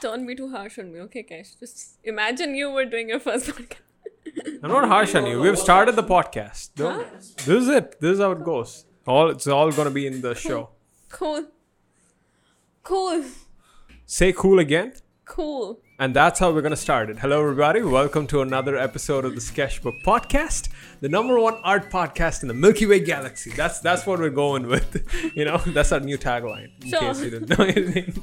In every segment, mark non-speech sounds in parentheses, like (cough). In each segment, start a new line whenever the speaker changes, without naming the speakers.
Don't be too harsh on me, okay, Kesh? Just imagine you were doing your first (laughs) podcast.
I'm not harsh on you. We've started the podcast. Don't- This is it. This is how it goes. All it's all gonna be in the show.
Cool. Cool.
Say cool again,
Cool.
and that's how we're gonna start it. Hello, everybody. Welcome to another episode of the Sketchbook Podcast, the number one art podcast in the Milky Way galaxy. That's that's what we're going with. (laughs) You know, that's our new tagline. In
Sure.
case you didn't know anything.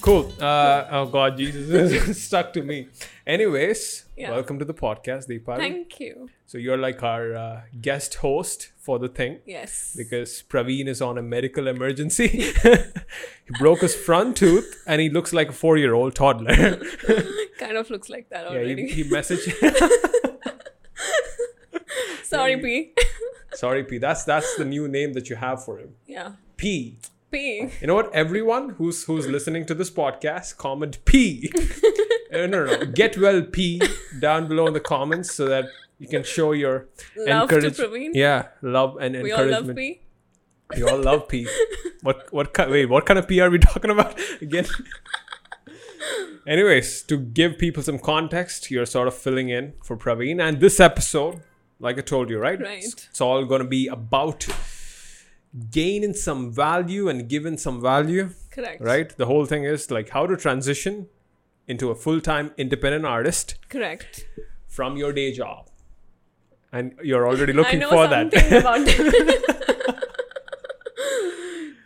Cool. Uh, oh God, Jesus (laughs) is stuck to me. Anyways,
Yeah.
welcome to the podcast, Deepali.
Thank you.
so you're like our uh, guest host for the thing
Yes.
because Praveen is on a medical emergency. (laughs) he broke his front tooth and he looks like a four-year-old toddler. (laughs)
Kind of looks like that
yeah, he,
already.
he messaged.
(laughs)
(laughs)
Sorry,
yeah,
P.
Sorry, P. That's that's the new name that you have for him.
yeah.
P.
P.
You know what? Everyone who's who's listening to this podcast, comment P. (laughs) Uh, no, no, no. Get well P down below in the comments so that you can show your
Love to
encourage-
Praveen.
Yeah, love and
we all
encouragement.
love P.
We all love pee. What what kind? Wait, what kind of pee are we (laughs) talking about again? Anyways, to give people some context, you're sort of filling in for Praveen, and this episode, like I told you, right?
Right.
It's, it's all going to be about gaining some value and giving some value,
Correct.
right? The whole thing is like how to transition into a full-time independent artist
Correct.
from your day job, and you're already
(laughs)
looking
I know
for that.
something
(laughs)
about (laughs)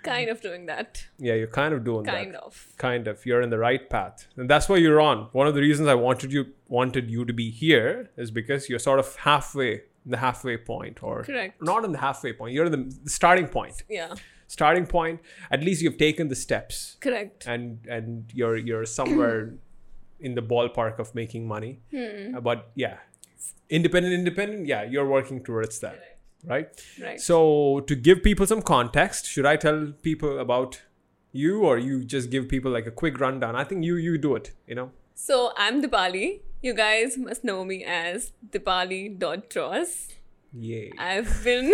kind of doing that.
yeah, you're kind of doing that.
Kind of.
kind of you're in the right path and that's why you're on one of the reasons i wanted you wanted you to be here is because you're sort of halfway in the halfway point or
Correct.
not in the halfway point you're in the, the starting point
Yeah.
starting point at least you've taken the steps
Correct.
and and you're you're somewhere (clears throat) in the ballpark of making money Uh, but yeah independent independent yeah you're working towards that right
Right.
so to give people some context, should I tell people about you or you just give people like a quick rundown? I think you you do it, you know.
So I'm Dipali. You guys must know me as Dipali.Tross.
Yay.
I've been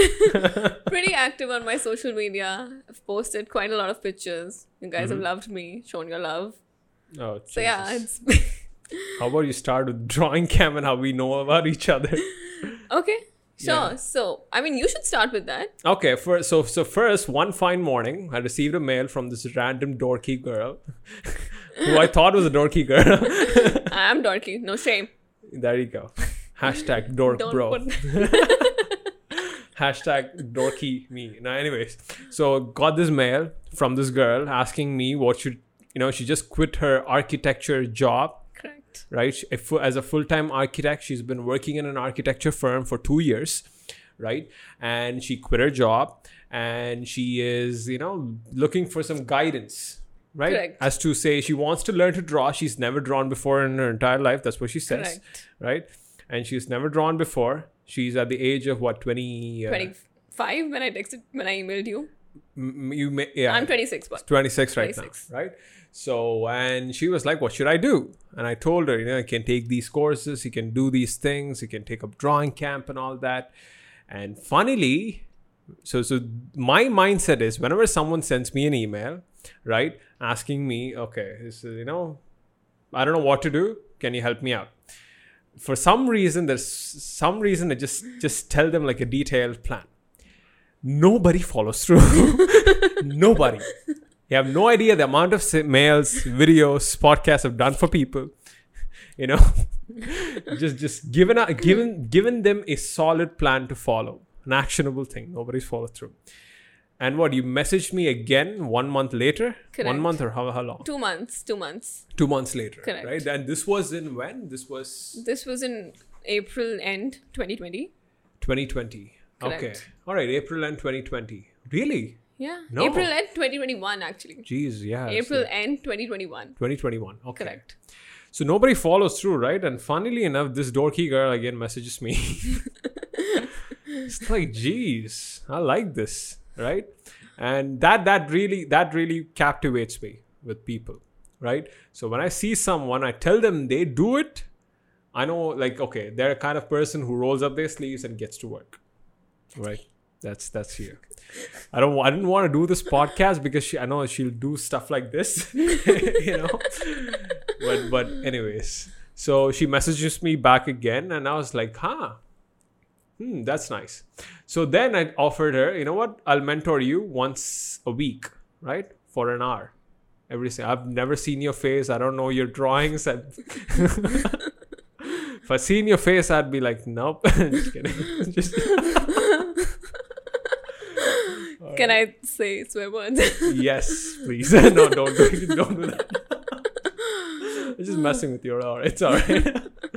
pretty active on my social media. I've posted quite a lot of pictures. You guys
Mm-hmm.
have loved me, shown your love.
(laughs) Oh,
So yeah,
Jesus.
it's (laughs)
How about you start with drawing cam and how we know about each other? (laughs)
okay. Sure.
Yeah.
So I mean, you should start with that.
Okay, first, so so first, one fine morning, I received a mail from this random dorky girl, (laughs) who I thought was a dorky girl. (laughs)
I am dorky. No shame.
there you go. Hashtag dork
Don't
bro.
put
(laughs) Hashtag dorky me. Now, anyways, so got this mail from this girl asking me what should you know. She just quit her architecture job,
correct.
right? She- if- As a full-time architect, she's been working in an architecture firm for two years, right? And she quit her job, and she is you know looking for some guidance. Right,
Correct.
as to say she wants to learn to draw. She's never drawn before in her entire life. That's what she says
Correct.
right? And she's never drawn before. She's at the age of what twenty? Uh,
Twenty-five when I texted when I emailed you.
m- you may, yeah,
I'm twenty-six, but
twenty six right
26.
now, right? So and she was like, "What should I do?" And I told her, you know, you can take these courses, you can do these things, you can take up drawing camp and all that. And funnily, so so my mindset is whenever someone sends me an email, right, asking me, okay, this is, you know, I don't know what to do. Can you help me out? For some reason, there's some reason I just just tell them like a detailed plan. Nobody follows
(laughs)
through. Nobody. You have no idea the amount of sa- mails, videos, podcasts I've done for people. You know, (laughs) just just given a, given given them a solid plan to follow, an actionable thing. Nobody's followed through. And what you messaged me again one month later?
Correct.
One month or how, how long?
two months. Two months.
two months later
Correct.
right and this was in when this was
This was in April end, 2020.
2020 okay
Correct.
all right april and 2020 really
Yeah.
No.
April end 2021 actually.
jeez yeah so
April end 2021.
2021 okay
Correct.
so nobody follows through right and funnily enough this dorky girl again messages me it's like jeez i like this right and that that really that really captivates me with people right so when i see someone i tell them they do it I know, like, okay, they're a kind of person who rolls up their sleeves and gets to work, right? That's that's here. I don't. wa- I didn't want to do this podcast because she, I know she'll do stuff like this, (laughs) you know. But but anyways, so she messages me back again, and I was like, huh, hmm, that's nice. So then I offered her, you know what? I'll mentor you once a week, right, for an hour. Every si- I've never seen your face. I don't know your drawings. And (laughs) if I seen your face, I'd be like, nope. (laughs) Just kidding. Just-
Can I say swear words? (laughs)
yes, please. (laughs) no, don't do it. Don't do that. I'm just messing with you. All right, it's all right.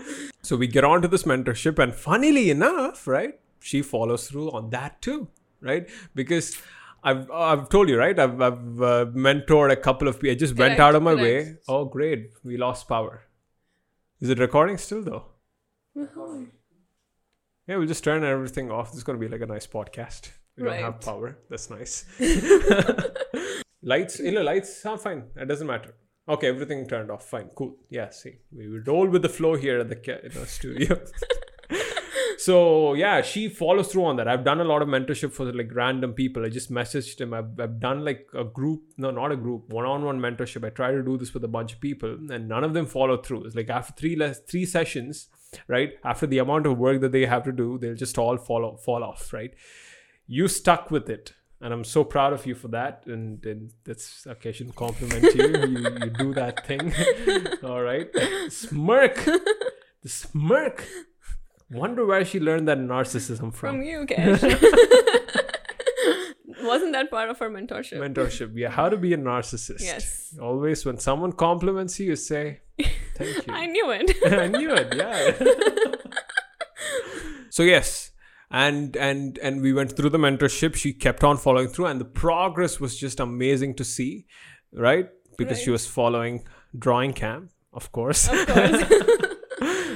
(laughs) so we get on to this mentorship, and funnily enough, right, she follows through on that too, right? Because I've I've told you, right? I've I've uh, mentored a couple of people. I just went
Correct,
out of my way.
correct.
Oh, great! We lost power. Is it recording still though? Yeah, we'll just turn everything off. This is going to be like a nice podcast. We don't have
Right.
power. That's nice. lights, you know, lights are fine. It doesn't matter. Okay, everything turned off. Fine, cool. Yeah, see, we will roll with the flow here at the ca- you know, studio. so yeah, she follows through on that. I've done a lot of mentorship for like random people. I just messaged him. I've, I've done like a group, no, not a group, one-on-one mentorship. I try to do this with a bunch of people, and none of them follow through. It's like after three less three sessions, right? After the amount of work that they have to do, they'll just all follow fall off, right? you stuck with it and i'm so proud of you for that and, and that's okay I shouldn't compliment you. (laughs) you you do that thing (laughs) all right smirk the smirk wonder where she learned that narcissism
From
from, (laughs)
you, Cash. (laughs) Wasn't that part of our mentorship?
mentorship yeah how to be a narcissist
Yes.
always when someone compliments you
(laughs)
you say thank you
I knew it. (laughs)
(laughs) I knew it. Yeah. (laughs) so yes, and and and we went through the mentorship. She kept on following through, and the progress was just amazing to see, right? Because she
Right.
was following drawing camp, of course
Of course.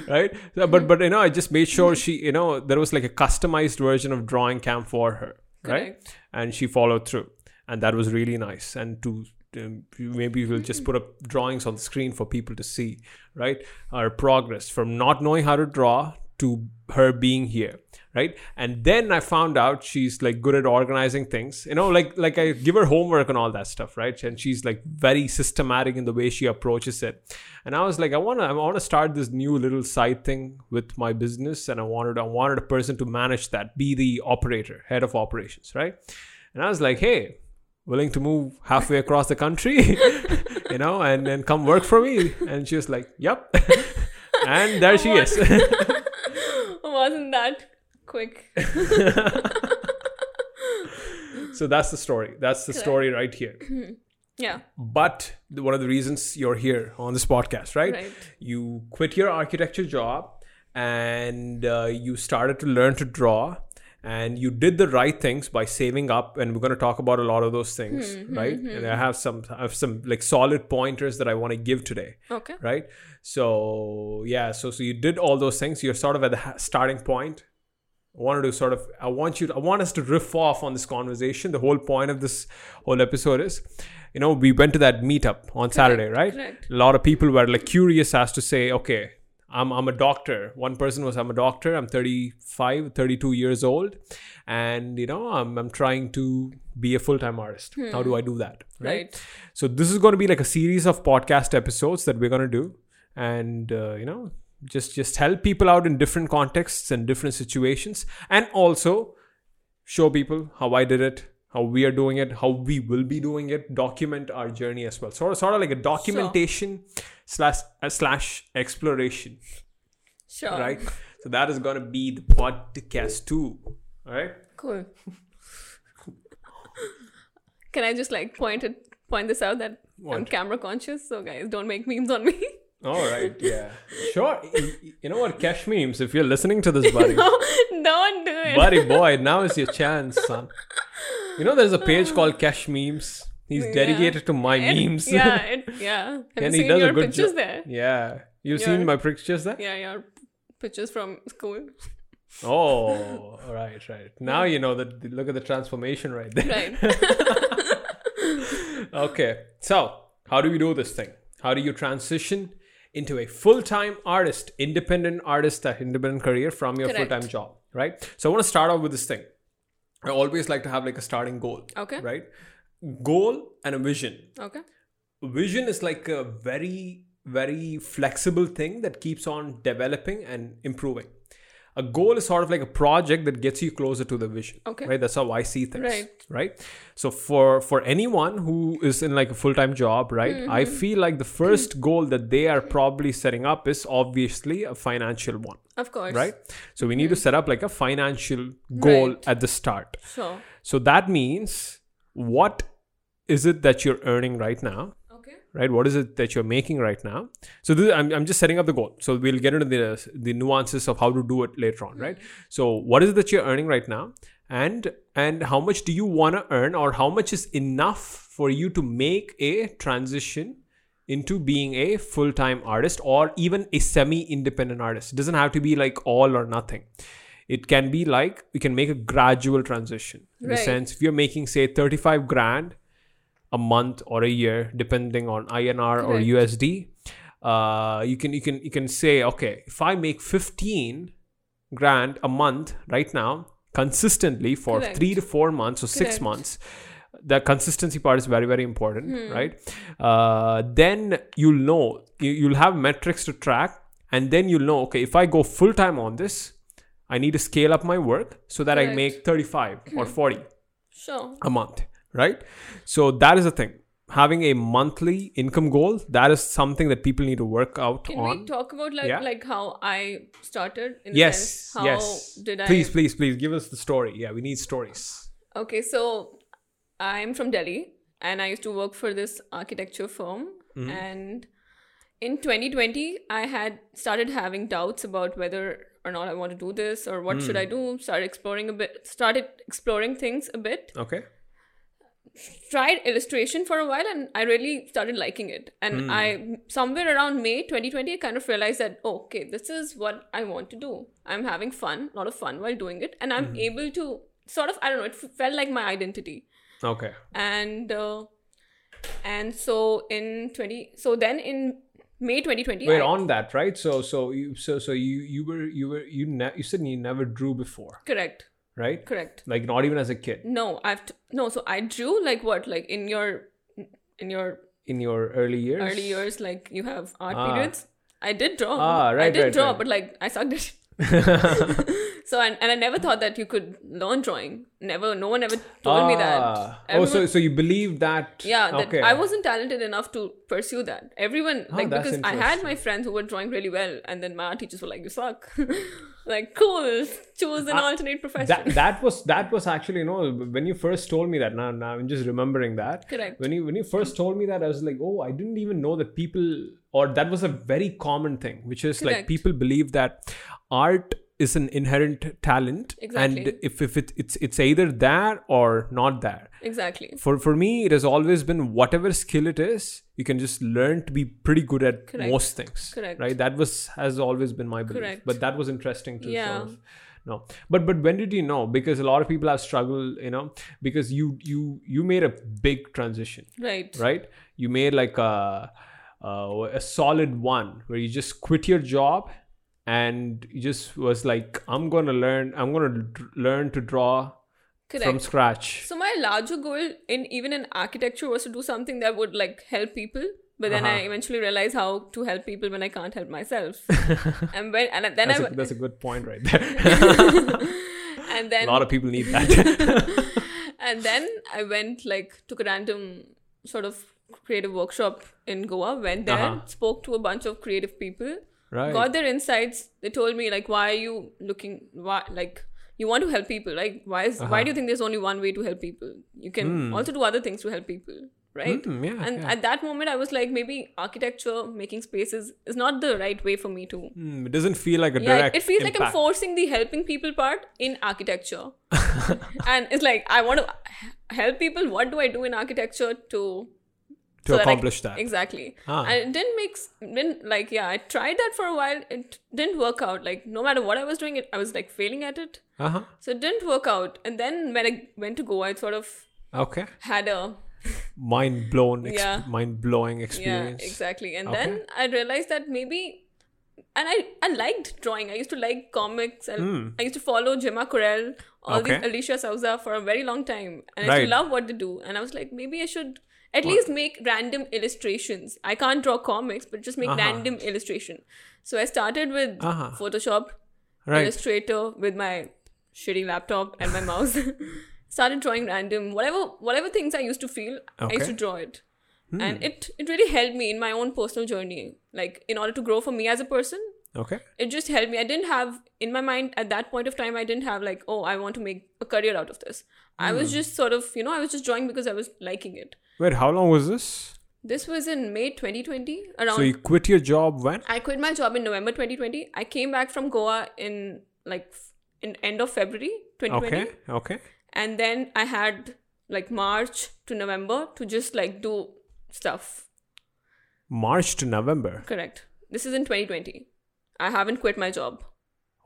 right So, but but you know i just made sure she you know there was like a customized version of drawing camp for her right
Correct.
and she followed through and that was really nice and to um, maybe we'll just put up drawings on the screen for people to see right our progress from not knowing how to draw to her being here right and then i found out she's like good at organizing things you know like like i give her homework and all that stuff right and she's like very systematic in the way she approaches it and i was like i want to i want to start this new little side thing with my business and i wanted i wanted a person to manage that be the operator head of operations right and i was like hey willing to move halfway across the country (laughs) you know and then come work for me and she was like yep (laughs) and there she is (laughs)
Wasn't that quick?
so that's the story that's the story right here
Yeah.
but the- one of the reasons you're here on this podcast right,
Right.
you quit your architecture job and uh, you started to learn to draw and you did the right things by saving up and we're going to talk about a lot of those things right and i have some i have some like solid pointers that i want to give today
Okay.
right so yeah so so you did all those things you're sort of at the ha- starting point i wanted to sort of i want you to, i want us to riff off on this conversation the whole point of this whole episode is you know we went to that meetup on saturday right
correct.
a lot of people were like curious as to say okay I'm, I'm a doctor one person was i'm a doctor i'm 35 32 years old and you know i'm, I'm trying to be a full-time artist how do i do that
Hmm. Right.
so this is going to be like a series of podcast episodes that we're going to do, and uh, you know, just just help people out in different contexts and different situations, and also show people how I did it, how we are doing it, how we will be doing it, document our journey as well. Sort of sort of like a documentation slash uh, slash exploration,
Sure.
right? So that is going to be the podcast too. All right. (laughs)
Cool. Can I just like point it point this out that I'm
What?
camera conscious, so guys, don't make memes on me. (laughs)
All right. Yeah. Sure. You- You know what? Cash memes. If you're listening to this, buddy.
don't do it.
Buddy boy, now is your chance, son. You know, there's a
(sighs)
page called Cash Memes. He's
Yeah.
dedicated to my
It-
memes. (laughs)
Yeah, it, yeah. Have
And
you
he
seen
does a
your
good
pictures
job.
there?
yeah. You've
Yeah.
seen my pictures there?
Yeah, your pictures from
(laughs)
school.
Oh, right, right. Now you know that. Look at the transformation right there.
(laughs) Right.
Okay. So, how do we do this thing? How do you transition into a full-time artist, independent artist, uh, independent career from your
Correct.
full-time job, right? So I want to start off with this thing. I always like to have like a starting goal,
Okay.
right? Goal and a vision.
Okay.
Vision is like a very very flexible thing that keeps on developing and improving. A goal is sort of like a project that gets you closer to the vision.
Okay.
Right. That's how I see things.
Right.
Right. So for for anyone who is in like a full time job, right, I
Mm-hmm.
feel like the first goal that they are probably setting up is obviously a financial one.
Of course.
Right. So we need to set up like a financial goal
Mm. Right.
at the start.
So.
So that means what is it that you're earning right now?
Okay.
right what is it that you're making right now so this, I'm, I'm just setting up the goal so we'll get into the the nuances of how to do it later on right so what is it that you're earning right now and and how much do you want to earn or how much is enough for you to make a transition into being a full-time artist or even a semi-independent artist it doesn't have to be like all or nothing it can be like you can make a gradual transition in a
Right.
sense if you're making say 35 grand a month or a year, depending on INR or
Correct.
USD. Uh, you can you can you can say, okay, if I make fifteen grand a month right now, consistently for
Correct.
three to four months or six
Correct.
months, the consistency part is very very important,
Hmm.
right? Uh, then you'll know you, you'll have metrics to track, and then you'll know, okay, if I go full time on this. I need to scale up my work so that I
Correct.
make 35
(clears throat)
or 40
Sure.
a month, right? So that is the thing. Having a monthly income goal, that is something that people need to work out
Can
on.
we talk about like
Yeah.
like how I started? In a
yes,
sense, how
yes.
Did I?
please, please, please give us the story. Yeah, we need stories.
Okay, so I'm from Delhi and I used to work for this architecture firm.
Mm-hmm.
And in 2020, I had started having doubts about whether or not I want to do this or what
Mm.
should I do. Started exploring a bit, started exploring things a bit.
Okay.
Tried illustration for a while and I really started liking it. And I, somewhere around May 2020, I kind of realized that, oh, okay, this is what I want to do. I'm having fun, a lot of fun while doing it. And I'm able to sort of, I don't know, it f- felt like my identity
Okay.
and uh, and so in 20 so then in may 2020
We're
I-
on that, right? So, so you, so, so you, you were, you were, you, ne- you said you never drew before,
correct
right?
correct
Like not even as a kid
no i've t- no so i drew like what like in your in your
in your early years.
early years like you have art
Ah.
periods i did draw
Ah,
i
right,
did
right,
draw
right.
but like i sucked at
(laughs)
it (laughs) so and, and i never thought that you could learn drawing never no one ever told me that
Ah. Oh,
Everyone-
so, so you believe that?
Yeah, that
okay.
I wasn't talented enough to pursue that. Everyone
Oh,
like
that's
because I had my friends who were drawing really well, and then my art teachers were like, "You suck." (laughs) like, cool. Choose an alternate profession.
Ah, that that was that was actually you know when you first told me that now now I'm just remembering that
Correct.
when you when you first told me that I was like oh I didn't even know that people or that was a very common thing which is like
Correct.
people believe that art is an inherent talent and
Exactly.
if if it, it's it's either there or not there
(laughs) exactly.
for for me it has always been whatever skill it is you can just learn to be pretty good at
Correct.
most things
Correct.
right that was has always been my belief
Correct.
but that was interesting to
Yeah.
sort of no but but when did you know because a lot of people have struggled you know because you you you made a big transition
Right.
right you made like a uh, a solid one where you just quit your job and you just was like i'm going to learn i'm going to d- learn to draw
Correct.
from scratch
so my larger goal in even in architecture was to do something that would like help people. But then I
Uh-huh.
eventually realized how to help people when I can't help myself.
(laughs)
and when and then
that's
I
a, that's a good point right (laughs) there
(laughs)
(laughs)
and then
a lot of people need that
and then I went like took a random sort of creative workshop in Goa. Went there,
Uh-huh.
spoke to a bunch of creative people,
(laughs) right
got their insights. They told me like, why are you looking? Why like you want to help people? Like why is
Uh-huh.
why do you think there's only one way to help people? You can
Hmm.
also do other things to help people, right?
Mm, yeah,
and
yeah.
at that moment, I was like, maybe architecture, making spaces is not the right way for me to.
Mm, it doesn't feel like a
Yeah,
direct
it feels like I'm
impact.
forcing the helping people part in
(laughs)
architecture. and it's like, I want to help people. What do I do in architecture to
to
so that I-
accomplish that
Exactly.
Ah.
And it didn't make, s- didn't like, yeah, I tried that for a while. It didn't work out. Like, no matter what I was doing, it, I was like failing at it.
uh-huh
So it didn't work out. And then when I went to Goa, it sort of
okay
had a
mind blown, ex-
Yeah.
mind blowing experience.
Yeah, exactly. And
Okay.
then I realized that maybe, and I, I liked drawing. I used to like comics. I, I used to follow Gemma Corell, all these
Hmm. Okay.
Alicia Souza for a very long time, and I
Right.
used to love what they do. And I was like, maybe I should at least make random illustrations. I can't draw comics, but just make
Uh-huh.
random illustration. So I started with
Uh-huh.
Photoshop,
Right.
Illustrator with my shitty laptop and my mouse. (laughs) Started drawing random whatever whatever things I used to feel, I used
Okay. Hmm.
to draw it. And it it really helped me in my own personal journey. Like in order to grow for me as a person,
Okay.
it just helped me. I didn't have in my mind at that point of time I didn't have like, oh, I want to make a career out of this. I was
Hmm.
just sort of, you know, I was just drawing because I was liking it.
Wait, how long was this?
This was in May 2020 around
So you quit your job when?
I quit my job in November 2020. I came back from Goa in like f- in end of February 2020,
Okay. Okay.
and then I had like March to November to just like do stuff.
March to November.
Correct. This is in 2020. I haven't quit my job.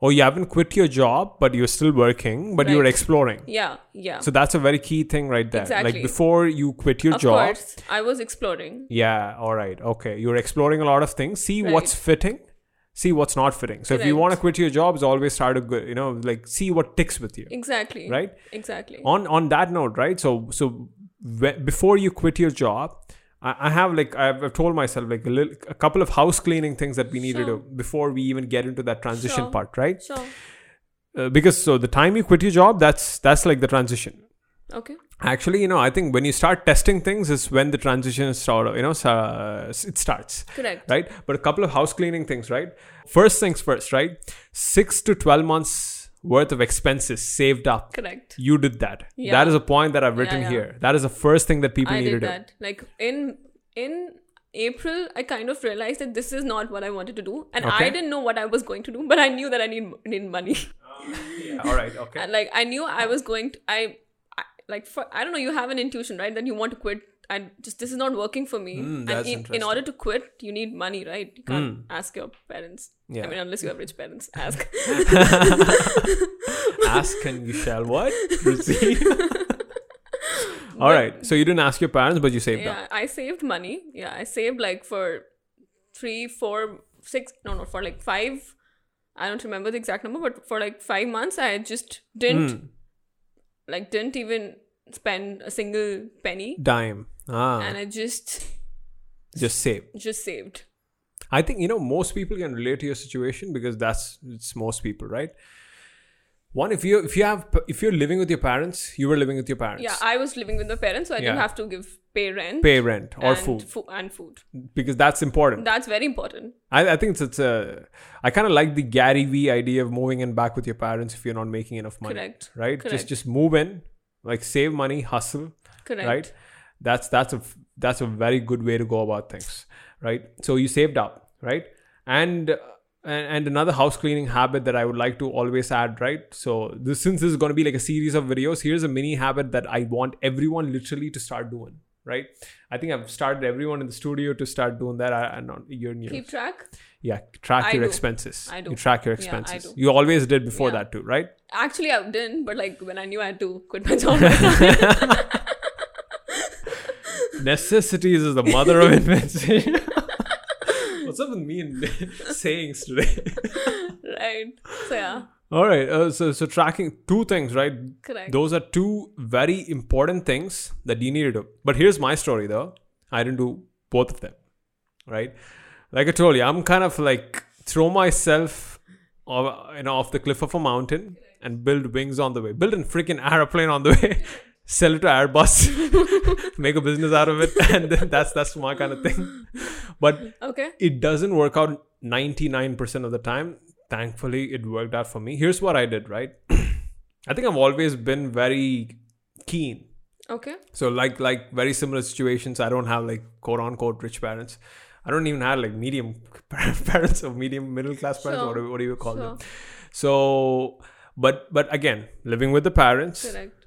Oh, you haven't quit your job, but you're still working, but you're
Right.
exploring.
Yeah, yeah.
So that's a very key thing right there. Like
Exactly.
before you quit your
of
job.
course, I was exploring.
Yeah, all right. Okay. You're exploring a lot of things. See
Right.
what's fitting, see what's not fitting. So if you
Correct.
want to quit your jobs, always try to go, you know, like see what ticks with you.
E Exactly.
Right?
Exactly.
On on that note, right? So so wh- before you quit your job, I, I have like I've, I've told myself like a little a couple of house cleaning things that we need to
Sure.
do before we even get into that transition
Sure.
part, right?
Sure.
Uh, because so the time you quit your job, that's that's like the transition.
Okay.
Actually, you know, I think when you start testing things is when the transition is sort of, you know, sa- it starts
Correct.
right but a couple of house cleaning things right first things first right 6 to 12 months worth of expenses saved up
Correct.
you did that
Yeah.
that is a point that i've written
yeah.
here that is the first thing that people
I
need to
did
do
that. Like in in April, I kind of realized that this is not what I wanted to do, and
Okay.
I didn't know what I was going to do, but I knew that I need need money.
Yeah, all right okay
(laughs) And like I knew I was going to I, I like for I don't know. You have an intuition, right? That you want to quit. And just this is not working for me. and
Hmm, that's
in, in
interesting. Hmm.
order to quit, you need money, right? You can't ask your parents.
Yeah.
I mean, unless you have rich parents, ask.
(laughs)
(laughs)
ask and you shall what
(laughs)
receive (laughs) all right so you didn't ask your parents but you saved up
yeah i saved money yeah i saved like for three four six no no for like five i don't remember the exact number but for like five months i just didn't
Hmm.
like didn't even spend a single penny
dime ah
and i just
just save
just saved
I think you know most people can relate to your situation because that's it's most people, right? One, if you if you have if you're living with your parents, you were living with your parents.
yeah i was living with my parents so i didn't
Yeah.
have to give pay rent
pay rent or
and
food
fo- and food
because that's important.
that's very important
I, I think it's, it's a I kind of like the Gary Vee idea of moving in back with your parents if you're not making enough money,
Correct.
right? Just
Correct.
just move in, like save money, hustle,
(laughs) correct
right? That's that's a that's a very good way to go about things, right? So you saved up, right? And uh, and, and another house cleaning habit that I would like to always add, right? So this since this is going to be like a series of videos, here's a mini habit that I want everyone literally to start doing, right? I think I've started everyone in the studio to start doing that. I, I'm not you're new.
keep track
yeah, track
I
your
do.
expenses.
I do.
You track your
Yeah, I
expenses.
do.
You always did before
Yeah.
that too, right?
actually i didn't but like when i knew i had to quit my job (laughs) I started
Necessities is the mother (laughs) of invention. What's up with me and (laughs) sayings today?
right so yeah
All right, uh, so so tracking two things, right?
correct
Those are two very important things that you need to do. But here's my story, though. I didn't do both of them, right? Like I told you, I'm kind of like throw myself, off, you know, off the cliff of a mountain and build wings on the way. Build a freaking airplane on the way. (laughs) Sell it to Airbus, (laughs) make a business out of it, and then that's that's my kind of thing. But
okay
it doesn't work out 99% of the time thankfully it worked out for me here's what i did right (clears throat) i think i've always been very keen
Okay.
so like like very similar situations i don't have like quote unquote rich parents i don't even have like medium (laughs) parents or medium middle class parents
Sure.
what, do, what do you call
Sure.
them so but but again living with the parents
Correct.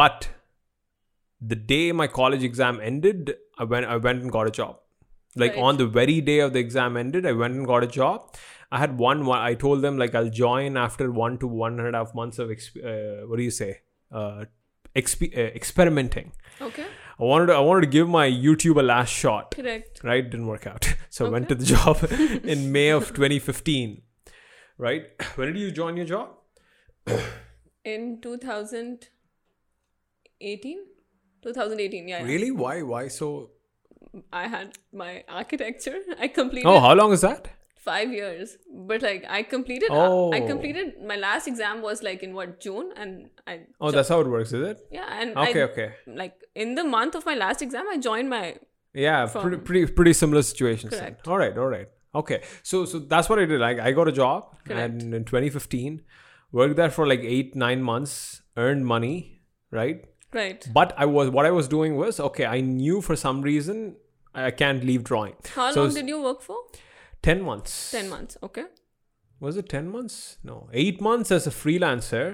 but the day my college exam ended, I went I went and got a job. Like
Right.
on the very day of the exam ended, I went and got a job. I had one. one I told them like I'll join after one to one and a half months of exp- uh, what do you say uh, exp- uh, experimenting.
Okay.
I wanted to, I wanted to give my YouTube a last shot.
Correct.
Right, didn't work out. (laughs) So I went
Okay.
to the job
(laughs)
in May of 2015. Right, when did you join your job?
In 2018? 2018, yeah. yeah.
Really? Why? Why so?
I had my architecture. I completed
Oh, how long is that?
five years. But like I completed uh, I
Oh.
completed my last exam was like in what June and I
Oh, that's how it works, is it?
yeah and
Okay,
I,
okay.
like in the month of my last exam I joined my
Yeah,
From-
pretty, pretty pretty similar situations. then.
Correct.
All right, all right. Okay. So so that's what I did. Like I got a job
Correct.
and in 2015 worked there for like 8 9 months, earned money, right?
right.
But I was what I was doing was okay, I knew for some reason I can't leave drawing.
How
so
long did you work for?
10 months.
Ten months. Okay.
Was it 10 months? No, 8 months as a freelancer.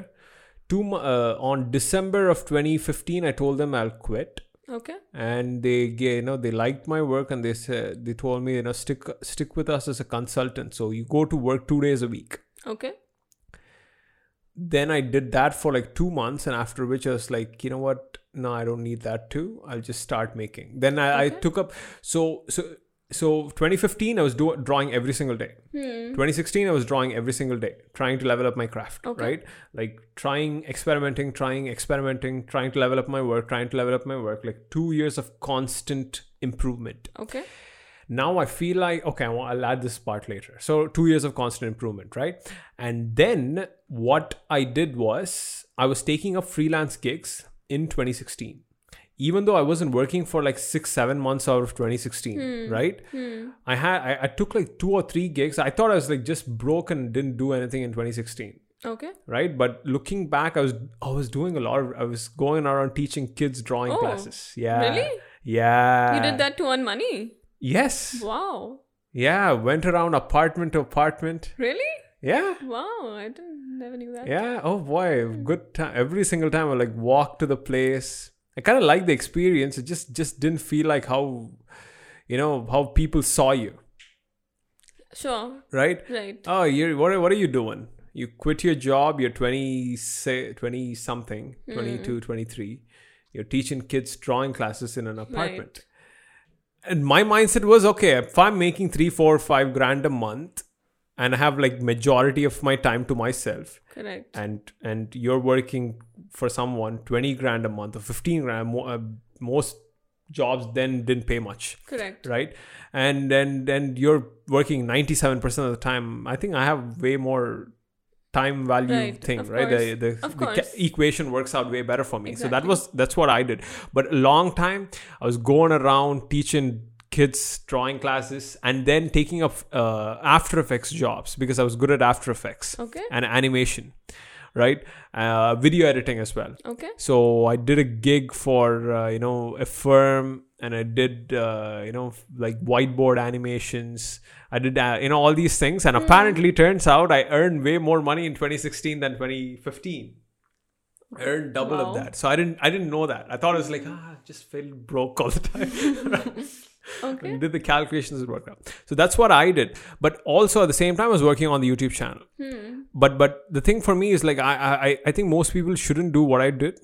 Two mo- uh, on December of 2015 I told them I'll quit.
Okay.
and they ga- you know they liked my work and they said they told me you know stick stick with us as a consultant so you go to work two days a week
Okay.
then i did that for like two months and after which i was like you know what no i don't need that too i'll just start making then i, I
Okay.
took up so so so 2015 i was do- drawing every single day
Hmm.
2016 i was drawing every single day trying to level up my craft
Okay.
right like trying experimenting trying experimenting trying to level up my work trying to level up my work like two years of constant improvement
Okay.
now i feel like okay well, i'll add this part later so two years of constant improvement right and then what i did was i was taking up freelance gigs in 2016 even though i wasn't working for like six seven months out of 2016
Hmm.
right i had I, I took like two or three gigs i thought i was like just broke and didn't do anything in 2016
Okay.
right but looking back i was i was doing a lot of i was going around teaching kids drawing
Oh,
classes yeah
really?
yeah
You
Uh.
did that to earn money.
yes
Wow.
yeah, went around apartment to apartment.
Really?
Yeah.
Wow. I didn't never knew that.
Yeah. Oh boy, good time. Every single time I like walk to the place. I kind of like the experience. It just just didn't feel like how you know, how people saw you,
Sure.
right?
Right.
Oh, you're what are, what are you doing? You quit your job, you're 20 say, 20 something, 22, 23. You're teaching kids drawing classes in an apartment.
Right.
and my mindset was okay if i'm making three four five grand a month and i have like majority of my time to myself
Correct.
and and you're working for someone 20 grand a month or 15 grand mo- uh, most jobs then didn't pay much
Correct.
right and and and you're working 97% of the time i think i have way more time value
Right,
thing
of
right the,
course,
the,
of
the ca-
course.
equation works out way better for me so that
Exactly.
was that's what i did but a long time i was going around teaching kids drawing classes and then taking up uh, after effects jobs because i was good at after effects
Okay.
and animation right uh, video editing as well
Okay.
so I did a gig for uh, you know a firm, and I did uh, you know f- like whiteboard animations. I did uh, you know all these things,
Mm-hmm.
and apparently turns out I earned way more money in 2016 than 2015. I earned double of
Wow. Mm.
that. So I didn't I didn't know that. I thought it was like ah, I just feel broke all the time.
(laughs) Okay.
(laughs) did the calculations it worked out. So that's what I did. But also at the same time, I was working on the YouTube channel. But but the thing for me is like I I I think most people shouldn't do what I did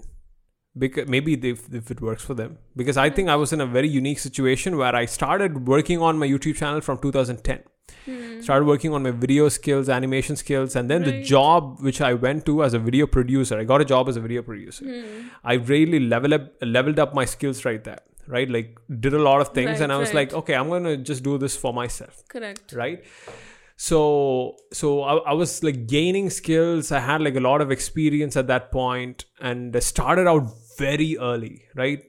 because maybe they, if it works for them because i think i was in a very unique situation where i started working on my youtube channel from 2010 started working on my video skills animation skills and then the
Hmm. Right.
job which i went to as a video producer i got a job as a video producer
Hmm.
i really level up leveled up my skills right there right like did a lot of things and
Right,
i was
right.
like okay i'm gonna just do this for myself
Correct.
right so so I, I was like gaining skills i had like a lot of experience at that point and I started out very early right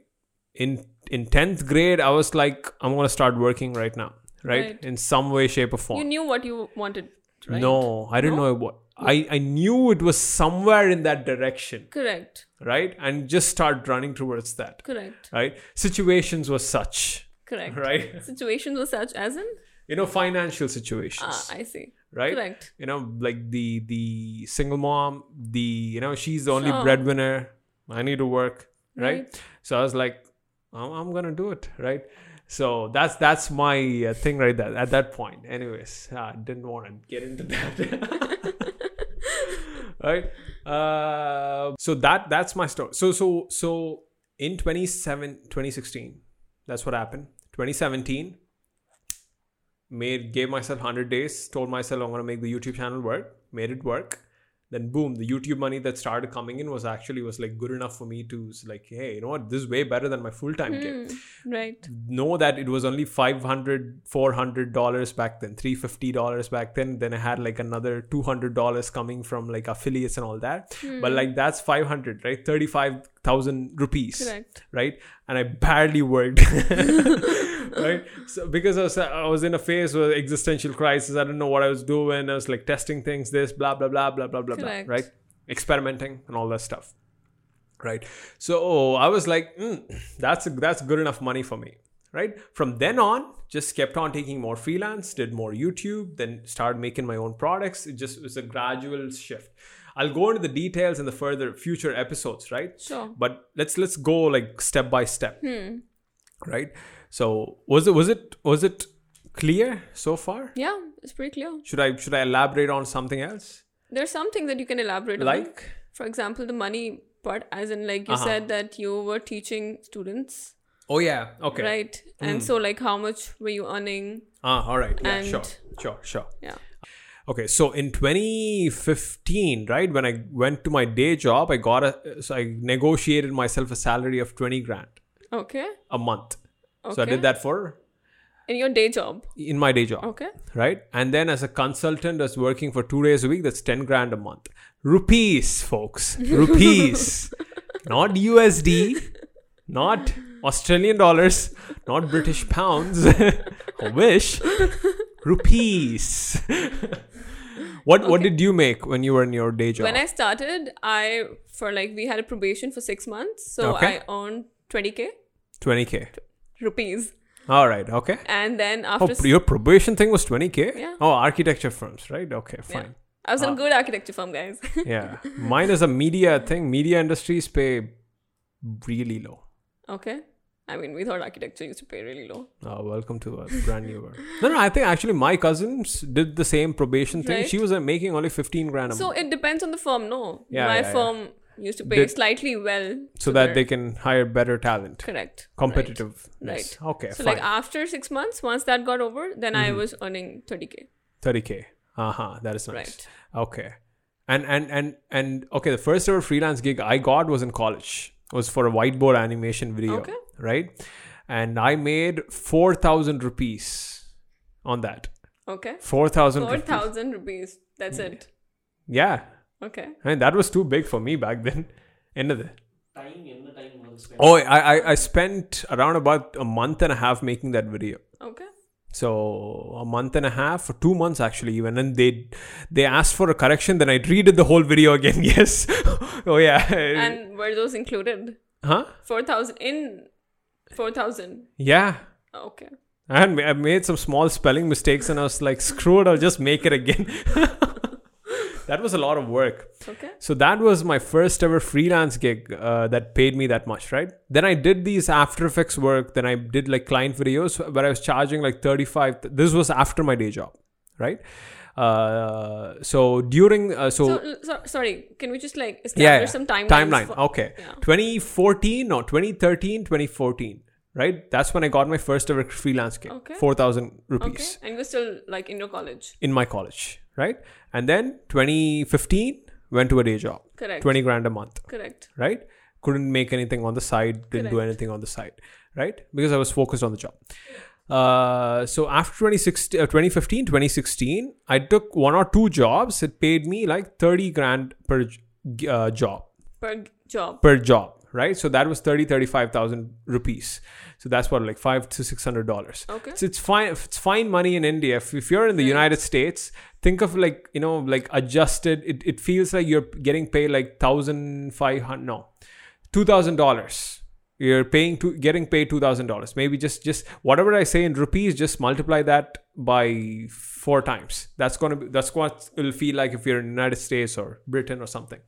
in in 10th grade i was like i'm gonna start working right now right,
Right.
in some way shape or
You
form
knew what you wanted, right?
no i didn't know what I, I knew it was somewhere in that direction
Correct.
right and just start running towards that
Correct.
right situations were such (laughs)
Correct.
right
Situations were such as in.
you know financial situations
Ah, I see.
right
Correct.
you know like the the single mom the you know she's the only
Sure.
breadwinner i need to work right,
Right.
so i was like I'm, I'm gonna do it right so that's that's my uh, thing right there uh, at that point anyways i didn't want to get into that (laughs) right uh, so that that's my story so so so in 27 2016 that's what happened 2017 made gave myself 100 days told myself i'm going to make the youtube channel work made it work then boom the youtube money that started coming in was actually was like good enough for me to s- like hey you know what this is way better than my full-time gig
right.
know that it was only 500 400 dollars back then 350 dollars back then then i had like another 200 dollars coming from like affiliates and all that but like that's 500 right 35000 rupees
Correct.
right and i barely worked (laughs) right so because i was i was in a phase of existential crisis i didn't know what i was doing i was like testing things this blah blah blah blah blah blah
Correct.
blah right experimenting and all that stuff right so i was like mm, that's that's good enough money for me right from then on just kept on taking more freelance did more youtube then started making my own products it just was a gradual shift i'll go into the details in the further future episodes right
Sure.
but let's let's go like step by step
Hmm.
right so was it was it was it clear so far
Yeah, it's pretty clear.
should i should i elaborate on something else
There's something that you can elaborate on.
like
for example, the money part, as in, like you
Uh-huh.
said that you were teaching students,
oh yeah okay Mm.
right? And so, like, how much were you earning?
ah all right yeah
And-
sure sure sure
Yeah.
okay so in 2015 right when i went to my day job i got a so i negotiated myself a salary of 20 grand
Okay.
a month
Okay.
so i did that for
in your day job.
in my day job
Okay.
right? And then as a consultant that's working for two days a week, that's 10 grand a month. Rupees,
(laughs)
folks. Rupees. not USD, not Australian dollars, not British pounds. (laughs) I wish. Rupees. what what did you make when you were in your day job?
When I started, I for like we had a probation for six months, so
Okay.
I earned twenty k
20k.
rupees,
All right, okay.
and then
Oh,
after. s-
your probation thing was 20k?
Yeah.
Oh, architecture firms, right? Okay,
yeah.
fine.
I was in a good architecture firm, guys. (laughs)
yeah mine is a media thing media industries pay really low
okay. I mean, we thought architecture used to pay really low.
uh, welcome to a brand new world no no i think actually my cousins did the same probation thing
Right.
she was uh, making only 15 grand a
So
month
it depends on the firm, no?
Um, Yeah,
My
yeah, yeah.
firm used to pay
Did-
slightly well.
so that
their-
they can hire better talent
Correct.
competitiveness
Right.
okay
Right. So
fine Mm-hmm.
like after six months, once that got over, then I was earning thirty k.
30k uh-huh that is nice
Right.
okay and and and and okay the first ever freelance gig i got was in college it was for a whiteboard animation video
Okay.
right and i made 4000 rupees on that
Okay.
4000
Four
rupees. Mm.
thousand rupees. That's it.
yeah
Okay.
I mean, that was too big for me back then (laughs) என்னது
time என்ன time உங்களுக்கு spend
oh I, I i spent around about a month and a half making that video
Okay.
so a month and a half for two months actually even and they they asked for a correction then i redid the whole video again (laughs) yes oh yeah
And were those included?
huh
Four thousand in four thousand. Oh,
yeah
Okay.
I had ma- I made some small spelling mistakes and I was like, screw it, I'll just make it again. (laughs) that was a lot of work.
Okay.
So that was my first ever freelance gig uh, that paid me that much, right? Then I did these After Effects work. Then I did like client videos where I was charging like 35. This was after my day job, right? Uh, so during, uh, so,
So, l- so sorry. Can we just like establish
yeah, yeah.
some timelines?
timeline.
for-
okay.
Yeah.
2014, no, 2013, 2014, right? That's when I got my first ever freelance gig,
Okay.
4,000 rupees
Okay. And you're still like in your college.
in my college, right? And then 2015 went to a day job,
Correct.
20 grand a month,
Correct.
right? Couldn't make anything on the side, didn't do
Correct.
anything on the side, right? Because I was focused on the job. Uh, so after 2016, uh, 2015, 2016, I took one or two jobs. It paid me like 30 grand per j- uh, job
Per g- job.
per job right so that was 30 35000 rupees so that's what like five to six hundred dollars
Okay.
so it's fine it's fine money in india if, if you're in the
Right.
united states think of like you know like adjusted it, it feels like you're getting paid like 1500 no $2000 you're paying to getting paid $2000 maybe just just whatever i say in rupees just multiply that by four times that's going to be that's what it'll feel like if you're in united states or britain or something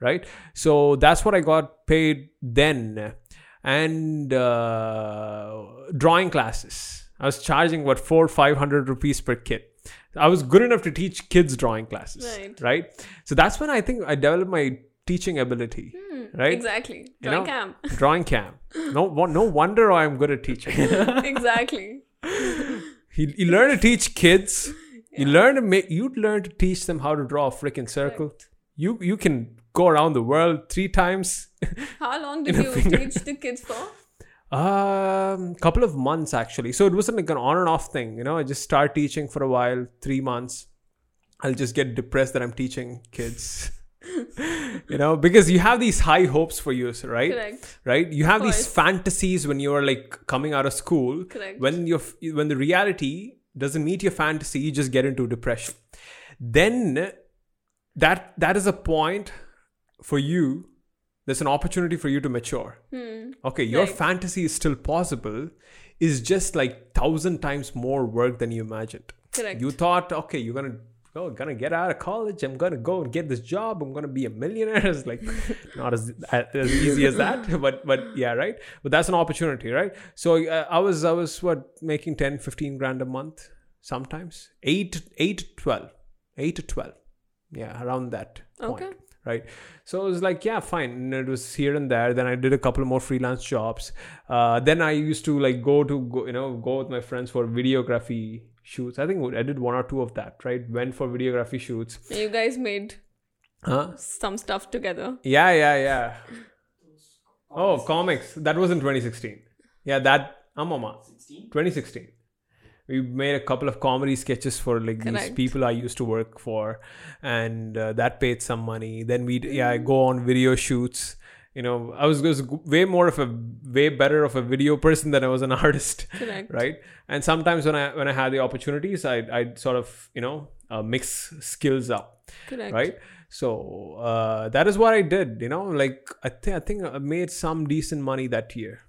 right so that's what i got paid then and uh, drawing classes i was charging what four 500 rupees per kid I was good enough to teach kids drawing classes,
Right.
So that's when I think I developed my teaching ability, right?
Exactly.
You
Drawing
know?
camp.
(laughs) Drawing camp. No, wo- no wonder I'm good at teaching.
exactly.
you, you learn to teach kids. You learn to make. You learn to teach them how to draw a freaking circle. You you can go around the world three times.
How long did
a
you
finger.
teach the kids for?
Um, couple of months actually. So it wasn't like an on and off thing, you know. I just start teaching for a while, three months. I'll just get depressed that I'm teaching kids, (laughs) you know, because you have these high hopes for you, right?
Correct.
Right? You have these
course.
fantasies when you are like coming out of school.
Correct.
When your when the reality doesn't meet your fantasy, you just get into depression. Then that that is a point for you. There's an opportunity for you to mature okay your
Hmm. Right.
fantasy is still possible is just like thousand times more work than you imagined
Correct.
you thought okay you're gonna oh, gonna get out of college i'm gonna go and get this job i'm gonna be a millionaire (laughs) it's like not as as easy as that (laughs) but but yeah right but that's an opportunity right so uh, i was i was what making 10 15 grand a month sometimes 8 8 to 12 8 to 12 yeah around that point
Okay.
right so it was like yeah fine and it was here and there then i did a couple more freelance jobs uh, then i used to like go to go, you know go with my friends for videography shoots i think i did one or two of that right went for videography shoots Uh,
You guys made
huh
some stuff together.
yeah yeah yeah oh comics that was in 2016 yeah that amama
16?
2016 we made a couple of comedy sketches for like these
Correct.
people i used to work for and uh, that paid some money then we yeah I go on video shoots you know i was, was way more of a way better of a video person than i was an (laughs) artist
Correct.
right and sometimes when i when i had the opportunities i i sort of you know uh, mix skills up
Correct.
right so uh, that is what i did you know like i think i think i made some decent money that year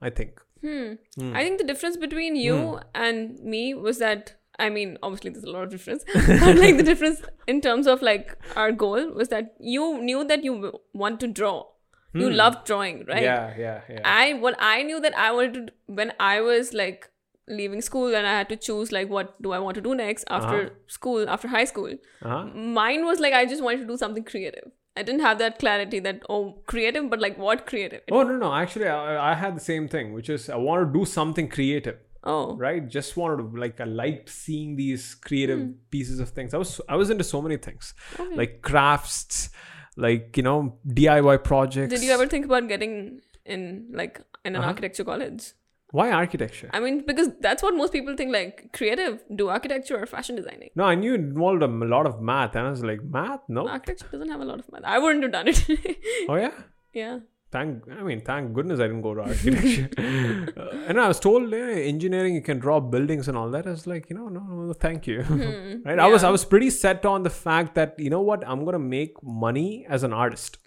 i think Hmm.
I think the difference between you and me was that I mean, obviously there's a lot of
(laughs)
difference. but like the difference in terms of like our goal was that you knew that you w- want to draw. You loved drawing, right?
Hmm.
Ah.
yeah yeah yeah
I what I knew that I wanted to d- when I was like leaving school and I had to choose like what do I want to do next after school, after high school.
Uh-huh.
Mine was like I just wanted to do something creative. I didn't have that clarity that oh creative, but like what creative?
Oh no no! Actually, I, I had the same thing, which is I want to do something creative,
oh,
right? Just wanted to like I liked seeing these creative pieces of things. I was I was into so many things, like crafts, like you know DIY projects.
Did you ever think about getting in like in an
Uh-huh.
architecture college?
Why architecture?
I mean, because that's what most people think like creative, do architecture or fashion designing.
no, I knew it involved a m- lot of math, and I was like, math? No.
Architecture doesn't have a lot of math. I wouldn't have done it. (laughs)
Oh yeah.
yeah.
Thank I mean, thank goodness I didn't go to architecture. Uh, and I was told eh, engineering you can draw buildings and all that. I was like, you know, no, no, no, thank you. (laughs) right? I was I was pretty set on the fact that you know what, I'm gonna make money as an artist.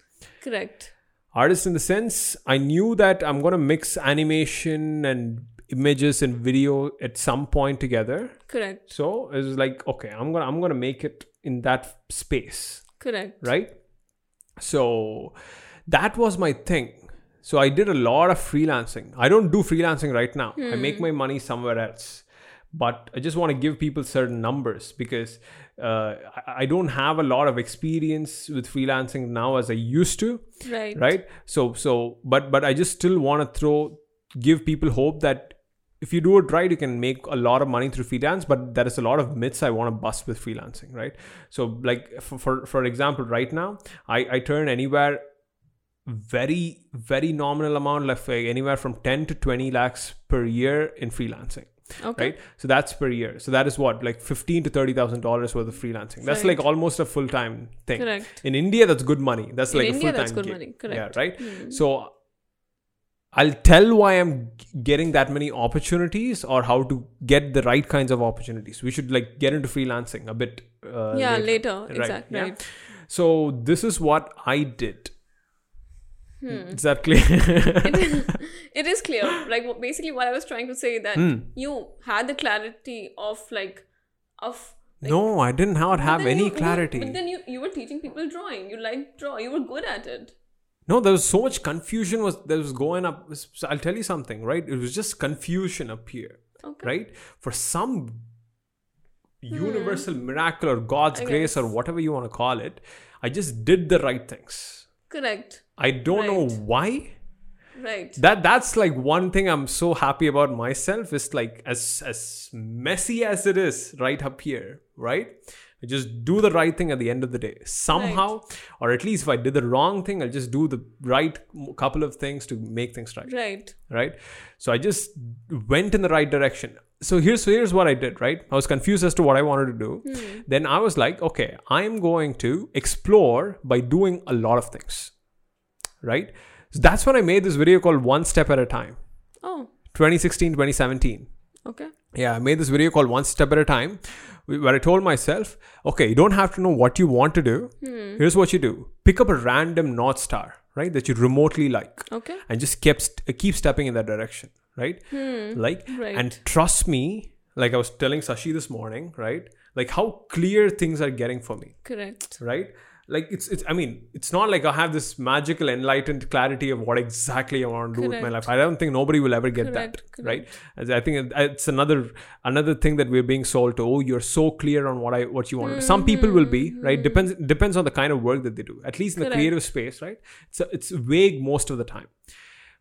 Correct.
Artist in the sense I knew that I'm gonna mix animation and images and video at some point together.
Correct.
So it was like, okay, I'm gonna I'm gonna make it in that space
Correct.
right? So that was my thing. So I did a lot of freelancing. I don't do freelancing right now. I make my money somewhere else. But I just want to give people certain numbers because uh, I- I don't have a lot of experience with freelancing now as I used to,
Right.
right? So so but but I just still want to throw give people hope that if you do it right, you can make a lot of money through freelance. But there is a lot of myths I want to bust with freelancing, right? So, like for for, for example, right now I I turn anywhere very very nominal amount, like like anywhere from ten to twenty lakhs per year in freelancing.
Okay.
Right, so that's per year. So that is what, like fifteen to thirty thousand dollars worth of freelancing. That's
Right.
like almost a full time thing.
Correct.
In India, that's good money. That's
In
like
India,
a full time
that's good money. Correct. Hmm.
Yeah, right. So I'll tell why I'm g- getting that many opportunities or how to get the right kinds of opportunities. We should like get into freelancing a bit. Uh,
Yeah, later. Exact-
yeah? (laughs)
right.
So this is what I did.
Hmm.
Is that (laughs) clear?
It is clear. Like wh- basically, what I was trying to say that
Hmm.
you had the clarity of like of
no, I did not have
But then
any
you- you-
clarity.
But then you, you were teaching people drawing. You liked draw. You were good at it.
No, there was so much confusion was there was going up. So I'll tell you something, right? It was just confusion up here,
Okay.
right? For some universal miracle or God's
Hmm. I
grace or
guess.
whatever you want to call it, I just did the right things.
Correct.
I don't know
Right.
why.
Right.
That that's like one thing I'm so happy about myself is like as as messy as it is right up here, right? I just do the right thing at the end of the day somehow, or at least if I did the wrong thing, I'll just do the right couple of things to make things right
Right.
right so i just went in the right direction so here's so here's what i did right i was confused as to what i wanted to do then i was like okay i'm going to explore by doing a lot of things right so that's when i made this video called one step at a time
Oh,
2016 2017
okay.
yeah i made this video called one step at a time where i told myself okay you don't have to know what you want to do here's what you do pick up a random north star right that you remotely like
Okay.
and just kept st- keep stepping in that direction right like
Hmm, right.
and trust me like i was telling sashi this morning right like how clear things are getting for me
Correct.
right like it's it's i mean it's not like i have this magical enlightened clarity of what exactly i want to do with my
Correct.
life i don't think nobody will ever get
Correct,
that right As i think it- it's another another thing that we're being sold to oh you're so clear on what i what you want to do. some people will be right depends depends on the kind of work that they do at least in the
Correct.
creative space right so it's vague most of the time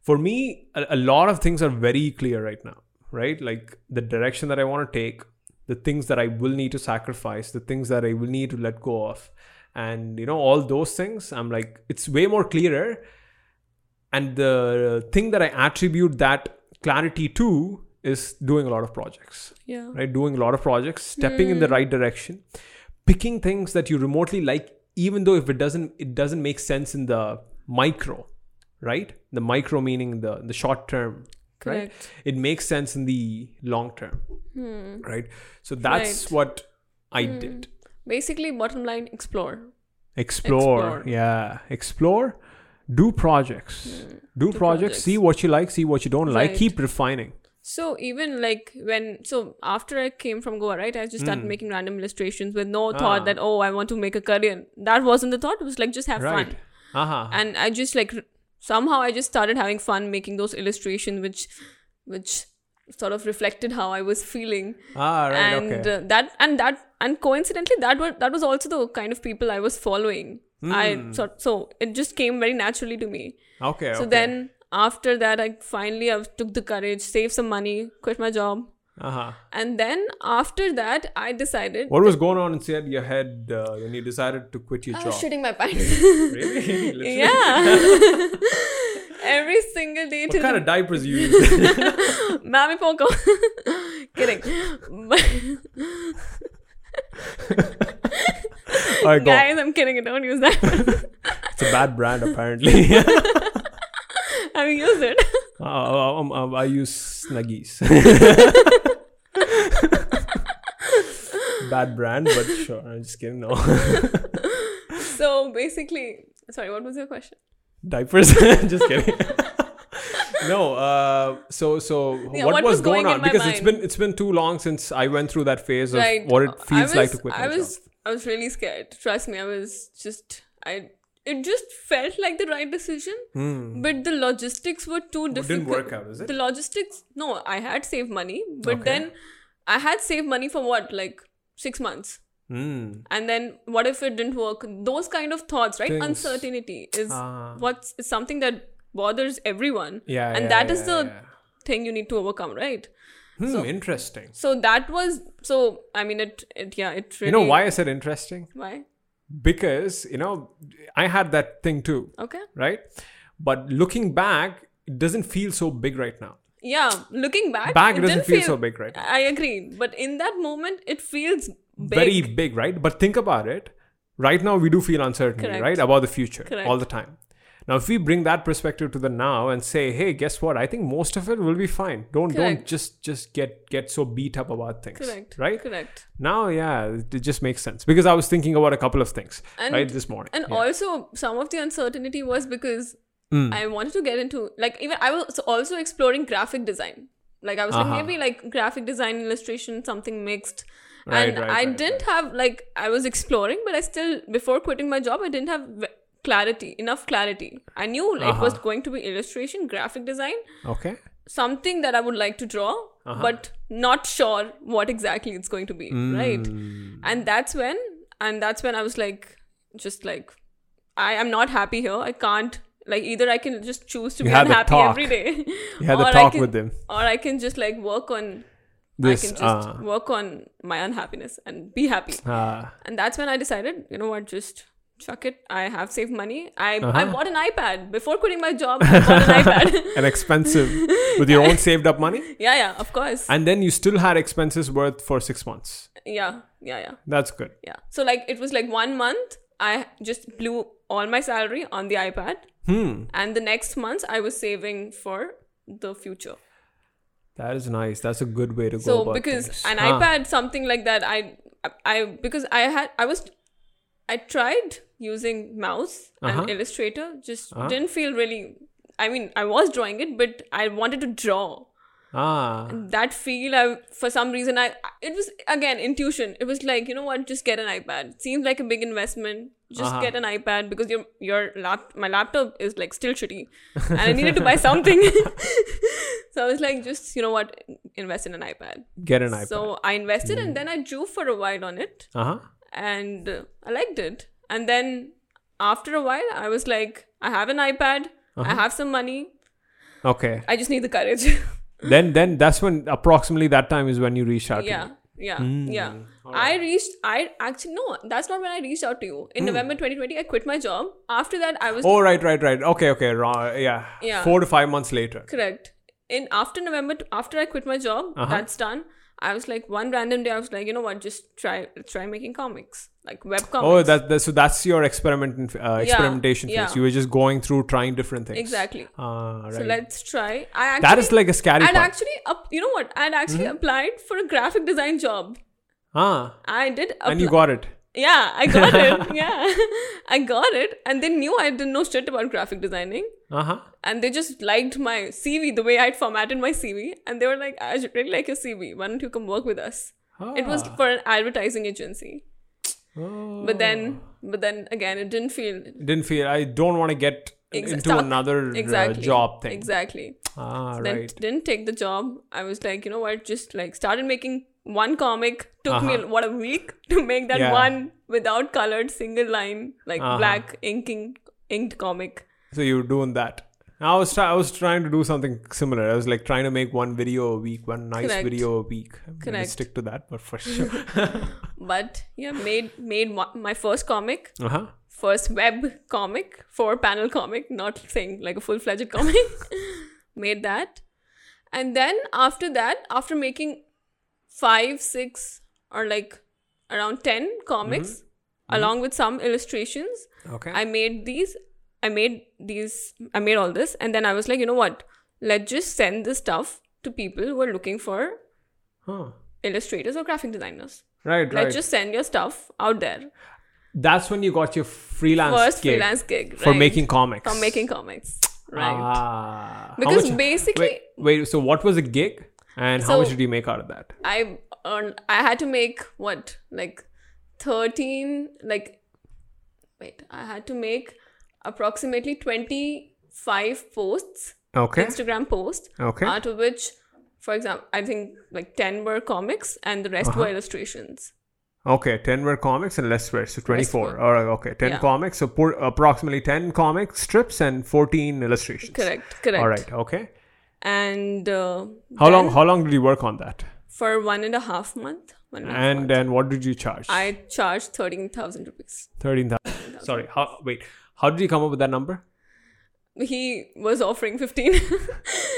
for me a, a lot of things are very clear right now right like the direction that i want to take the things that i will need to sacrifice the things that i will need to let go of and you know all those things i'm like it's way more clearer and the thing that i attribute that clarity to is doing a lot of projects
Yeah.
right doing a lot of projects stepping in the
Hmm.
right direction picking things that you remotely like even though if it doesn't it doesn't make sense in the micro right the micro meaning the the short term right
Correct.
it makes sense in the long term right so that's
Hmm. Right. Hmm.
what i did
Basically, bottom line, explore.
explore.
Explore.
yeah explore do projects do, projects.
Hmm. Do
see what you like see what you don't like
Right.
keep refining
So even like when so after I came from Goa, right? I just started making random illustrations with no
Hmm. Ah.
thought that oh I want to make a career. That wasn't the thought. It was like just have
right
fun.
uh-huh
Ah, And I just like r- somehow I just started having fun making those illustrations, which which sort of reflected how I was feeling.
ah right
and
okay
uh, that and that and coincidentally that was that was also the kind of people I was following.
Hmm.
I so, so it just came very naturally to me.
okay
uh, So
okay.
then after that, I finally I took the courage, saved some money, quit my job,
uh-huh
and then after that, I decided
What was going on inside your head uh, when you decided to quit your
I
job?
was shitting Oh, my
(laughs)
pants.
Really? Literally?
(laughs) yeah. (laughs) Every single day
What
till
kind of diapers you
(laughs)
use?
Mammy Poco. (laughs) Kidding. (laughs) But
All right, go.
guys, I'm kidding. I don't use that. (laughs)
It's a bad brand, apparently. (laughs)
I've used it.
uh, um, um, I use
(laughs)
Snuggies. (laughs) bad brand, but sure. I'm just kidding. No.
So basically, sorry, what was your question?
diapers. (laughs) just kidding. no. Uh, so so
Yeah,
what,
what
was
was going
going on?
in my
Because it's
mind?
been it's been too long since I went through that phase of
right.
what it
I
feels like
was-
to quit.
I
my job.
was I was really scared. Trust me, I was just I it just felt like the right decision,
Hmm. Mm-hmm.
but the logistics were too difficult.
didn't work out, is it?
The logistics. No, I had saved money, but
Okay.
then I had saved money for what like six months.
Mm.
And then, what if it didn't work? Those kind of thoughts, right?
Things.
Uncertainty is
Ah.
what's is something that bothers everyone,
Yeah.
and
yeah,
that is
yeah,
the
yeah.
thing you need to overcome, right?
Hmm, interesting.
So that was so. I mean, it. it yeah, it really.
You know why I said interesting?
Why?
Because, you know, I had that thing too,
Okay.
right? But looking back, it doesn't feel so big right now.
Yeah. Looking back,
Back
it
doesn't
didn't
feel so big right now.
I agree, but in that moment, it feels big.
Very big, right? But think about it. Right now, we do feel uncertainty,
Correct.
right? About the future
Correct.
all the time. Now, if we bring that perspective to the now and say, "Hey, guess what? I think most of it will be fine. Don't don't
Correct.
just just get get so beat up about things,
correct.
right?
Correct.
Now, yeah, it it just makes sense because I was thinking about a couple of things,
And-
right, this morning.
And
Yeah. Hmm.
also, some of the uncertainty was because I wanted to get into like even I was also exploring graphic design. Like I was
Uh-huh.
like maybe like graphic design, illustration, something mixed.
Right,
and
right,
I
right,
didn't have like I was exploring, but I still before quitting my job, I didn't have v- clarity enough clarity. I knew it was
Uh-huh.
going to be illustration, graphic design,
okay.
something that I would like to draw,
Uh-huh.
but not sure what exactly it's going to be,
Hmm.
right? And that's when, and that's when I was like, just like, I am not happy here. I can't like either I can just choose to
You
be
had the
unhappy
talk.
every day,
(laughs) You had
(laughs)
the
or I
talk
can-
with them.
or I can just like work on.
This,
I can just
uh,
work on my unhappiness and be happy. (laughs)
Ah,
And that's when I decided, you know what, just chuck it. I have saved money. I, I
Uh-huh.
bought an iPad. Before quitting my job, I bought
(laughs)
an iPad. (laughs)
and expensive with your own saved up money.
yeah, yeah, of course.
And then you still had expenses worth for six months.
yeah, yeah, yeah,
That's good.
yeah. So, like, it was like one month, I just blew all my salary on the iPad.
Hmm.
And the next month, I was saving for the future.
That is nice. That's a good way to go.
so
about
because
things.
an
Huh.
ipad something like that i i because i had i was i tried using mouse
Uh-huh.
and illustrator just
Uh-huh.
didn't feel really i mean i was drawing it but i wanted to draw
Ah.
that feel i for some reason i it was again intuition it was like you know what just get an ipad seems like a big investment just
Uh-huh.
get an ipad because your your lap my laptop is like still shitty and i needed to buy something (laughs) so i was like just you know what invest in an ipad
Get an iPad. Mm.
so I invested and then I drew for a while on it
uh-huh.
and uh, I liked it. And then after a while, I was like, I have an iPad,
Uh-huh.
I have some money, (laughs)
Okay.
I just need the courage. (laughs)
then then that's when approximately that time is when you reach out. to
yeah,
me.
yeah,
Hmm.
yeah. I reached, I actually, no, that's not when I reached out to you. In November 2020, I quit my job. After that, I was
Hmm. Oh right, right, right. Okay, okay. Raw, yeah.
Yeah.
Four to five months later.
correct. In after November, after I quit my job,
Uh-huh.
that's done. I was like one random day, I was like, you know what, just try try making comics, like web comics.
Oh, that, that so that's your experiment uh, experimentation
yeah.
phase. You were just going through trying different things.
exactly.
Ah, right.
So let's try. I actually
that is like a
and
scary part. Mm-hmm.
actually up, you know what? I actually applied for a graphic design job.
ah,
I did. Apply.
and you got it.
yeah, I got
(laughs)
it. Yeah, (laughs) I got it. And they knew I didn't know shit about graphic designing,
Uh huh.
and they just liked my CV the way I'd formatted my CV, and they were like, "I should really like your CV. Why don't you come work with us?" It was
Ah.
for an advertising agency, but then,
Oh.
but then again, it didn't feel
didn't feel I don't want to get
Exa-
into
stuck.
another uh,
exactly
job thing.
Exactly.
Ah,
then
right.
didn't take the job i was like you know what just like started making one comic took me what a week (laughs) to make that
Uh-huh. Yeah.
one without colored single line like
Uh-huh.
black inking inked comic
So you were doing that. I was try- I was trying to do something similar. I was like trying to make one video a week, one nice
Correct.
video a week. I'm gonna
Correct.
stick to that,
(laughs)
but for sure.
but yeah made made mo- my first comic
uh huh.
first web comic four panel comic not saying like a full-fledged (laughs) comic made that and then after that after making five six or like around 10 comics along with some illustrations
Mm-hmm. Okay.
I made these, I made these, I made all this, and then I was like, you know what? Let's just send this stuff to people who are looking for
huh.
illustrators or graphic designers.
Right, right.
Let's just send your stuff out there.
That's when you got your freelance
First
gig
freelance gig
for
right?
making comics.
for making comics, right?
Ah. How
because
much-
basically,
wait, wait, so what was the gig and how
So-
much did you make out of that?
I earned. I had to make what like thirteen. Like wait, I had to make approximately twenty five posts,
Okay.
Instagram posts.
Okay.
out of which, for example, I think like 10 were comics and the rest were
Uh-huh.
illustrations.
Okay, 10 were comics and less were, so 24.
were.
All right, okay, 10
Yeah.
comics, so por- approximately 10 comic strips and 14 illustrations.
Correct, correct.
All right, okay.
And uh,
How long
then
how long did you work on that?
For one and a half month. One and a half
And
month,
and what did you charge?
I charged 13,000 rupees.
13,000. Sorry, how wait. How did you come up with that number?
He was offering (laughs) 15.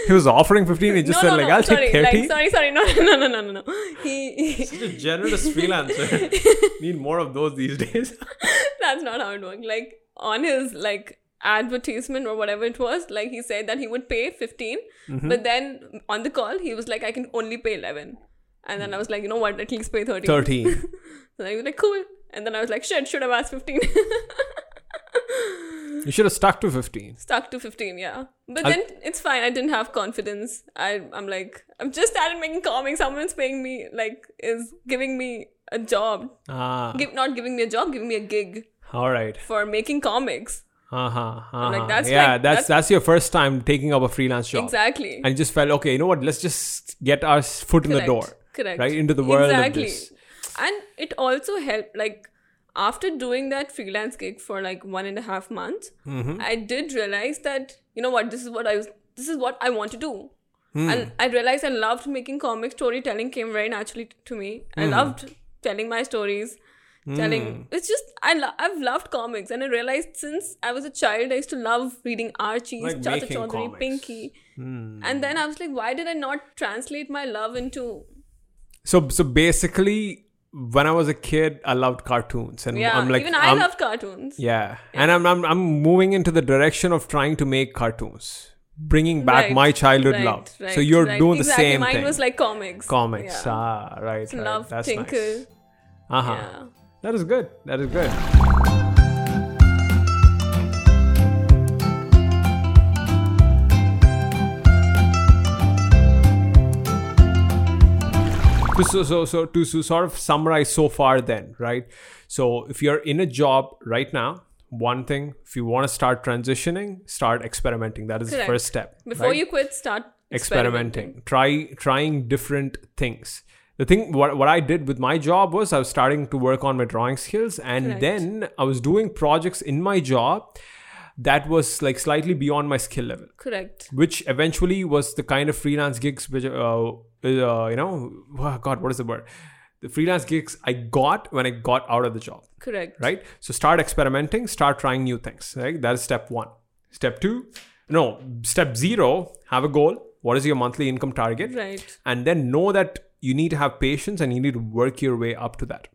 He was offering
(laughs)
15, he just
no,
said
no,
like
no,
I'll
sorry,
take 30.
Like, sorry, sorry. No, no, no, no, no, no. He, he- (laughs)
Such a generous freelancer. Need more of those these
(laughs)
days.
that's not how it worked. Like, on his, like, advertisement or whatever it was like he said that he would pay 15
Mm-hmm.
but then on the call he was like i can only pay 11 and then i was like you know what at least pay 13
13.
And I was like, cool. And then I was like, shit, should have asked 15.
You should have stuck to 15.
(laughs) Stuck to 15, yeah. But
I'll-
then it's fine. I didn't have confidence. I, I'm like, I've just started making comics. Someone's paying me, like, is giving me a job.
Ah.
Give, not giving me a job, giving me a gig
All right.
for making comics.
Uh-huh, uh-huh.
like, that's
yeah,
like-
that's
that's-
that's your first time taking up a freelance job.
Exactly.
And you just felt, okay, you know what? Let's just get our s- foot in the door.
Correct, Correct.
Right? Into the world of
Exactly.
this.
And it also helped like after doing that freelance gig for like one and a half months,
Mm-hmm.
I did realize that, you know what, this is what I was this is what I want to do.
Hmm.
And I realized I loved making comics. Storytelling came very naturally t- to me.
Hmm.
I loved telling my stories. Telling it's just I lo- I've loved comics and I realized since I was a child I used to love reading Archie's,
Like
Chacha
making
Chaudhary,
comics. Hmm.
Pinky, and then I was like, why did I not translate my love into
So so basically when I was a kid, I loved cartoons. And
Yeah,
I'm like
even I
I'm-
love cartoons.
Yeah. And I'm, I'm I'm moving into the direction of trying to make cartoons, bringing back
Right,
my childhood
right,
love.
right,
so you're
right.
doing the
exactly.
same
Mine
thing.
was like comics.
comics.
Yeah.
Ah, right. right.
love
That's
Tinker.
nice. Uh-huh.
Yeah.
That is good. That is good. To- So, so, so to, to sort of summarize so far, then, right? So, if you're in a job right now, one thing, if you want to start transitioning, start experimenting. That is
Correct.
the first step.
Before
right?
you quit, start
experimenting try trying different things the thing what, what i did with my job was i was starting to work on my drawing skills and
Correct.
then i was doing projects in my job that was like slightly beyond my skill level
Correct.
which eventually was the kind of freelance gigs which uh, uh, you know wow, god what is the word the freelance gigs i got when i got out of the job
Correct.
right so start experimenting start trying new things right that is step one step two no step zero have a goal what is your monthly income target
Right.
and then know that you need to have patience and you need to work your way up to that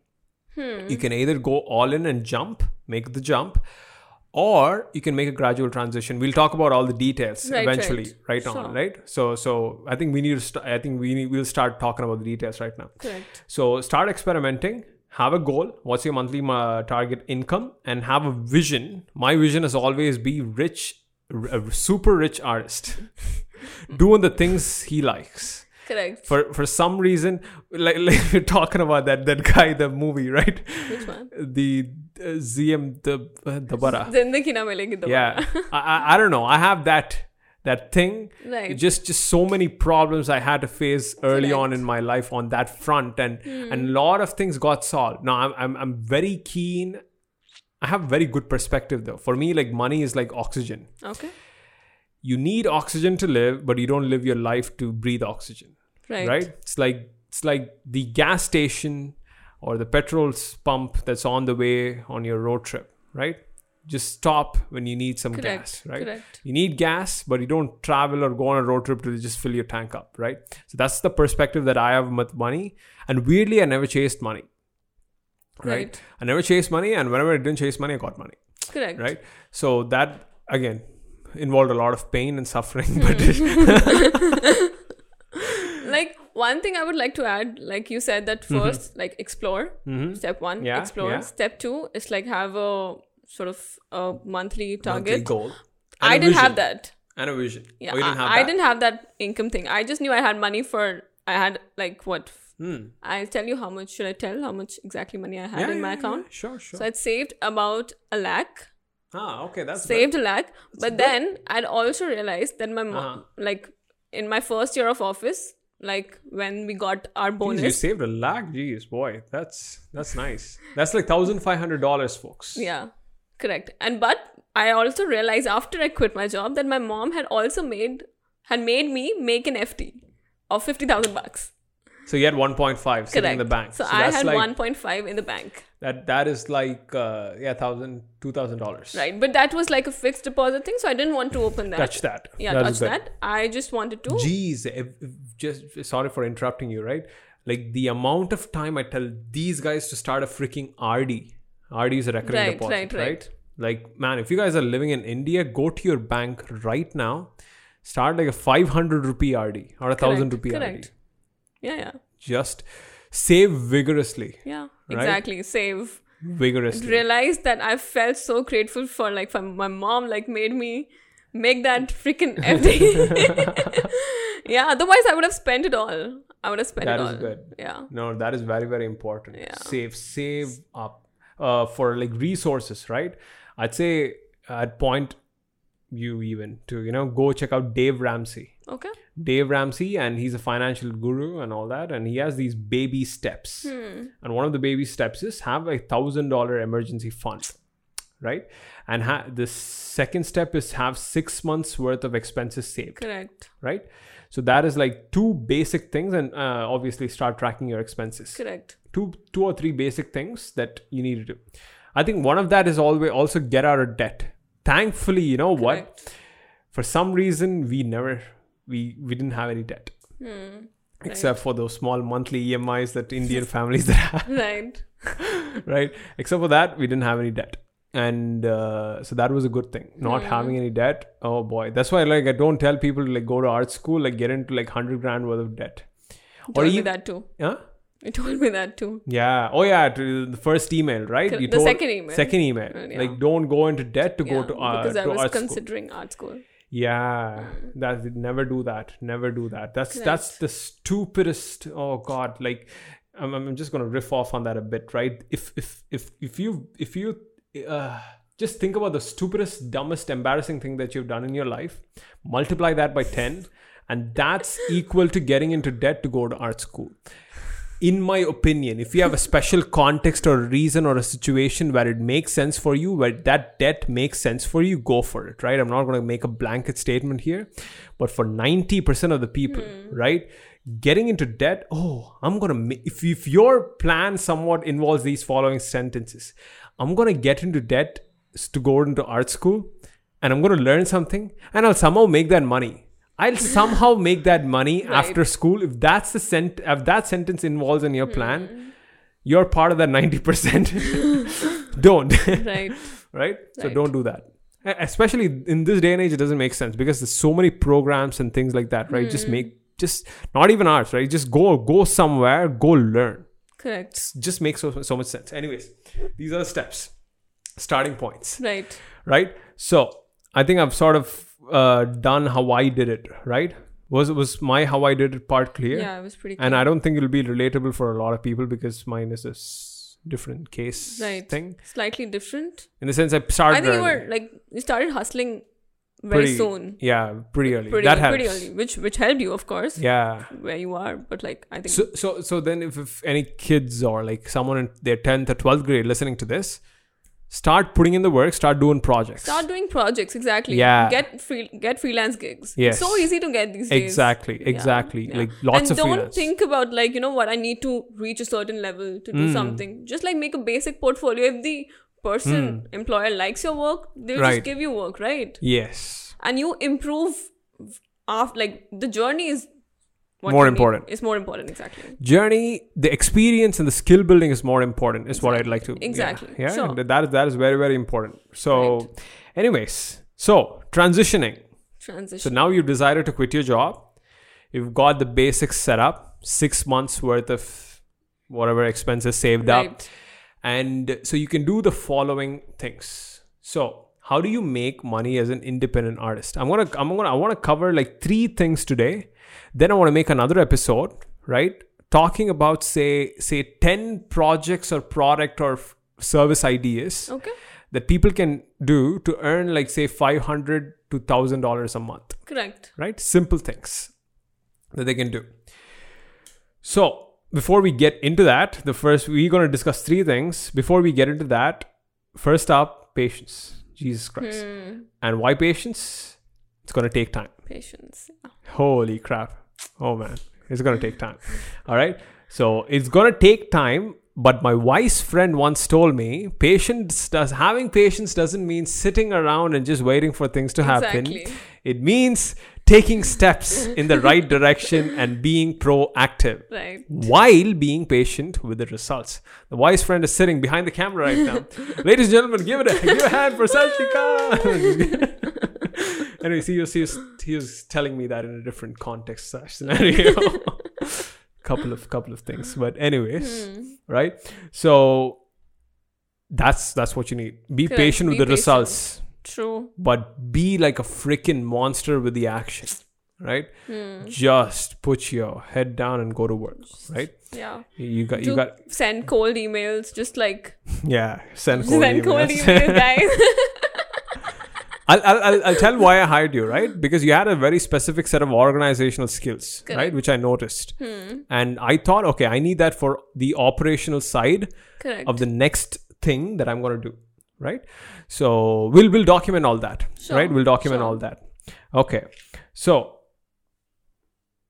Hmm.
you can either go all in and jump make the jump or you can make a gradual transition we'll talk about all the details
Right,
eventually
right.
right, on
Sure.
right so so i think we need to st- i think we need, we'll start talking about the details right now
Correct.
so start experimenting. Have a goal. What's your monthly uh, target income? And have a vision. My vision is always be rich, r- a super rich artist,
(laughs)
doing the things he likes.
Correct.
For for some reason, like, (laughs) like we're talking about that that guy, the movie, right?
Which one?
The uh, ZM the uh, Dabara.
Zindagi na milegi dobara.
Yeah, I, I I don't know. I have that that thing
Right.
just just so many problems i had to face early on in my life on that front and
Hmm.
and a lot of things got solved now I'm, I'm i'm very keen i have very good perspective though for me like money is like oxygen
(laughs) Okay.
you need oxygen to live but you don't live your life to breathe oxygen
Right.
right, it's like it's like the gas station or the petrol s- pump that's on the way on your road trip right just stop when you need some
Correct,
gas right
correct.
you need gas but you don't travel or go on a road trip to just fill your tank up right so that's the perspective that i have with money and weirdly i never chased money right,
Right.
i never chased money and whenever i didn't chase money i got money
Correct.
right so that again involved a lot of pain and suffering (laughs)
(laughs)
but
Like one thing I would like to add, like you said that 1st like explore. Step one,
Mm-hmm. Yeah,
explore.
yeah.
Step two is like have a sort of a monthly target.
Monthly goal And
I
a
didn't have
vision.
that.
and a vision
Yeah,
Oh, you didn't have
I, I
that.
didn't have that income thing. I just knew I had money for. I had like what?
Hmm.
I'll tell you how much. Should I tell how much exactly money I had in my account?
Sure, sure.
So I'd saved about a lakh.
ah, okay, that's
Saved a lakh, but then I'd also realized that my mo-
Uh-huh.
like in my first year of office, like when we got our
Good. Jeez, you
bonus,
saved a lakh. Jeez, boy, that's that's nice. That's like thousand five hundred dollars, folks.
yeah, correct. And but I also realized after I quit my job that my mom had also made had made me make an FT of fifty thousand bucks.
So you had one point five sitting
Correct.
in the bank.
So, I
that's
had
like,
1.5 in the bank,
That that is like uh, yeah, thousand two thousand dollars.
right? But that was like a fixed deposit thing, so I didn't want to open that.
Touch that.
Yeah,
That
touch
is good.
that. I just wanted to.
Jeez, if, if- just sorry for interrupting you. Right, like the amount of time I tell these guys to start a freaking RD. RD is a recurring
Right,
deposit,
right, right.
Like man, if you guys are living in India, go to your bank right now. Start like a five hundred rupee RD or a thousand
Correct,
rupee RD.
correct. yeah, yeah,
Just save vigorously,
yeah.
Right?
Exactly. Save.
vigorously.
Realized that I felt so grateful for like for my mom like made me make that
(laughs)
freaking FD. (laughs) yeah. Otherwise, I would have spent it all. I would have spent
That
it all.
is good.
Yeah.
No, that is very very important.
Yeah.
Save save up uh, for like resources, right? I'd say I'd point you even to you know go check out Dave Ramsey.
Okay.
Dave Ramsey, and he's a financial guru and all that, and he has these baby steps. And one of the baby steps is have a thousand dollar emergency fund, right? And ha- the second step is have six months worth of expenses saved
Correct.
right so that is like two basic things and uh, obviously start tracking your expenses
Correct.
two two or three basic things that you need to do i think one of that is always also get out of debt thankfully you know what for some reason we never we we didn't have any debt
Hmm.
except for those small monthly emis that indian (laughs) families that have
Right.
right? Except for that, we didn't have any debt, and uh, so that was a good thing. Not
Hmm.
having any debt, oh boy, that's why like I don't tell people to like go to art school, like get into like hundred grand worth of debt,
You
or
told me
even
that too.
huh?
You told me that too.
Yeah. Oh yeah. To the first email, right?
Cor- the second email.
Second email.
Uh, yeah.
Like don't go into debt to
yeah,
go to uh,
because I
to
was
art school.
considering art school.
Yeah, that never do that. Never do that. That's that's the stupidest. Oh God, like I'm, I'm just gonna riff off on that a bit, right? If if if if you if you uh, just think about the stupidest, dumbest, embarrassing thing that you've done in your life, multiply that by ten, and that's equal to getting into debt to go to art school in my opinion, if you have a special context or reason or a situation where it makes sense for you, where that debt makes sense for you, go for it, right? I'm not going to make a blanket statement here, but for 90% of the people, right? Getting into debt, oh, I'm going to, ma- if, if your plan somewhat involves these following sentences, I'm going to get into debt s- to go into art school and I'm going to learn something and I'll somehow make that money.
(laughs)
I'll somehow make that money after school. If that's the sent, if that sentence involves in your
Hmm.
plan, you're part of that
(laughs)
ninety percent. don't (laughs)
Right.
right? So
Right.
don't do that. E- Especially in this day and age, it doesn't make sense because there's so many programs and things like that, right? Just
Hmm.
make just not even ours, right? Just go go somewhere, go learn.
Correct.
Just makes so, so much sense. Anyways, these are the steps, starting points
Right.
right? So I think I've sort of uh, done how I did it, right? Was was my how I did it part clear?
Yeah, it was pretty.
And I don't think it'll be relatable for a lot of people because mine is a s- different case
Right.
thing.
Slightly different.
In the sense, I started.
I think you
early.
were like you started hustling very
Pretty-
soon.
Yeah, pretty early.
Pretty,
that helps.
pretty early, Mm. which which helped you, of course,
Yeah.
where you are. But like I think
So so so then, if, if any kids or like someone in their tenth or twelfth grade listening to this, start putting in the work, start doing projects.
start doing projects exactly.
Yeah.
Get free get freelance gigs.
Yes.
It's so easy to get these days.
exactly,
Yeah,
exactly.
yeah.
Like lots
and
of
don't
freelance.
think about like you know what I need to reach a certain level to do
Mm.
something. Just like make a basic portfolio. If the person employer likes your work, they'll
Mm. Right.
just give you work, right?
yes.
and you improve after like the journey is what
More
you need-
important.
It's more important, exactly.
journey the experience and the skill building is more important is what i'd like to yeah,
Exactly.
yeah,
Sure.
th- that is that is very very important so anyways so transitioning so
Transition.
now you've decided to quit your job you've got the basics set up six months worth of whatever expenses saved up
Right.
and so you can do the following things so how do you make money as an independent artist i'm gonna i'm gonna i want to cover like three things today then i want to make another episode right talking about say say 10 projects or product or f- service ideas
Okay.
that people can do to earn like say 500 to 1000 dollars a month
Correct.
right? Simple things that they can do. So, before we get into that, the first we're going to discuss three things. Before we get into that, first up, patience. Jesus Christ. And why patience? It's going to take time.
(laughs) Patience.
Holy crap. Oh man, it's going to take time. All right. So, it's going to take time. But my wise friend once told me, patience does having patience doesn't mean sitting around and just waiting for things to happen.
Exactly.
It means taking steps in the right direction and being proactive
Right.
while being patient with the results. The wise friend is sitting behind the camera right now. Ladies and gentlemen, give it a, give a hand
(laughs)
for Sanchika. Anyways, he was, he, was, he was telling me that in a different context (laughs) slash scenario. couple of couple of things. But anyways,
Hmm.
right? So that's that's what you need. Be
Correct.
patient with
Be
the
patient.
results
True.
but be like a freaking monster with the action, right?
Hmm,
Just put your head down and go to work, right?
Yeah.
You got,
Do
you got,
send cold emails. Just like
yeah. Send cold
send cold
(laughs)
(laughs)
emails.
emails, guys.
I'll, I'll, I'll, I'll tell why I hired you, right? Because you had a very specific set of organizational skills, right?
Correct.
Which I noticed.
Hmm,
And I thought, okay, I need that for the operational side
Correct.
of the next thing that I'm going to do, right? So we'll, we'll document all that,
Sure,
right? We'll document
sure.
all that. Okay. So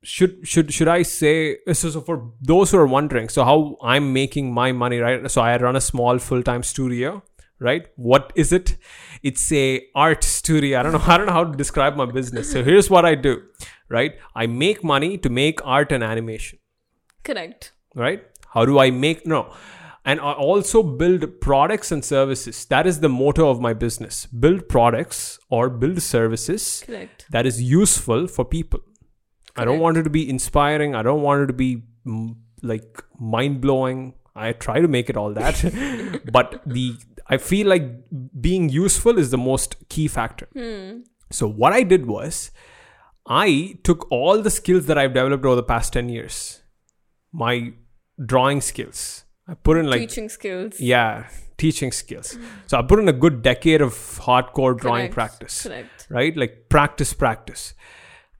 should should should I say uh, so, so for those who are wondering so how I'm making my money right so I run a small full-time studio right what is it it's a art studio I don't know (laughs) I don't know how to describe my business so here's what I do right I make money to make art and animation
Correct.
right how do I make no and I also build products and services that is the motto of my business build products or build services
Correct.
that is useful for people. I don't
Correct.
want it to be inspiring. I don't want it to be mm, like mind blowing. I try to make it
(laughs)
all that, but the I feel like being useful is the most key factor.
Hmm.
So what I did was I took all the skills that I've developed over the past 10 years. My drawing skills. I put in like
Teaching skills.
yeah, teaching skills. So I put in a good decade of hardcore drawing
Correct.
practice
Correct.
right? Like practice, practice.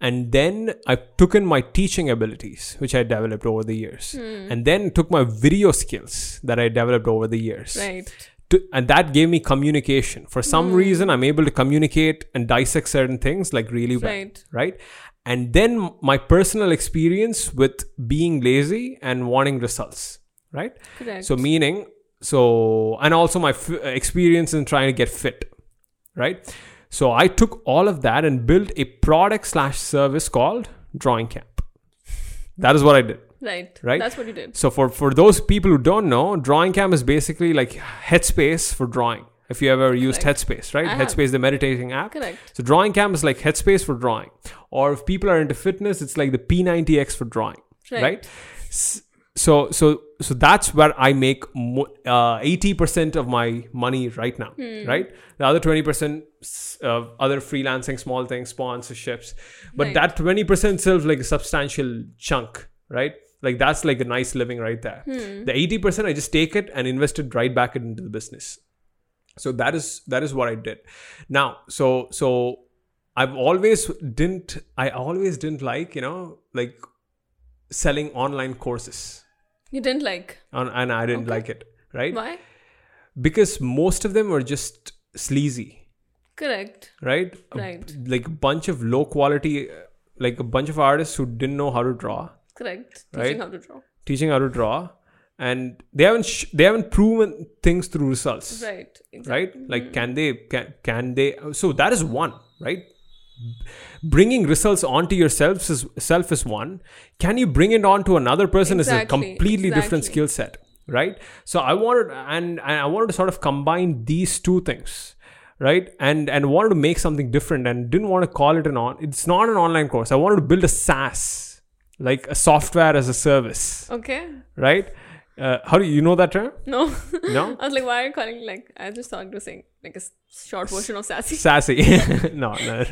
And then I took in my teaching abilities, which I developed over the years.
Hmm.
And then took my video skills that I developed over the years.
Right. Hmm.
To, and that gave me communication. For some reason, I'm able to communicate and dissect certain things like really well,
Right.
right? And then my personal experience with being lazy and wanting results, right?
Correct.
So meaning, so and also my f- uh, experience in trying to get fit, right? So I took all of that and built a product slash service called Drawing Camp. That is what I did.
right.
Right?
That's what you did.
So for for those people who don't know, Drawing Camp is basically like Headspace for drawing. If you ever used Headspace, right?
I have.
Headspace, the meditating app.
Correct.
So Drawing Camp is like Headspace for drawing. Or if people are into fitness, it's like the P90X for drawing
Right.
right S- so so so that's where i make mo- uh, 80% of my money right now
Hmm.
right the other 20% s- uh, other freelancing small things sponsorships but
Right.
that 20% self like a substantial chunk right like that's like a nice living right there
Hmm.
the 80% i just take it and invest it right back into the business so that is that is what i did now so so i've always didn't i always didn't like you know like selling online courses
You didn't like.
and, and i didn't
Okay.
like it right
Why?
because most of them were just sleazy
Correct.
right A b-
Right.
like a bunch of low quality uh, like a bunch of artists who didn't know how to draw
Correct. Teaching
Right.
how to draw.
teaching how to draw and they haven't sh- they haven't proven things through results
Right. Exactly.
right like can they can, can they so that is one right bringing results onto yourself is self is one can you bring it onto another person is a
Exactly,
completely different
exactly.
skill set right so i wanted and, and i wanted to sort of combine these two things right and and wanted to make something different and didn't want to call it an on it's not an online course i wanted to build a saas like a software as a service
Okay.
right uh, how do you, you know that term
No.
No?
(laughs) I was like, why are you calling it like? I just thought you were saying like a s- short version of sassy. (laughs)
(laughs) sassy. no, no.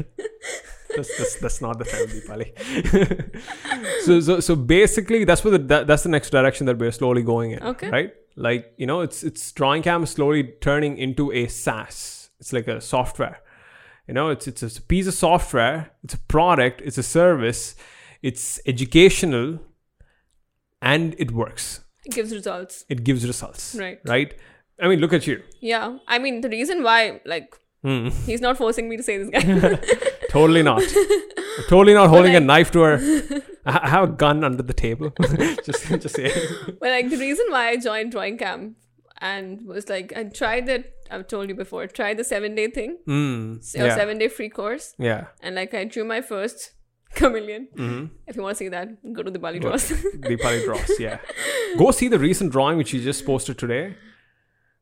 That's, that's, that's not the family,
(laughs)
Pali. so, so so basically, that's what the, that, that's the next direction that we're slowly going in.
Okay.
Right. Like you know, it's it's drawing cam is slowly turning into a SaaS. It's like a software. You know, it's it's a piece of software. It's a product. It's a service. It's educational, and it works.
It gives results.
It gives results.
Right.
Right. I mean, look at you.
Yeah. I mean, the reason why like
Mm.
he's not forcing me to say this guy. (laughs)
Totally not. totally not holding a
like-
knife to
(laughs)
her. I I have a gun under the table. (laughs) just, just say.
but like the reason why I joined drawing camp and was like I tried that I've told you before. Tried the seven day thing,
Mm,
so
yeah.
seven day free course,
Yeah.
and like I drew my first (laughs) chameleon.
Mhm.
If you want to see that, go to the Bali
Go.
draws. (laughs)
Deepali draws. Yeah. Go see the recent drawing which she just posted today,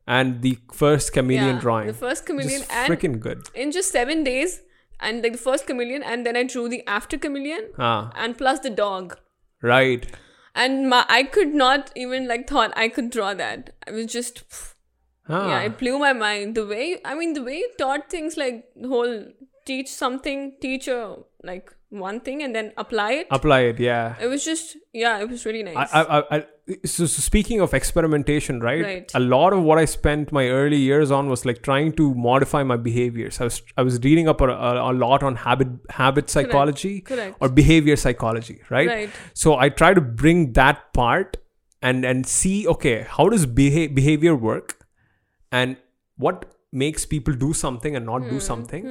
and the first chameleon
Yeah,
drawing.
The first chameleon
just
and
freaking good.
in just seven days, and like the first chameleon, and then I drew the after chameleon,
Ah,
and plus the dog.
right.
And my, I could not even like thought I could draw that. I was just
Ah,
yeah, it blew my mind. The way I mean, the way you taught things like the whole teach something, teach a like one thing, and then apply it.
apply it. Yeah.
it was just yeah, it was really nice.
I, I, I, I- so, so speaking of experimentation right?
Right.
a lot of what i spent my early years on was like trying to modify my behaviors i was i was reading up a, a, a lot on habit habit psychology
Correct.
or behavior psychology right?
Right.
so i try to bring that part and and see okay how does beha- behavior work and what makes people do something and not
Hmm.
do something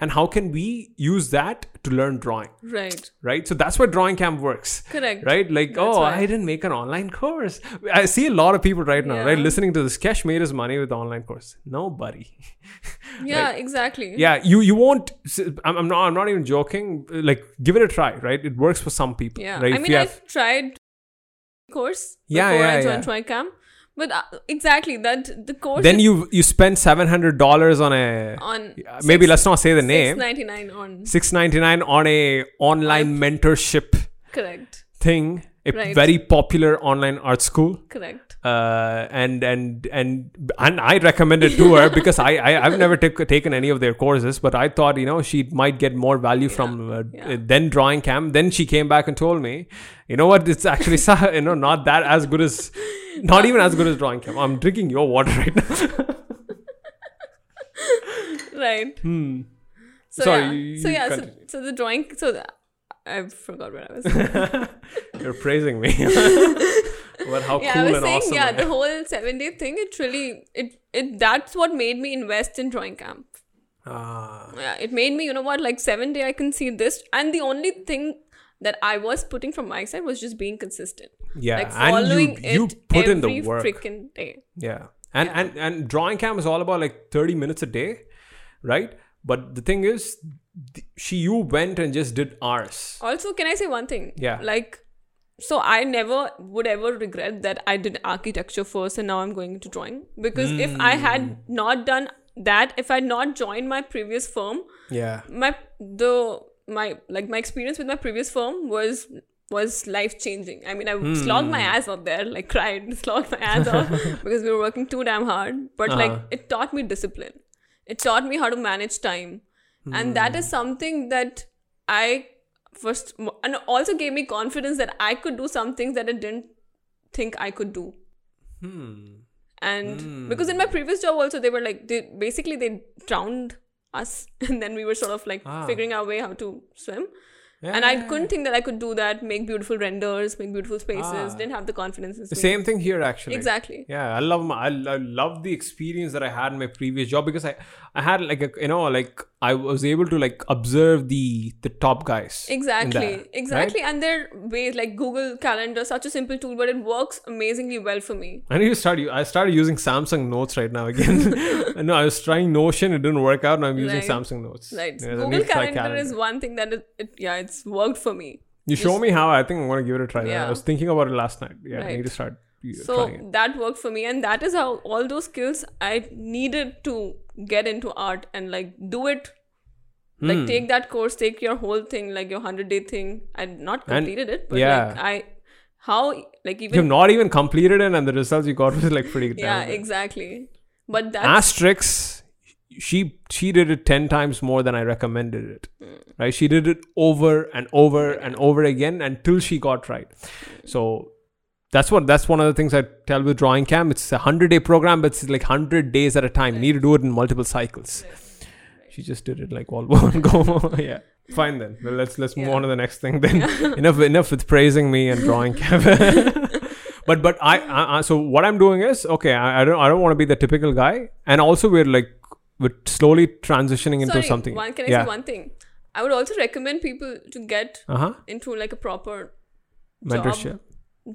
and how can we use that to learn drawing
Right.
right so that's where drawing camp works
Correct.
right like
That's
oh
why.
i didn't make an online course i see a lot of people right now right
Yeah.
listening to this cash made his money with the online course nobody
Yeah, exactly.
yeah you you won't I'm, I'm not i'm not even joking like give it a try right it works for some people
Yeah.
right
I
If
mean,
you
I've tried course
Yeah,
before
yeah,
I joined
yeah.
Troy Camp, but uh, exactly that the course
then
is
you you spend seven hundred dollars on a uh,
on
maybe let's not say the name
ninety nine on
six ninety nine on a online mentorship
correct
thing a
Right.
very popular online art school
correct
uh, and and and and I recommended to her because I, I I've never took taken any of their courses, but I thought you know she might get more value from uh,
yeah.
then drawing camp. Then she came back and told me, you know what, it's actually (laughs) sa- you know not that as good as, not even as good as drawing camp. I'm drinking your water (laughs) right now.
right.
Hmm.
So
Sorry,
yeah,
you-
so
you
yeah, so,
continue.
so the drawing. So the, I forgot what I
(laughs)
was.
You're
(laughs)
praising me. but how
yeah,
cool
I was
and
saying
awesome!
yeah,
I
the
am.
whole seven day thing. It really it it that's what made me invest in drawing camp.
Ah,
Yeah, it made me you know what like seven day I can see this, and the only thing that I was putting from my side was just being consistent.
yeah,
like
and
following
you you
it
put
every
in the work.
freaking day.
Yeah. And
Yeah.
and and drawing cam is all about like 30 minutes a day, right? But the thing is th- she you went and just did ours.
Also, can I say one thing?
Yeah.
Like, so I never would ever regret that I did architecture first and now I'm going into drawing. Because if I had not done that, if I had not joined my previous firm,
Yeah.
my the my like my experience with my previous firm was was life changing. I mean, I slogged my ass out there, like cried, (laughs) slogged my ass out because we were working too damn hard. But like,
Uh-huh.
it taught me discipline. It taught me how to manage time, and that is something that I first and also gave me confidence that I could do some things that I didn't think I could do
Hmm.
and because in my previous job also they were like they basically they drowned us (laughs) and then we were sort of like
Ah.
figuring our way how to swim and i couldn't think that i could do that make beautiful renders make beautiful spaces
Ah.
didn't have the confidence in
The
me.
same thing here actually.
exactly
Yeah, I love my I, lo- I love the experience that I had in my previous job because I I had like a, you know like I was able to like observe the the top guys. in
exactly
there, right?
exactly and their ways like google calendar such a simple tool but it works amazingly well for me
I need to start. u- I started using Samsung Notes right now
(laughs)
again. (laughs) no, I was trying Notion. It didn't work out, and I'm using
Right.
Samsung Notes.
right
Yes, I need
google
to try
calendar, is one thing that it, it yeah it's worked for me
You show me how. I think I'm gonna give it a try. Yeah. I
Yeah.
was thinking about it last night. Yeah, I
Right.
need to start uh,
so
trying it.
that worked for me and that is how all those skills i needed to get into art and like do it
Hmm.
like take that course take your whole thing like your 100 day thing i not completed it but like
yeah.
i how like
You've
even
not even completed it, and the results you got (laughs) was like pretty good.
yeah exactly but that
Asterix, she she did it ten times more than I recommended it.
Mm.
Right? She did it over and over and over again until she got right. So that's what that's one of the things I tell with drawing cam. It's a hundred day program, but it's like hundred days at a time. You need to do it in multiple cycles. She just did it like all (laughs) one go. yeah. Fine then. Well, let's let's move
Yeah.
on to the next thing
(laughs)
then. enough enough with praising me and drawing cam. but but I, I, I so what I'm doing is okay. I, I don't I don't want to be the typical guy, and also we're like we're slowly transitioning into
sorry,
something.
one can i
yeah.
say one thing i would also recommend people to get
Uh huh.
into like a proper
Mentorship.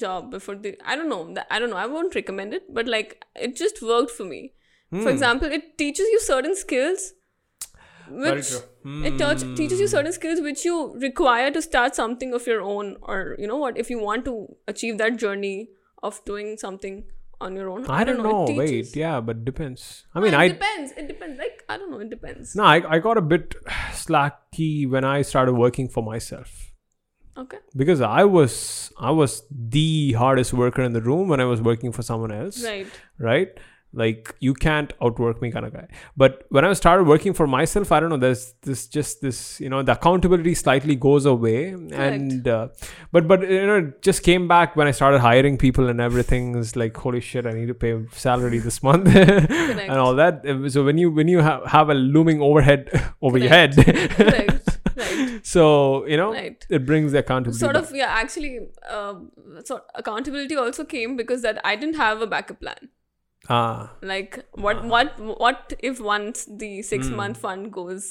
job before the i don't know that- i don't know i won't recommend it but like it just worked for me
Hmm.
for example it teaches you certain skills which it
Hmm.
teach, teaches you certain skills which you require to start something of your own or you know what if you want to achieve that journey of doing something on your own
I don't know.
it teaches-
Wait. Yeah, but depends. I
Yeah,
mean,
it
I
depends it depends like i don't know it depends
no, I I got a bit (sighs) slacky when I started working for myself.
okay
because I was I was the hardest worker in the room when I was working for someone else, right?
right
like you can't outwork me kind of guy but when i started working for myself i don't know there's this just this you know the accountability slightly goes away and uh, but but you know it just came back when i started hiring people and everything is like holy shit i need to pay salary this month (laughs) (laughs) and all that so when you when you have, have a looming overhead (laughs) over your head (laughs)
Correct. Right.
so you know
Right.
it brings the accountability
Sort
back.
of, yeah, actually, um sort accountability also came because that I didn't have a backup plan.
ah Hmm.
Like, what, what, what if once the six month fund goes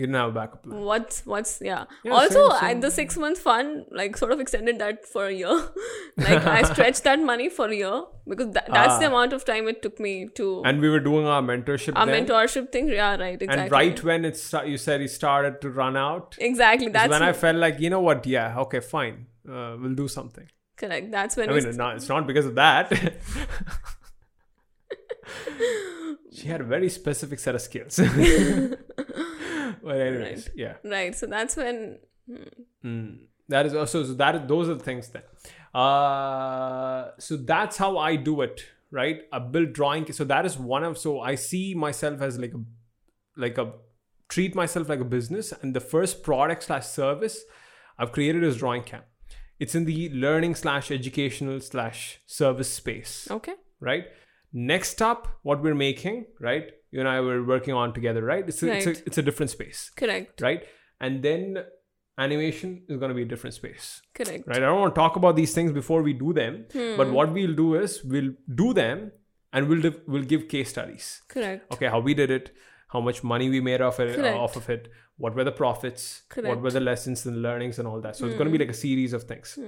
you didn't have a backup plan
what's what's yeah,
Yeah,
also
same,
I,
same.
the six month fund like sort of extended that for a year (laughs) like
(laughs)
i stretched that money for a year because tha- that's the
Ah.
amount of time it took me to
and we were doing our mentorship
our
then.
mentorship thing yeah right exactly
and right when it sta- you said it started to run out
exactly
That's
that's
when I felt like, you know what? Yeah, okay, fine. Uh, we'll do something.
correct that's when
I
we
mean,
(laughs)
no, it's not because of that. she had a very specific set of skills. (laughs) but anyways, yeah,
(laughs) right so that's when
Mm. that is also so that is, those are the things then. Uh, so that's how I do it, right? I build drawing. So that is one of so I see myself as like a like a treat myself like a business and the first product slash service i've created is drawing camp it's in the learning slash educational slash service space
okay
right next up what we're making right you and i were working on together right it's a, It's,
Right.
a it's a different space
correct
right and then animation is going to be a different space
correct
right i don't want to talk about these things before we do them but what we'll do is we'll do them and we'll div- we'll give case studies
correct
okay how we did it how much money we made off it uh,
Correct.
off of it what were the profits what
Correct. Hmm.
were the lessons and learnings and all that so it's going to be like a series of things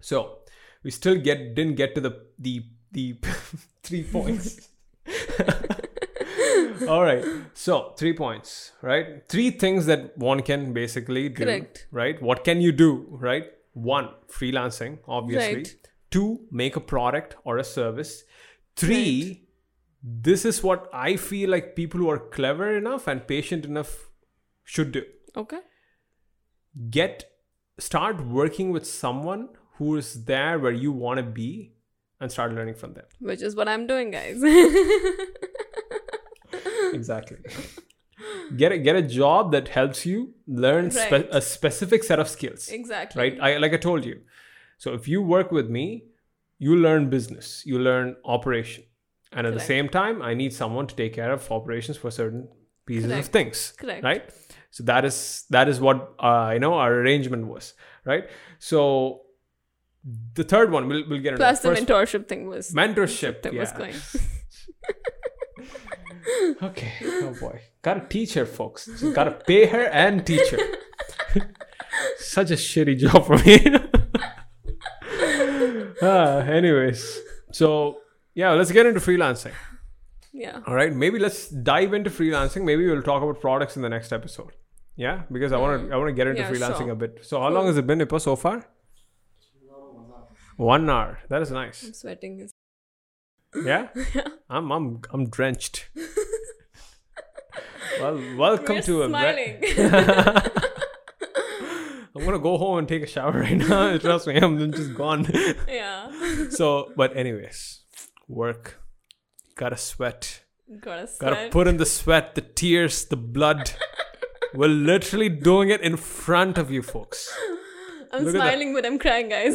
so we still get didn't get to the the the (laughs)
(laughs)
three points all right so three points right three things that one can basically do
Correct.
right what can you do right one freelancing obviously
Right.
two make a product or a service three this is what I feel like people who are clever enough and patient enough should do.
okay
Get start working with someone who is there where you want to be and start learning from them.
which is what i'm doing guys (laughs)
Exactly. get a, get a job that helps you learn
Right.
spe- a specific set of skills.
exactly
right I, like i told you so if you work with me you learn business you learn operation and at the
Correct.
same time i need someone to take care of operations for certain pieces of
Correct.
things
Correct.
right so that is that is what uh, you know our arrangement was right so the third one we'll, we'll get into
plus
that.
the
First,
mentorship thing was
mentorship
that
yeah.
was
(laughs)
going
okay oh boy gotta teach her folks Just gotta pay her and teach her (laughs) such a shitty job for me (laughs) Ah, anyways so yeah let's get into freelancing
yeah
all right maybe let's dive into freelancing maybe we'll talk about products in the next episode yeah because i want to i want to get into
Yeah,
freelancing
sure.
a bit so how long has it been Ipa, so far one hour that is nice
i'm sweating (laughs)
yeah i'm i'm i'm drenched well welcome
You're
to a ve-
smiling.
(laughs) I'm gonna go home and take a shower right now. (laughs) Trust me, I'm just gone.
(laughs) yeah.
so, but anyways, work. Gotta sweat.
Gotta sweat.
Gotta put in the sweat, the tears,
(laughs)
the blood. We're literally doing it in front of you folks,
I'm
look at that.
smiling, but I'm crying,
(laughs)
guys.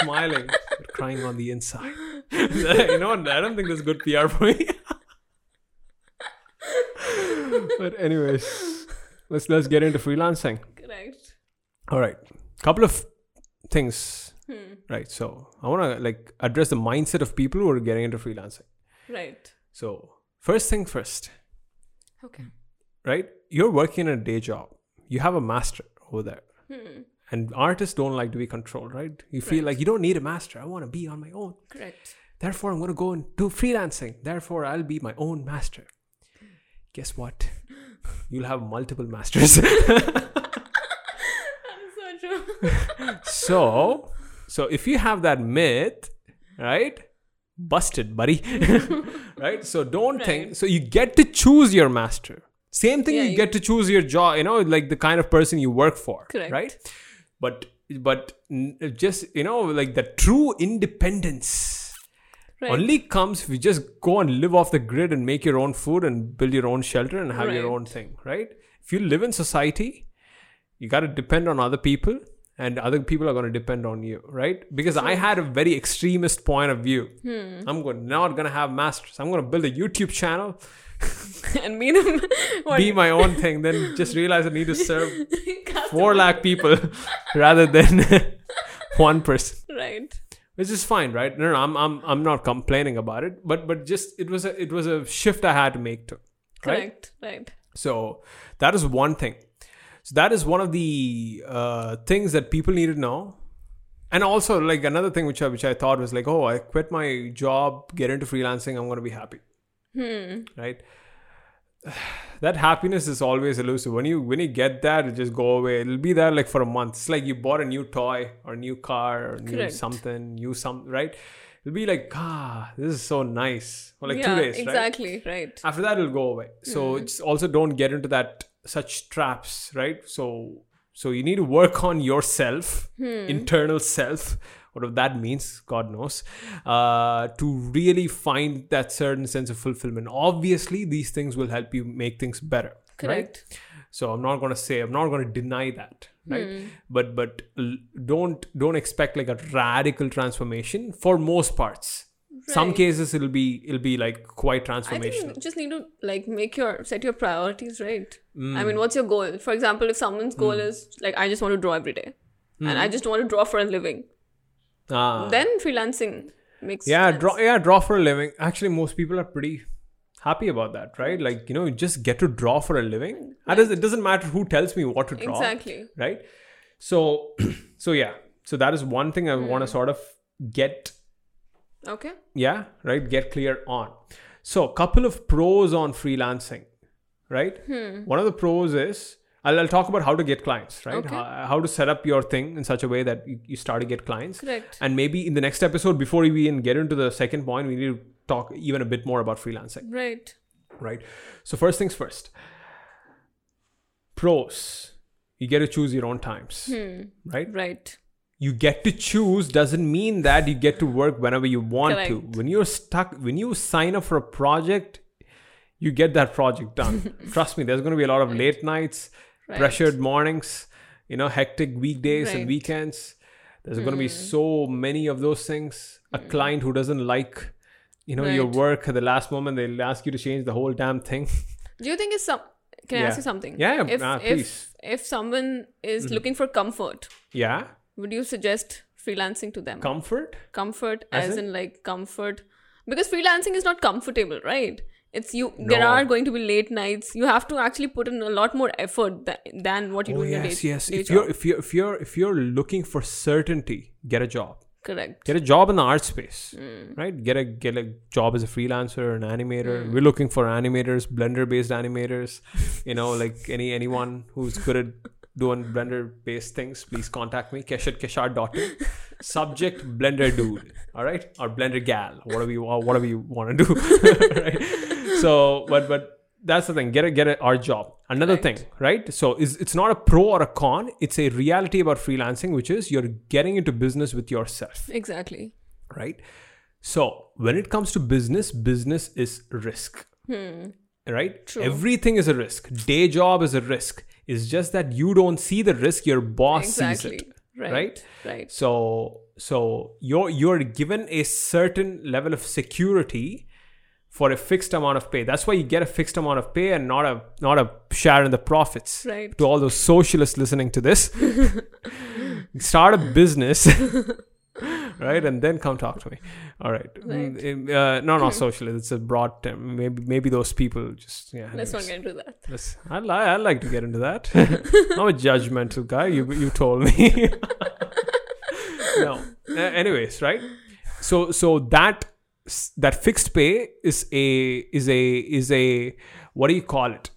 smiling, but crying on the inside. (laughs) you know what? I don't think that's good PR for me. (laughs) but anyways, let's let's get into freelancing.
Correct.
All right, couple of things. Right, so I want to like address the mindset of people who are getting into freelancing.
Right.
So first thing first,
Okay.
right? You're working in a day job. You have a master over there, and artists don't like to be controlled, right? You feel like you don't need a master. I want to be on my own.
Correct.
Therefore, I'm going to go and do freelancing. Therefore, I'll be my own master. Guess what? You'll have multiple masters. (laughs)
So
(laughs)
true.
so so if you have that myth right busted buddy (laughs) right so don't think so you get to choose your master same thing
Yeah,
you,
you-
get to choose your job you know like the kind of person you work for
Correct.
right but but n- just you know like the true independence
Right.
Only comes if you just go and live off the grid and make your own food and build your own shelter and have your
Right.
own thing, right? If you live in society, you got to depend on other people and other people are going to depend on you, right? Because I had a very extremist point of view.
Hmm.
I'm going, not going to have masters. I'm going to build a YouTube channel,
(laughs) and mean him.
(laughs)
what? (laughs)
be my own thing, then just realize I need to serve
Custom-
4 lakh people (laughs) rather than (laughs) one person
Right.
which is fine right no, no i'm i'm i'm not complaining about it but but just it was a it was a shift i had to make to right
Correct. Right.
so that is one thing so that is one of the uh, things that people need to know and also like another thing which i which i thought was like oh i quit my job get into freelancing i'm going to be happy
Hmm.
right (sighs) that happiness is always elusive when you when you get that it just go away it'll be there like for a month it's like you bought a new toy or new car or new
Correct.
something new some right it'll be like ah this is so nice for like
yeah.
two days right
exactly. Right.
after that it'll go away so
Hmm.
it's also don't get into that such traps right so so you need to work on yourself
Hmm.
internal self whatever that means god knows uh, to really find that certain sense of fulfillment obviously these things will help you make things better right?
Correct.
so i'm not going to say i'm not going to deny that right
Hmm.
but but l- don't don't expect like a radical transformation for most parts some
Right.
cases it'll be it'll be like quite
I think you
transformational
just need to like make your set your priorities right. I
Hmm.
mean, what's your goal? For example, if someone's goal is like I just want to draw every day, and I just want to draw for a living,
Hmm. Ah.
then freelancing makes
yeah
sense.
draw yeah draw for a living actually most people are pretty happy about that right like you know you just get to draw for a living that is, it doesn't matter who tells me what to draw
Exactly.
right so (clears throat) so yeah so that is one thing i want to sort of get
Okay.
yeah right get clear on so couple of pros on freelancing right
Hmm.
one of the pros is I'll, I'll talk about how to get clients right
Okay.
how, how to set up your thing in such a way that you, you start to get clients
Correct.
and maybe in the next episode before we even get into the second point we need to talk even a bit more about freelancing
Right.
right so first things first pros you get to choose your own times
Hmm.
right
Right.
you get to choose doesn't mean that you get to work whenever you want to.
Correct.
When you're stuck, when you sign up for a project, you get that project
(laughs)
done. Trust me, there's going to be a lot of late nights,
Right.
pressured mornings, you know, hectic weekdays and
Right. Hmm.
weekends. There's going to be so many of those things. A client who doesn't like, you know, your
Right.
work at the last moment, they'll ask you to change the whole damn thing. (laughs)
Do you think it's some? Can I
Yeah.
ask you something?
Yeah,
If
ah,
if
please. Mm-hmm.
if someone is looking for comfort,
yeah,
would you suggest freelancing to them?
comfort.
comfort
As
as,
in?
in? like comfort because freelancing is not comfortable right it's you there
No.
are going to be late nights you have to actually put in a lot more effort tha- than what you
Oh
do in
yes,
your day,
yes.
day
If
job.
you're if you're if you're if you're looking for certainty, get a job.
correct
get a job in the art space right get a get a job as a freelancer an animator we're looking for animators blender based animators you know like any anyone who's good at doing blender based things please contact me keshat keshar.in subject blender dude all right or blender gal whatever you or whatever you want to do (laughs) right so but but that's the thing get a get a art job another
Correct.
thing right so is it's not a pro or a con it's a reality about freelancing which is you're getting into business with yourself
exactly
right? So when it comes to business, business is risk, right?
Hmm. True.
Everything is a risk. Day job is a risk. It's just that you don't see the risk. Your boss
exactly
sees it,
right
right?
right,
So so you're you're given a certain level of security for a fixed amount of pay. That's why you get a fixed amount of pay and not a not a share in the profits.
Right.
To all those socialists listening to
(laughs)
this, start a business. Right and then come talk to me. All right,
Right.
Mm, Uh, no,
(laughs)
not socialist. It's a broad term. Maybe, maybe those people just yeah.
let's not
anyways.
get into that
Yes, I li- I like to get into
(laughs)
that. I'm a judgmental guy. You you told me. no. Uh, anyways, right? So so that s- that fixed pay is a is a is a what do you call it?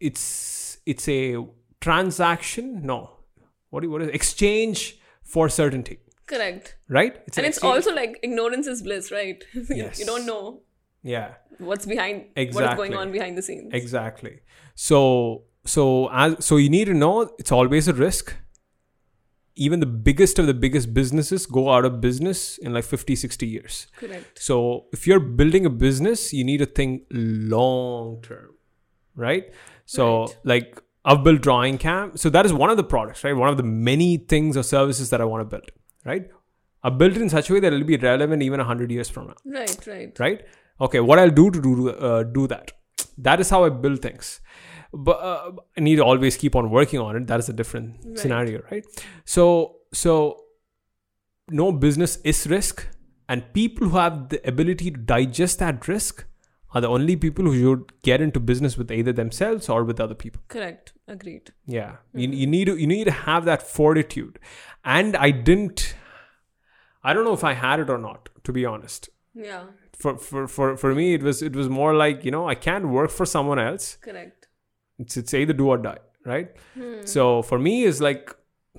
It's it's a transaction. No, what do you, what is exchange for certainty?
correct
Right? It's an
and it's
exchange-
also like ignorance is bliss right (laughs) You-
Yes.
you don't know
yeah.
what's behind what is
Exactly.
going on behind the scenes
Exactly. So so as so you need to know it's always a risk. even the biggest of the biggest businesses go out of business in like 50 60 years
Correct.
so if you're building a business you need to think long term right so
Right.
like i've built drawing camp so that is one of the products right one of the many things or services that i want to build right i built it in such a way that it'll be relevant even 100 years from now
Right, right.
right okay what i'll do to do uh, do that that is how i build things but uh, i need to always keep on working on it that is a different
Right.
scenario right so so no business is risk and people who have the ability to digest that risk are the only people who should get into business with either themselves or with other people
Correct. Agreed.
yeah you, you need to you need to have that fortitude and i didn't i don't know if i had it or not to be honest
Yeah,
for, for, for, for me it was it was more like you know I can't work for someone else.
correct.
It's it's either do or die, right? So for me it's like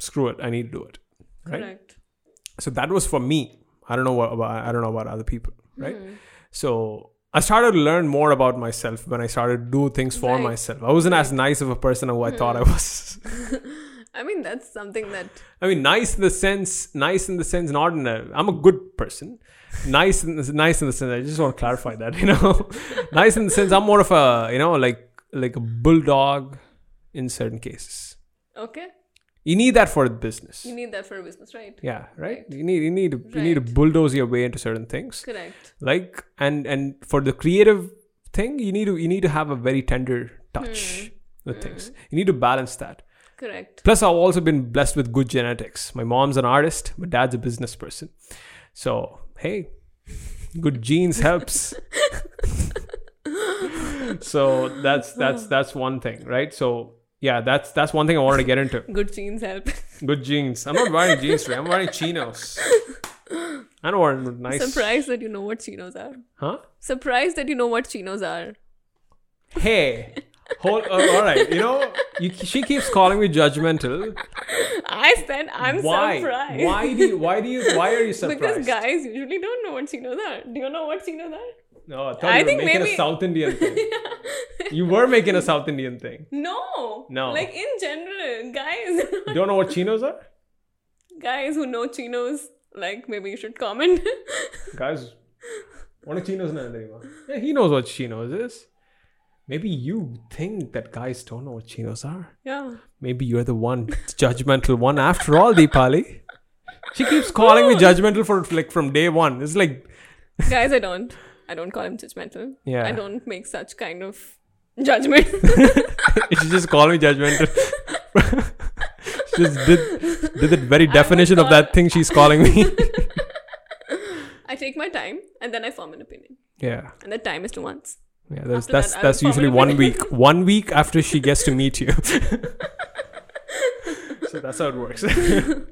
screw it, I need to do it, right?
Correct. (laughs)
So that was for me. I don't know what about I don't know about other people, right? So I started to learn more about myself when I started to do things for
Right.
myself. I wasn't as nice of a person who I thought I was. (laughs)
I mean, that's something that
I mean, nice in the sense, nice in the sense, not in a. I'm a good person. Nice, in the, nice in the sense. I just want to clarify that. (laughs) You know, nice in the sense. I'm more of a, you know, like like a bulldog in certain cases.
okay.
You need that for the business.
You need that for a business, right?
Yeah, right.
Right.
You need you need you need to
Right.
bulldoze your way into certain things.
Correct.
Like and and for the creative thing, you need to you need to have a very tender touch with things. You need to balance that.
Correct.
Plus, I've also been blessed with good genetics. My mom's an artist, my dad's a business person. So, hey, good genes helps. so that's that's that's one thing, right? So yeah, that's that's one thing I wanted to get into.
Good genes help.
Good jeans. I'm not wearing jeans today. I'm wearing chinos. I don't want nice.
(laughs) Surprised that you know what chinos are.
Huh?
Surprised that you know what chinos are. (laughs)
Hey. Hold, uh, all right. You know, you, she keeps calling
(laughs)
me judgmental.
I said I'm
why?
surprised.
Why do you, why do you why are you
(laughs)
surprised?
Because guys usually don't know what chinos are. Do you know what chinos are?
No, I thought
I
you were
think
making a
maybe-
South
(laughs)
Indian thing. You were making a South Indian thing.
No.
No.
Like in general, guys,
You (laughs) don't know what chinos are?
(laughs) guys who know chinos, like maybe you should comment. (laughs)
Guys, what are chinos na தெரியுமா? Yeah, he knows what chinos is. Maybe you think that guys don't know what chinos are.
yeah.
Maybe you're the one judgmental one after all, Deepali. She keeps calling me judgmental for like from day one. It's like
guys, I don't. I don't call him judgmental.
Yeah.
I don't make such kind of judgment.
(laughs)
(laughs)
she just called me judgmental. (laughs) she just did did the very definition of
call-
that thing she's calling me.
(laughs) I take my time and then I form an opinion.
yeah.
And that time is two months.
Yeah, that's
After
that's
that, I
that's
will
usually
probably
one week. One week after she gets to meet
(laughs)
you. so that's how it works. (laughs)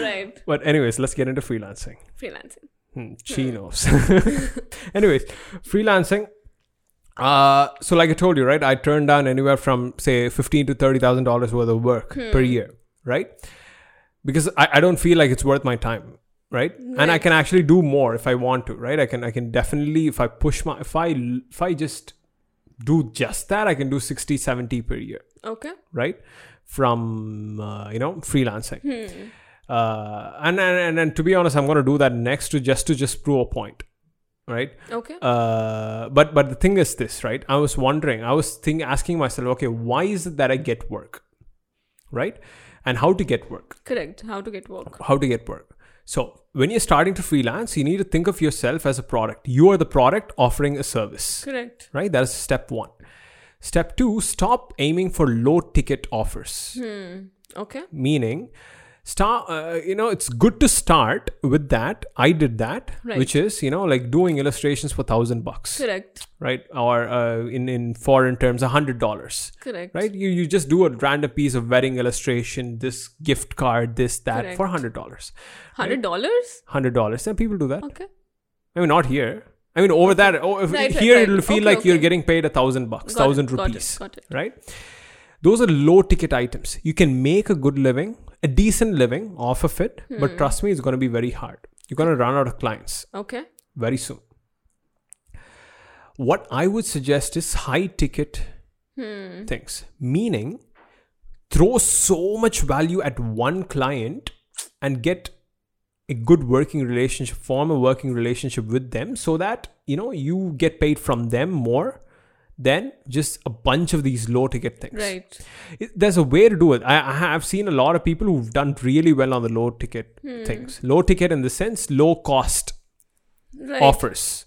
Right.
but anyways, let's get into freelancing.
Freelancing.
Hmm, chinos. (laughs) anyways, freelancing. Uh, so like I told you, right? I turn down anywhere from say fifteen to thirty thousand dollars worth of work per year, right? Because I, I don't feel like it's worth my time, right? And I
Right.
can actually do more if I want to, right? I can I can definitely if I push my if I l- if I just do just that, I can do 60, 70 per year,
Okay.
right? From uh, you know freelancing.
Hmm.
Uh, and, and and and to be honest, I'm going to do that next to just to just prove a point, right?
Okay.
Uh, but but the thing is this, right? I was wondering, I was think asking myself, okay, why is it that I get work, right? And how to get work,
Correct. How to get work.
how to get work. So when you're starting to freelance, you need to think of yourself as a product. You are the product offering a service,
Correct.
right? That is step one. Step two: stop aiming for low ticket offers
Okay.
meaning start uh, you know it's good to start with that i did that
Right.
which is you know like doing illustrations for 1000 bucks
Correct.
right or uh, in in foreign terms a 100 dollars
Correct.
right you you just do a random piece of wedding illustration this gift card this that
Correct.
for 100 dollars
Hundred dollars?
100 dollars and people do that
Okay.
i mean not here i mean over that oh, if,
Right, right,
here
right.
it'll feel
Okay,
like you're
okay.
getting paid a thousand bucks
Got it,
thousand
got it,
rupees
got it.
right those are low ticket items you can make a good living a decent living off of it
Hmm.
but trust me it's going to be very hard you're going to run out of clients
Okay.
very soon what i would suggest is high ticket things meaning throw so much value at one client and get a good working relationship, form a working relationship with them so that, you know, you get paid from them more than just a bunch of these low ticket things.
Right.
It- there's a way to do it. I, I have seen a lot of people who've done really well on the low ticket things. Low ticket in the sense, low cost
Right.
offers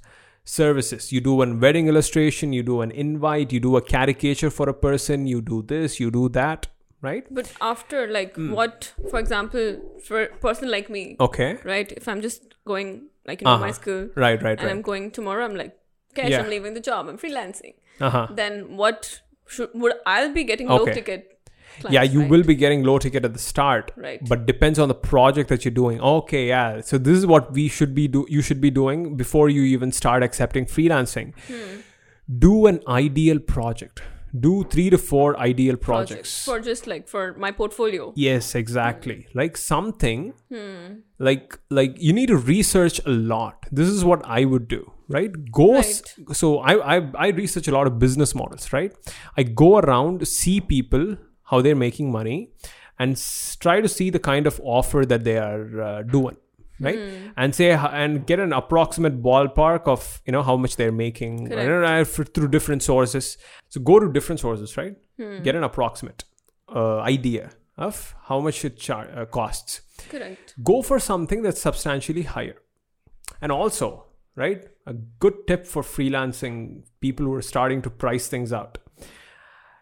services you do an wedding illustration you do an invite you do a caricature for a person you do this you do that right
But after, like,
Hmm.
what, for example, for a person like me,
okay
right? If I'm just going, like, you know, my
Oh. Uh-huh.
school,
right right
and I'm
right
going tomorrow, I'm like, cash,
Yeah.
I'm leaving the job, I'm freelancing.
uh-huh
Then what should, would I be getting low
Okay.
ticket? Clients,
yeah you
right?
will be getting low ticket at the start
Right.
but depends on the project that you're doing okay yeah so this is what we should be do you should be doing before you even start accepting freelancing
Hmm.
do an ideal project do three to four ideal projects
for Hmm. just like for my portfolio.
Yes, exactly. Like something like like you need to research a lot. This is what I would do, right? Go s- so I, I I research a lot of business models, right? I go around see people how they're making money and s- try to see the kind of offer that they are uh, doing right and say h- and get an approximate ballpark of you know how much they're making I don't know, f- through different sources so go to different sources right get an approximate uh, idea of how much it char- uh, costs
Correct.
go for something that's substantially higher and also right a good tip for freelancing people who are starting to price things out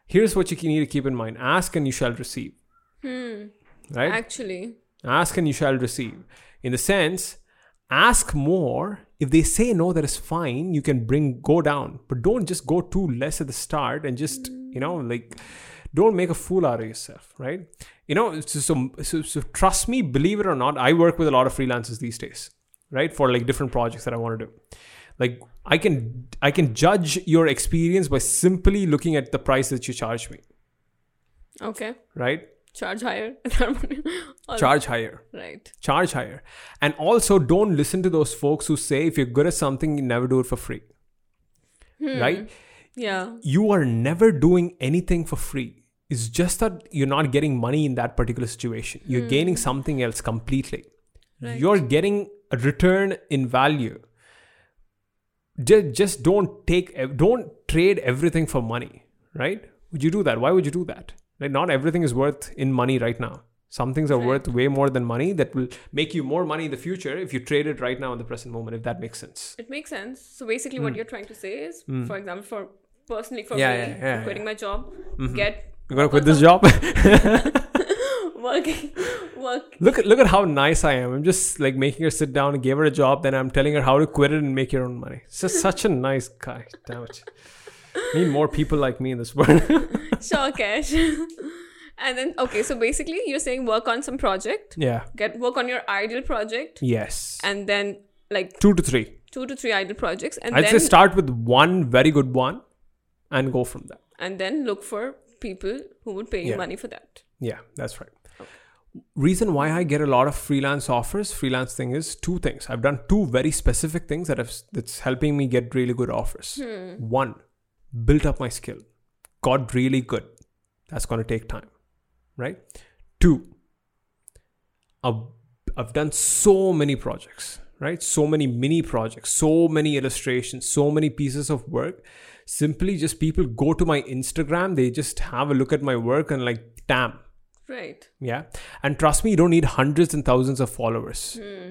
here's what you need to keep in mind ask and you shall receive right
Actually,
ask and you shall receive in the sense ask more if they say no that is fine you can bring go down but don't just go too less at the start and just you know like don't make a fool out of yourself right you know so, so, so, so trust me believe it or not i work with a lot of freelancers these days right for like different projects that i want to do like i can i can judge your experience by simply looking at the price that you charge me
okay.
right
Charge higher. (laughs) All
charge higher
right.
charge higher and also don't listen to those folks who say if you're good at something you never do it for free right
Yeah.
you are never doing anything for free it's just that you're not getting money in that particular situation you're gaining something else completely you're getting a return in value just, just don't take ev- don't trade everything for money right would you do that why would you do that right not everything is worth in money right now some things are worth way more than money that will make you more money in the future if you trade it right now in the present moment if that makes sense
It makes sense. So basically, what you're trying to say is, for example, for personally for
Hmm. Yeah,
me,
yeah, yeah, Mm-hmm.
quitting my job, get (laughs)
you're gonna quit this job (laughs)
working, work.
look at look at how nice I am. I'm just like making her sit down and gave her a job, then I'm telling her how to quit it and make your own money. It's just such a nice guy. Damn it. Need more people like me in this world. (laughs)
Sure, cash. (laughs) and then okay, so basically, you're saying work on some project,
yeah.
get work on your ideal project,
Yes.
and then like
Two to three.
two to three ideal projects, and
I'd
then
say start with one very good one and go from there.
and then look for people who would pay you
Yeah.
money for that.
Yeah, that's right. Reason why I get a lot of freelance offers, freelance thing is two things. I've done two very specific things that have that's helping me get really good offers. One, built up my skill, got really good. That's going to take time, right? Two, I've, I've done so many projects, right? So many mini projects, so many illustrations, so many pieces of work. Simply just people go to my Instagram, they just have a look at my work and like, damn,
Right.
yeah. And trust me, you don't need hundreds and thousands of followers,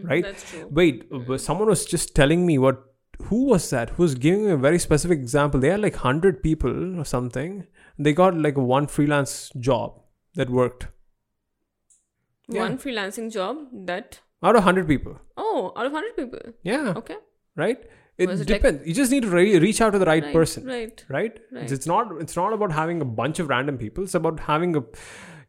right?
Hmm, That's true. Hmm.
Wait, uh, someone was just telling me what, who was that? Who was giving me a very specific example? They had like 100 people or something. They got like one freelance job that worked Yeah.
One freelancing job that
out of 100 people.
oh, out of hundred people.
Yeah.
Okay.
Right? It
Was it like-
depends. you just need to re- reach out to the right,
Right,
person.
Right.
right,
Right.
It's, it's not it's not about having a bunch of random people it's about having a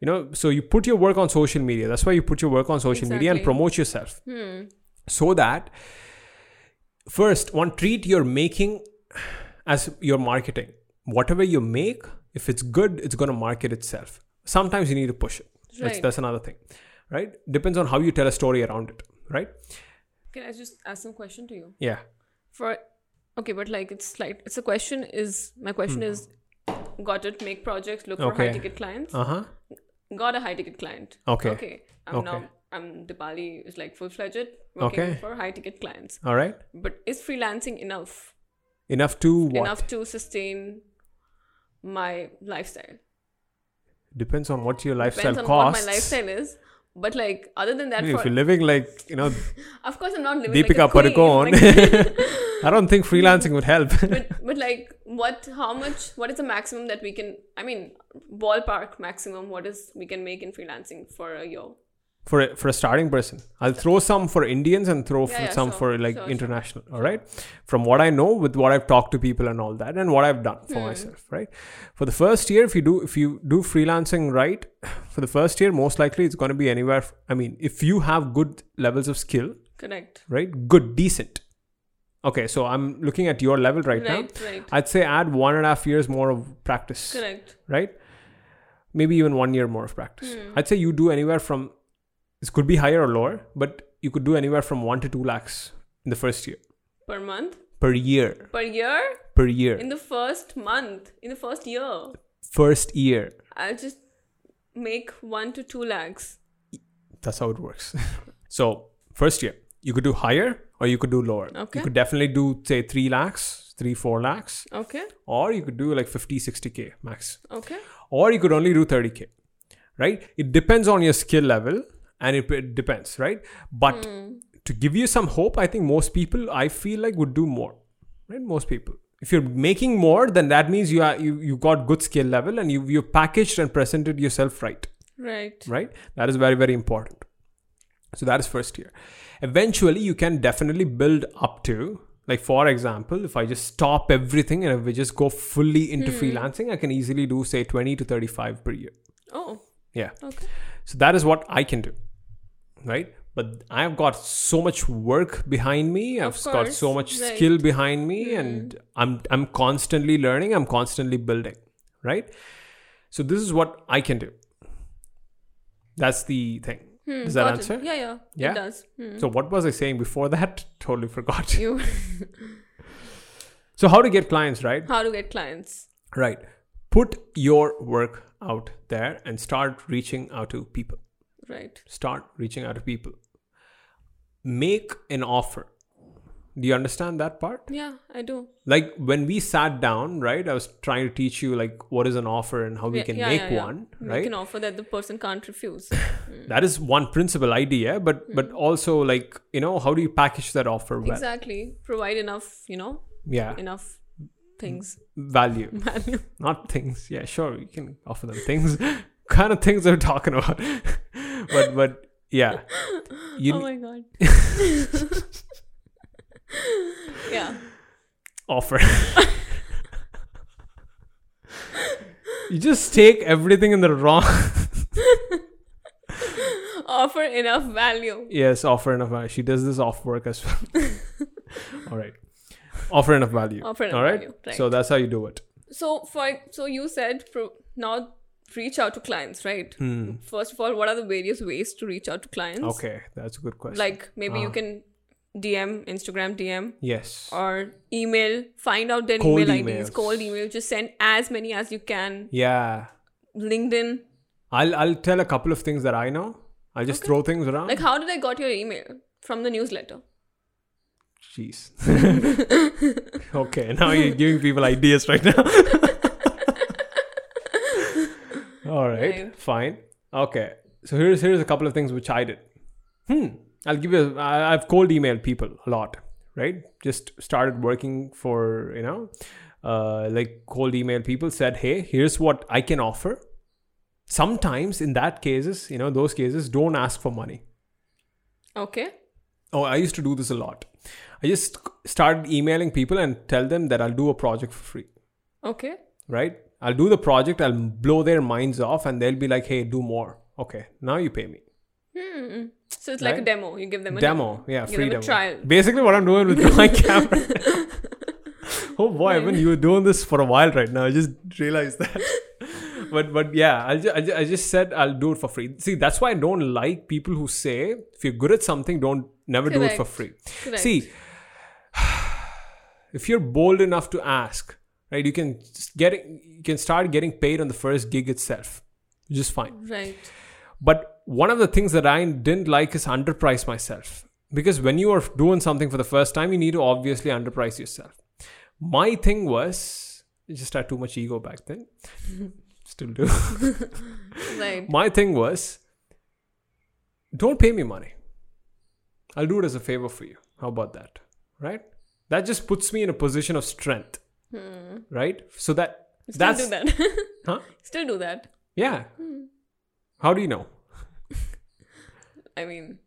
you know so you put your work on social media that's why you put your work on social media and
Exactly. Hmm.
promote yourself so that first one treat you're making as your marketing whatever you make if it's good it's going to market itself sometimes you need to push it that's,
Right.
that's another thing right depends on how you tell a story around it right
Can I just ask some question to you?
yeah
For okay, but like it's like it's a question is my question is got it, make projects, look for
Hmm. Okay.
high ticket clients.
uh-huh
got a high ticket client.
Okay.
Okay. I'm
Okay.
now I'm Dipali is like full fledged working
Okay.
for high ticket clients.
All right.
But is freelancing enough?
Enough to what?
Enough to sustain my lifestyle.
Depends on what your lifestyle
Depends on
costs.
what my lifestyle is. But like other than that,
I mean,
for,
if you're living like you know
of course I'm not (laughs) living
Deepika
like a queen,
Padukone,
like- (laughs)
(laughs) I don't think freelancing would help. (laughs)
but but like what how much what is the maximum that we can i mean ballpark maximum what is we can make in freelancing for a year
for a, for a starting person. I'll throw some for Indians and throw
Yeah,
for
yeah,
some
sure,
for like
sure, sure.
international. All right. From what I know, with what I've talked to people and all that, and what I've done for
Hmm.
myself, right? For the first year, if you do if you do freelancing right, (sighs) for the first year, most likely it's going to be anywhere. f- I mean, if you have good levels of skill,
correct
right? Good, decent. Okay, so I'm looking at your level right, now.
right right
I'd say add one and a half years more of practice,
correct
right? Maybe even one year more of practice.
Hmm.
I'd say you do anywhere from this could be higher or lower, but you could do anywhere from one to two lakhs in the first year
per month
per year
per year
per year
in the first month in the first year
first year.
i'll just make 1 to 2 lakhs
That's how it works. (laughs) so first year you could do higher or you could do lower.
Okay.
You could definitely do say three lakhs, three four lakhs,
okay
or you could do like 50, 60 k max.
okay
or you could only do 30k right it depends on your skill level and it, it depends right but to give you some hope i think most people i feel like would do more right most people if you're making more then that means you are you, you got good skill level and you you packaged and presented yourself right
right
right that is very very important so that is first year eventually you can definitely build up to like for example if i just stop everything and if we just go fully into freelancing i can easily do say 20 to 35 per year
oh
yeah
okay
so that is what i can do right but i've got so much work behind me i've
Of
got so
course,
much
right. Hmm.
skill behind me and i'm i'm constantly learning i'm constantly building right so this is what i can do that's the thing
Hmm,
does that
Got it.
answer
yeah yeah
Yeah?
it does Hmm.
so what was i saying before that (laughs) totally forgot
you (laughs)
so how to get clients right
how to get clients
right put your work out there and start reaching out to people
right
start reaching out to people make an offer do you understand that part
yeah i do
like when we sat down right i was trying to teach you like what is an offer and how we
Yeah,
can
yeah,
make
yeah, yeah.
one
Make
right
an offer that the person can't
(laughs)
refuse.
that is one principal idea but but also like you know how do you package that offer well
Hmm. exactly. Provide enough, you know,
yeah Mm.
enough things.
value
(laughs) Value.
not things yeah sure you can offer them things (laughs) kind of things i'm talking about (laughs) but but yeah (laughs) you
oh
need
my god.
(laughs)
(laughs) yeah.
offer you just take everything in the wrong
Offer enough value.
yes offer enough value she does this off work as well all right offer enough value
Offer enough
all right?
value, right.
so that's how you do it
So for so you said pro, now reach out to clients, right? First of all, what are the various ways to reach out to clients?
Hmm. okay Ah. that's a good question
Like maybe you can DM, Instagram DM,
yes
or email. Find out their
Cold
email IDs,
emails.
cold email. Just send as many as you can.
yeah
LinkedIn.
i'll i'll tell a couple of things that i know i'll just throw things around
Like how did I got your email from the newsletter?
Jeez. (laughs) okay, now you're giving people ideas right now. (laughs) All right,
Right.
fine. Okay, so here's here's a couple of things which I did. Hmm. I'll give you. I, I've cold emailed people a lot, right? Just started working for you know, uh, like cold email people said, hey, here's what I can offer. Sometimes in that cases, you know, those cases, don't ask for money.
Okay.
Oh, I used to do this a lot. I just started emailing people and tell them that I'll do a project for free,
Okay.
right? I'll do the project, I'll blow their minds off, and they'll be like, hey, do more. Okay, now you pay me.
Hmm. So it's like a
Right?
demo. You give them a
Demo, yeah,
Give
free
them
demo.
a trial.
(laughs) Basically, what I'm doing
(laughs)
with my camera. oh boy, I mean, you were doing this for a while right now. I just realized that.
(laughs)
but but yeah, I'll ju- I, ju- I just said I'll do it for free. See, that's why I don't like people who say if you're good at something, don't never do it for
Correct.
free.
Correct.
See, (sighs) if you're bold enough to ask, right, you can s- get you can start getting paid on the first gig itself. which is fine.
Right.
But one of the things that I didn't like is underprice myself. Because when you are doing something for the first time, you need to obviously underprice yourself. My thing was, I just had too much ego back then. Still do.
Right.
My thing was, don't pay me money. I'll do it as a favor for you. How about that? Right? That just puts me in a position of strength. Right? So that
Hmm. Still
that's
do that. (laughs)
Huh?
Still do that.
Yeah. How do you know?
I mean,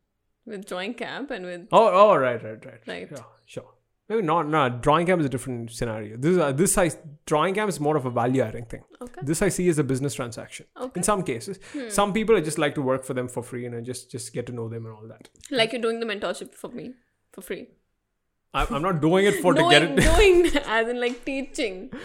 with drawing camp and with
Oh, oh, right, right, right,
Right.
Yeah, sure. Maybe not. No, drawing camp is a different scenario. This, uh, this I drawing camp is more of a value adding thing.
okay.
This I see as a business transaction.
Okay. Hmm.
In some cases, some people I just like to work for them for free and I just just get to know them and all that.
Like you're doing the mentorship for me for free.
I, I'm not doing it for to get
Knowing-
it.
doing as in like teaching.
(laughs)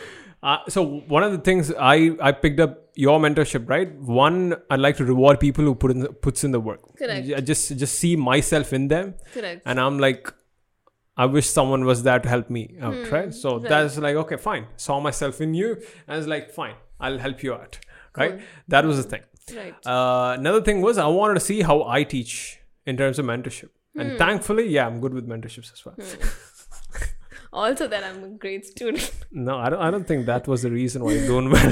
Uh, so one of the things I I picked up your mentorship right. One I like to reward people who put in the, puts in the work.
Correct.
I just just see myself in them.
Correct.
and I'm like, I wish someone was there to help me out, right? So
Hmm, right.
that's like, okay, fine. Saw myself in you, and it's like, fine, I'll help you out, right? That was the thing.
Right.
Uh, another thing was I wanted to see how I teach in terms of mentorship, and
Hmm.
thankfully, yeah, I'm good with mentorships as well.
Also that I'm a great student. (laughs)
No, I don't. I don't think that was the reason why you're doing well.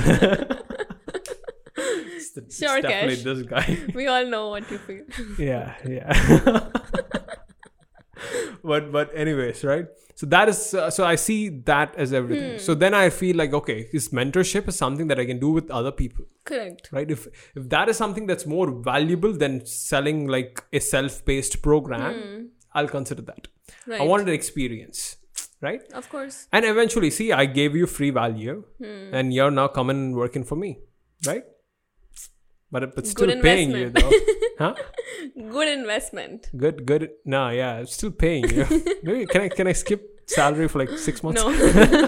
It's the- it's
Sure,
definitely
Kash.
this guy.
we all know what you feel.
yeah yeah (laughs) but but anyways right so that is uh, so i see that as everything so then i feel like okay his mentorship is something that i can do with other people
Correct.
right if if that is something that's more valuable than selling like a self-paced program i'll consider that
Right.
i wanted an experience right
Of course.
and eventually see i gave you free value and you're now coming and working for me right but but still paying you though
investment.
huh
Good investment.
Good, good. No, yeah, I'm still paying you. Maybe can I can I skip salary for like six (laughs) months?
No.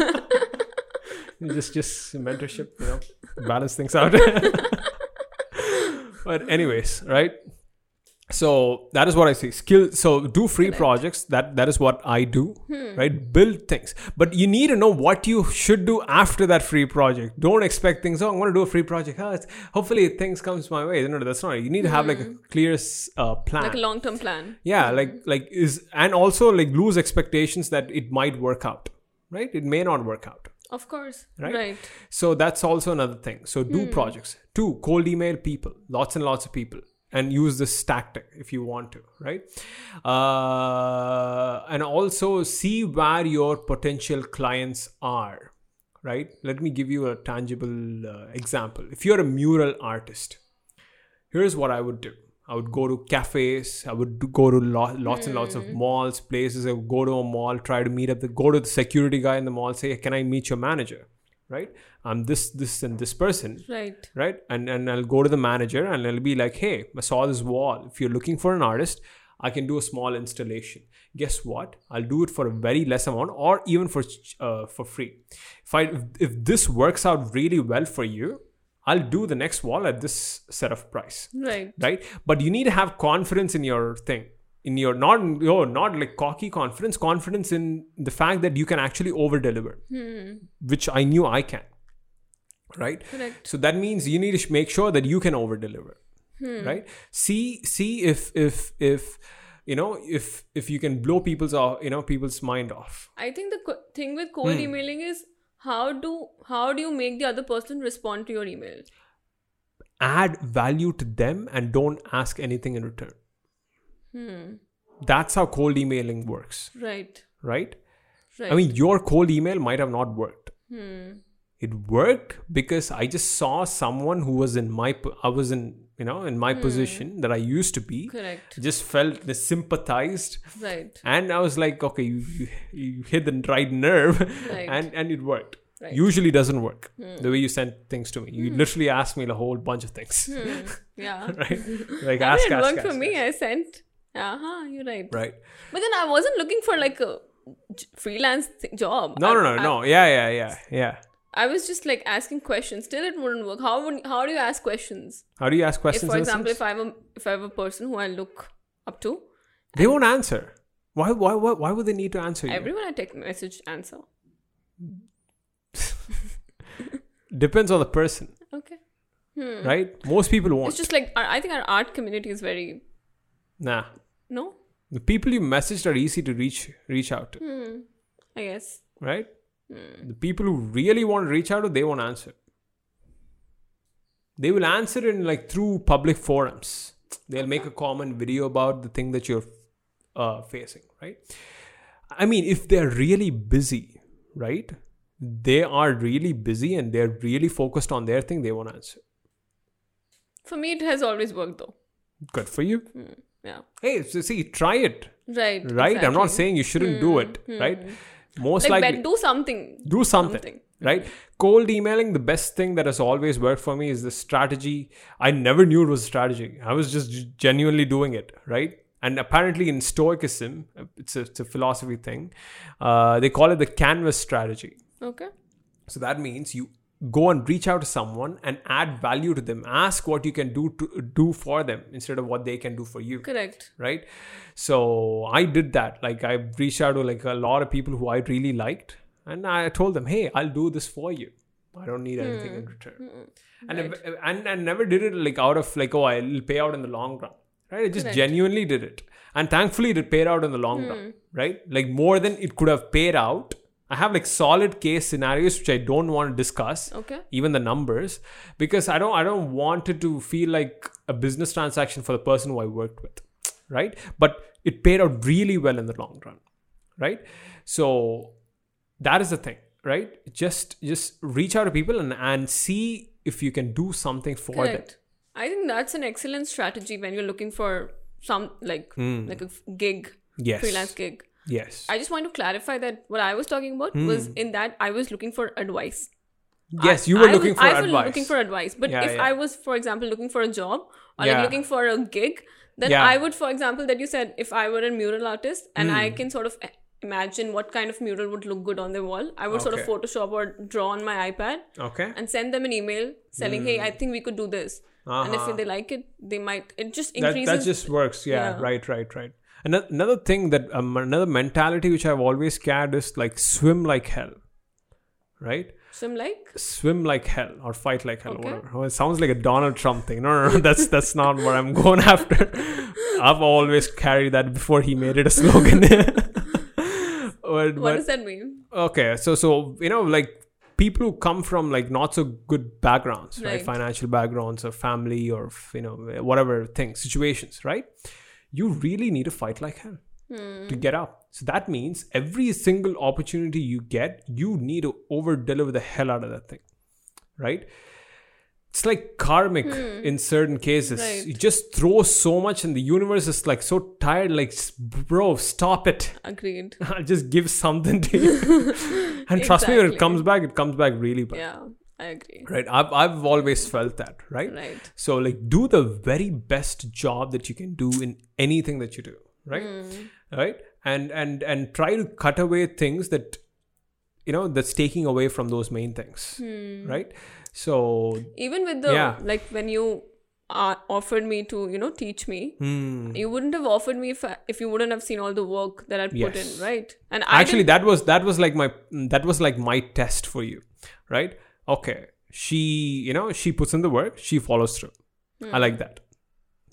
(laughs)
just just mentorship, you know, balance things out. (laughs) but anyways, right? So that is what I say. Skill. So do free projects. That that is what I do.
Hmm.
Right? Build things, but you need to know what you should do after that free project. Don't expect things. Oh, I'm going to do a free project. Oh, it's, hopefully things comes my way. No, no, that's not. it. You need to have like a clear s- uh, plan
Hmm. like a long term plan.
yeah like like is and also like lose expectations that it might work out right it may not work out
Of course.
Right.
Right.
so that's also another thing so do projects two cold email people lots and lots of people and use this tactic if you want to right uh, and also see where your potential clients are right let me give you a tangible uh, example if you're a mural artist here's what I would do. I would go to cafes. I would do- go to lo- lots and lots of malls, places. I would go to a mall, try to meet up. The, go to the security guy in the mall, say, "Can I meet your manager?" Right? I'm this, this, and this person.
Right.
Right? And and I'll go to the manager and I'll be like, "Hey, I saw this wall. If you're looking for an artist, I can do a small installation. Guess what? I'll do it for a very less amount, or even for ch- uh, for free. If I if, if this works out really well for you, I'll do the next wall at this set of price."
Right.
right but you need to have confidence in your thing in your not your not like cocky confidence confidence in the fact that you can actually over deliver which i knew i can right
Correct.
so that means you need to sh- make sure that you can over deliver right see see if if if you know if if you can blow people's off you know people's mind off
I think the co- thing with cold
Hmm.
emailing is how do how do you make the other person respond to your email?
add value to them and don't ask anything in return that's how cold emailing works
Right.
right
Right. Hmm.
I mean, your cold email might have not worked. It worked because I just saw someone who was in my, po- I was in, you know, in
Hmm.
my position that I used to be.
correct.
Just felt the sympathized,
Right.
and I was like, okay, you you, you hit the right nerve,
Right.
and and it worked.
Right. Hmm.
Usually doesn't work the way you send things to me. You literally ask me a whole bunch of things,
Yeah.
(laughs) right?
(laughs)
Like
Hmm. I mean,
ask,
it
ask,
worked
ask,
for me.
ask.
I sent. Uh huh. You're right.
right?
But then I wasn't looking for like a j- freelance th- job.
No,
I,
no, no,
I,
no. Yeah, yeah, yeah, yeah.
I was just like asking questions. Still, it wouldn't work. How would, how do you ask questions?
How do you ask
If,
questions?
for
in a
example,
sense?
if I'm a, if I'm a person who I look up to,
They won't answer. Why, why, why, why would they need to answer you?
everyone I text message answer.
Depends on the person,
Okay.
right? Most people
Hmm. It's
won't.
just like our, I think our art community is very
nah,
no,
the people you messaged are easy to reach reach out to,
Hmm. I guess.
right?
Hmm.
The people who really want to reach out to, they won't answer. They will answer in like through public forums. They'll make a common video about the thing that you're uh, facing, right? I mean, if they're really busy, right? They are really busy and they're really focused on their thing. They won't answer.
For me, it has always worked though.
Good for you.
Yeah,
Hey, so see, try it.
right.
right i'm not
exactly. Hmm,
saying you shouldn't do it right most
like,
likely
bet- do something.
do something,
something.
right cold emailing the best thing that has always worked for me is the strategy i never knew it was a strategy i was just g- genuinely doing it right and apparently in stoicism uh, it's a, it's a philosophy thing uh, they call it the canvas strategy
Okay.
so that means you go and reach out to someone and add value to them ask what you can do to do for them instead of what they can do for you
Correct.
right so i did that like i reached out to like a lot of people who i really liked and i told them hey i'll do this for you i don't need anything in return and, I, and and never did it like out of like oh i'll pay out in the long run right i just
Correct.
genuinely did it and thankfully it paid out in the long run right like more than it could have paid out i have like solid case scenarios which i don't want to discuss
Okay.
even the numbers because i don't i don't want it to feel like a business transaction for the person who i worked with right but it paid out really well in the long run right so that is the thing right just just reach out to people and and see if you can do something for
Correct. I think that's an excellent strategy when you're looking for some like
Hmm.
like a f- gig,
them yes
freelance gig.
yes
I just want to clarify that what I was talking about
Hmm.
was in that I was looking for advice.
yes you were
I
looking
was,
for
I was
advice
looking for advice. But
Yeah,
if
yeah.
I was, for example, looking for a job or
Yeah.
like looking for a gig, then
Yeah.
I would, for example, that you said, if I were a mural artist and I
Hmm.
can sort of eh, imagine what kind of mural would look good on the wall, I would sort of
Okay.
Photoshop or draw on my iPad
okay
and send them an email selling, "Hey,
Hmm.
I think we could do this." And if they like it, they might. It just
Uh-huh. that,
increases.
that just works yeah,
Yeah.
right right right another, another thing that um, another mentality which i've always carried is like swim like hell right
so I'm like,
swim like hell or fight like hell
Okay.
or whatever. Oh, it sounds like a Donald Trump thing. No, (laughs) no, no. That's that's not what I'm going (laughs) after. I've always carried that before he made it a slogan. (laughs) But-
what
but-
does that mean?
okay so so you know like people who come from like not so good backgrounds right,
Right.
financial backgrounds or family or you know whatever things situations right you really need to fight like hell to get up so that means every single opportunity you get you need to over deliver the hell out of that thing right it's like karmic in certain cases
Right.
you just throw so much and the universe is like so tired like bro stop it
Agreed.
(laughs) I'll just give something to you.
(laughs)
and trust me, when
Exactly.
it comes back, it comes back really bad.
Yeah, I agree.
Right? I've, I've always felt that, right?
Right.
So, like, do the very best job that you can do in anything that you do, right?
Hmm.
Right? And and and try to cut away things that you know that's taking away from those main things,
Hmm.
right? So,
even with the
Yeah.
like when you uh, offered me to you know teach me
hmm.
you wouldn't have offered me if, I, if you wouldn't have seen all the work that i put
Yes.
in right and I
actually
didn't-
that was that was like my that was like my test for you right okay she you know she puts in the work she follows through i like that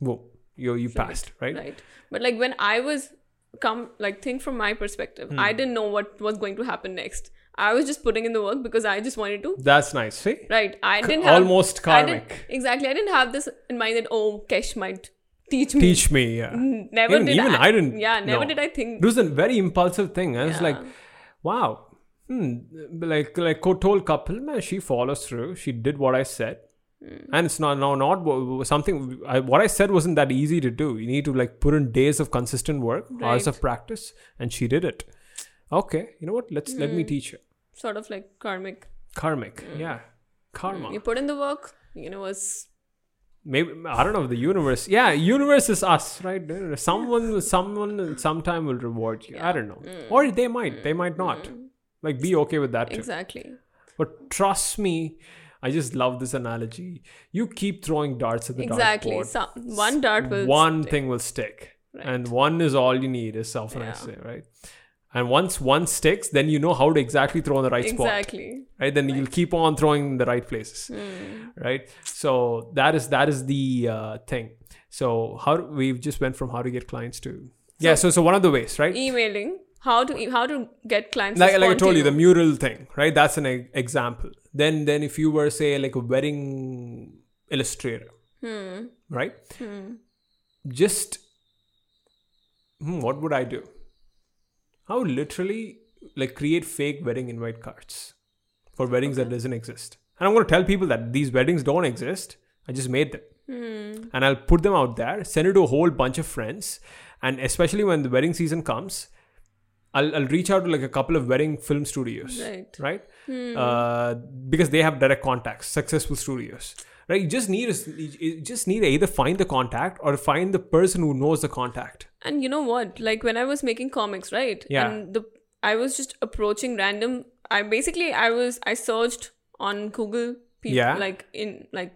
boom you you passed right
Hmm. right but like when i was come like think from my perspective
Hmm.
i didn't know what was going to happen next i was just putting in the work because i just wanted to
that's nice see
right i didn't have
almost
I didn't-
karmic
exactly i didn't have this in mind that oh kesh might teach me
teach me yeah
(laughs) never
even,
did
even
I,
I, didn't
yeah never
no.
did i think
it was a very impulsive thing i was
Yeah.
like wow hmm. like like told couple man she follows through she did what i said
Hmm.
and it's not no not wo- something I, what i said wasn't that easy to do you need to like put in days of consistent work hours
Right.
of practice and she did it okay you know what let's let me
Hmm.
teach you
sort of like karmic
karmic
Hmm.
yeah karma
you put in the work the universe
maybe i don't know the universe yeah universe is us right someone someone sometime will reward you i don't know
Mm.
or they might they might not like be okay with that too
Exactly.
But trust me, I just love this analogy. You keep throwing darts at the
Exactly.
dartboard.
Some, one dart will.
one thing will stick,
Right.
and one is all you need is self and I
Yeah.
say, right? And once one sticks, then you know how to exactly throw in the right spot.
exactly.
right then you'll keep on throwing in the right places right so that is that is the uh, thing so how do- we've just went from how to get clients to yeah so so one of the ways right
Emailing how to e- how to get clients.
like, like i
respond to
told you the mural thing right that's an e- example then then if you were say like a wedding illustrator right just hmm, what would i do i would literally like create fake wedding invite cards for weddings that doesn't exist and i'm going to tell people that these weddings don't exist i just made them and i'll put them out there send it to a whole bunch of friends and especially when the wedding season comes I'll, I'll reach out to like a couple of wedding film studios
Right.
right uh, because they have direct contacts successful studios right you just need is- you you just need to either find the contact or find the person who knows the contact
And you know what? Like when I was making comics, right?
Yeah.
And the I was just approaching random. I basically I was I searched on Google people
Yeah.
like in like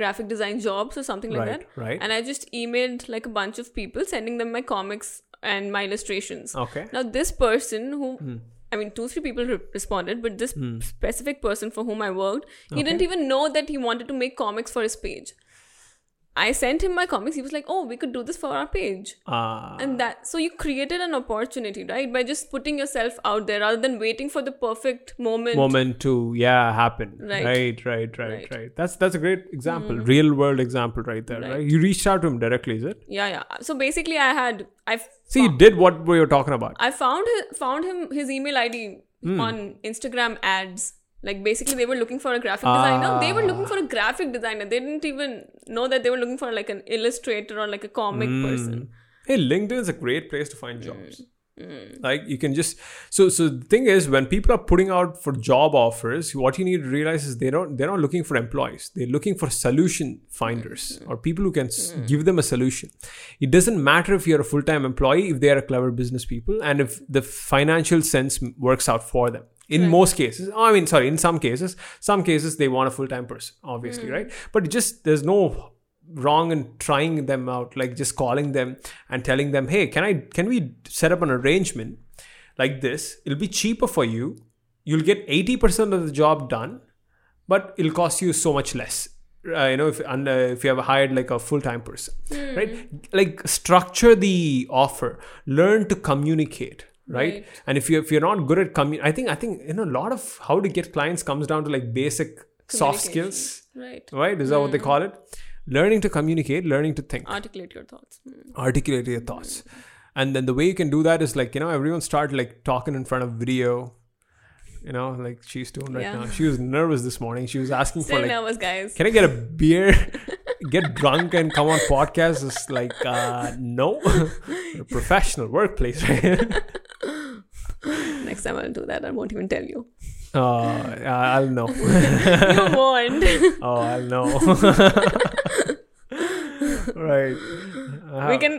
graphic design jobs or something like
Right,
that.
right.
And I just emailed like a bunch of people sending them my comics and my illustrations.
okay
Now this person who I mean two three people re- responded, but this specific person for whom I worked, he didn't even know that he wanted to make comics for his page. I sent him my comics. He was like, "Oh, we could do this for our page."
uh,
and that so you created an opportunity right by just putting yourself out there rather than waiting for the perfect moment,
moment to yeah happen right
Right.
right right right,
Right. Hmm.
that's that's a great example real world example right there right.
Right.
you reached out to him directly is it
yeah yeah so basically i had i f-
see you did what we were talking about
i found his, found him his email id
Hmm.
on instagram ads like basically they were looking for a graphic designer they were
Ah.
looking for a graphic designer they didn't even know that they were looking for like an illustrator or like a comic
Hmm.
person
hey linkedin is a great place to find jobs like you can just so so the thing is when people are putting out for job offers what you need to realize is they don't they're not looking for employees they're looking for solution finders or people who can s give them a solution it doesn't matter if you're a full-time employee if they are clever business people and if the financial sense m- works out for them in most cases i mean sorry in some cases some cases they want a full-time person obviously right but it just there's no wrong and trying them out like just calling them and telling them hey can i can we set up an arrangement like this it'll be cheaper for you you'll get 80% of the job done but it'll cost you so much less uh, you know if and, uh, if you have hired like a full-time person right like structure the offer learn to communicate right,
Right.
and if you if you're not good at commun i think i think you know a lot of how to get clients comes down to like basic soft
Communication.
skills
right
right is that what they
Hmm.
call it learning to communicate learning to think
articulate your thoughts Hmm.
articulate your thoughts and then the way you can do that is like you know everyone start like talking in front of video you know like she's doing right
Yeah.
now she was nervous this morning she was asking
still
for like
nervous guys
can i get a beer (laughs) get drunk and come on podcast is like uh no (laughs) We're a professional workplace right
(laughs)
(laughs)
next time i'll do that i won't even
(laughs)
tell you
uh i'll know (laughs)
you won't
oh i'll
(laughs)
know (laughs) right
we
Uh,
can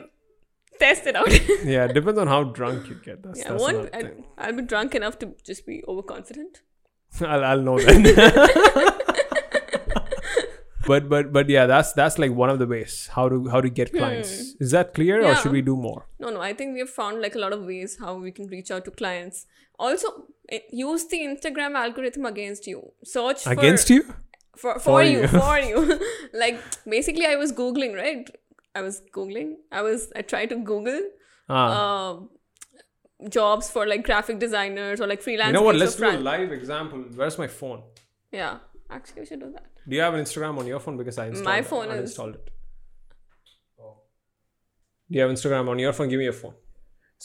test it out
yeah it depends on how drunk you get that's,
Yeah, I
that's
won't.
another
I'll,
thing.
I'll be drunk enough to just be overconfident.
(laughs) I'll, I'll know then (laughs) but but but yeah that's that's like one of the ways how to how to get clients is that clear or
Hmm. Yeah.
should we do more
No, no. I think we have found like a lot of ways how we can reach out to clients. Also, eh, use the Instagram algorithm against you. Search for,
against you
for, for,
For
you,
you. (laughs)
for you. (laughs) like basically, I was googling. Right, I was googling. I was. I tried to Google
Ah.
uh, jobs for like graphic designers or like freelance.
you know what
gigs or
let's do a
fran-
live example where's my phone
Yeah, actually, we should do that.
do you have an instagram on your phone because i installed
My
it.
phone
I
is-
installed it Oh. do you have instagram on your phone give me your phone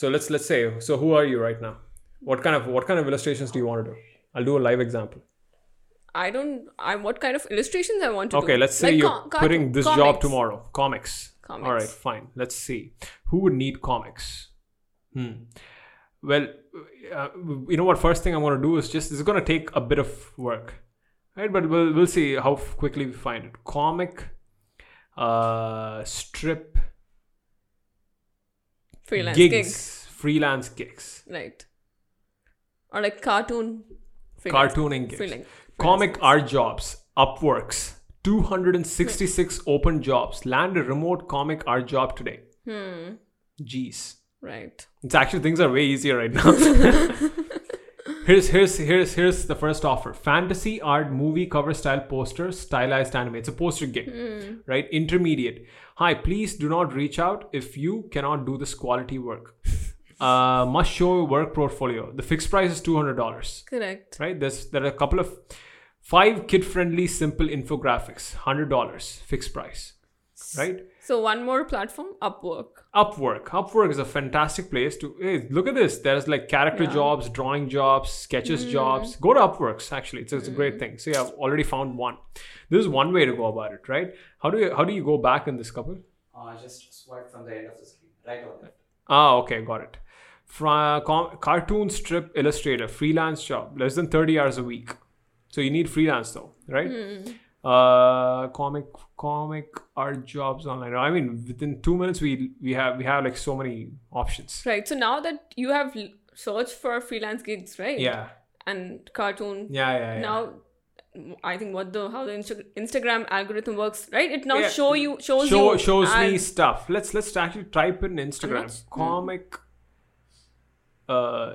so let's let's say so who are you right now what kind of what kind of illustrations do you want to do i'll do a live example
I don't. I what kind of illustrations I want to do?
Okay, let's say
Like
you're
co- cartoon-
quitting this job
comics.
tomorrow. Comics.
Comics.
All right, fine. Let's see. Who would need comics? Hmm. Well, uh, you know what? First thing I'm going to do is just, it's going to take a bit of work. Right? But we'll, we'll see how f- quickly we find it. Comic, uh, strip,
Freelance
gigs,
gigs.
freelance gigs,
Right. Or like cartoon. freelance-
cartooning gigs,
freelance-
comic art jobs, Upworks. 266 open jobs. Land a remote comic art job today.
Hmm.
Geez.
Right.
It's actually things are way easier right now. (laughs) here's here's here's here's the first offer: fantasy art movie cover style poster, stylized anime. It's a poster gig, right? Intermediate. Hi, please do not reach out if you cannot do this quality work. Uh, must show work portfolio. The fixed price is two hundred dollars
Correct.
right there's there are a couple of five kid friendly simple infographics hundred dollars fixed price right
So one more platform, Upwork.
upwork upwork is a fantastic place to hey, look at this there's like character
Yeah. Mm.
jobs drawing jobs sketches jobs go to upworks actually it's, it's a great thing so yeah i've already found one this is one way to go about it right how do you how do you go back in this couple
Uh, just swipe from the end of the screen, right on it.
Ah, okay, got it. From com- cartoon strip illustrator, freelance job, less than 30 hours a week. So you need freelance though, right?
Mm.
Uh, comic comic art jobs online. I mean, within two minutes we we have we have like so many options.
Right. So now that you have l- searched for freelance gigs, right?
Yeah,
And cartoon.
yeah, yeah. yeah.
Now, I think what the how the Insta- Instagram algorithm works, right? It now
Yeah.
show you shows
Show,
you
shows me
ads.
stuff. Let's let's actually type in Instagram
s-
comic uh,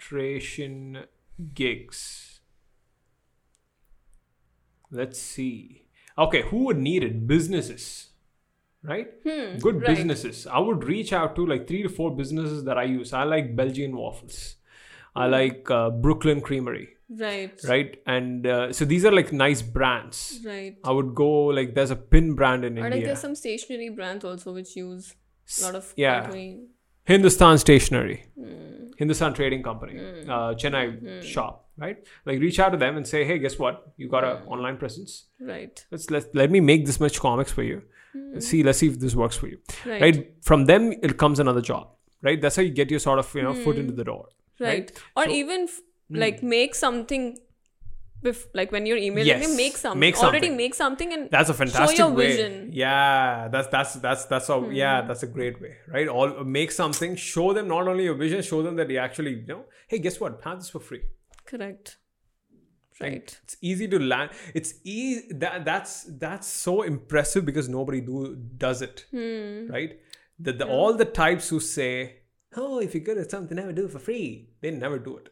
illustration gigs. Let's see. Okay, who would need it? Businesses, right? Good
Hmm, right.
businesses. I would reach out to like three to four businesses that I use. I like Belgian waffles.
Hmm.
I like uh, Brooklyn Creamery,
Right.
right? And uh, so these are like nice brands.
Right.
I would go like there's a pin brand in
Or like
India.
there's some stationery brands also which use a lot of
yeah.
cartooning.
Hindustan Stationery,
Hmm.
Hindustan Trading Company, uh, Chennai shop, right? Like reach out to them and say, hey, guess what? You got a online presence.
Right.
Let's let let me make this much comics for you. Let's see. Let's see if this works for you,
Hmm. Right.
right? From them, it comes another job, right? That's how you get your sort of you know foot into the door.
Hmm. right, or even f-
Hmm.
like make something bef- like when you're emailing
Yes.
him make something
Make
already
something.
make something and
That's a fantastic
your
way.
vision. Hmm.
Yeah, that's that's that's that's a yeah, that's a great way, right? All make something, show them not only your vision, show them that you actually you know, hey, guess what? Have this for free.
correct
Like,
right
it's easy to land. It's easy that that's that's so impressive because nobody do does it, right? The, the all the types who say, "Oh, if you're good at something, never do it for free," they never do it.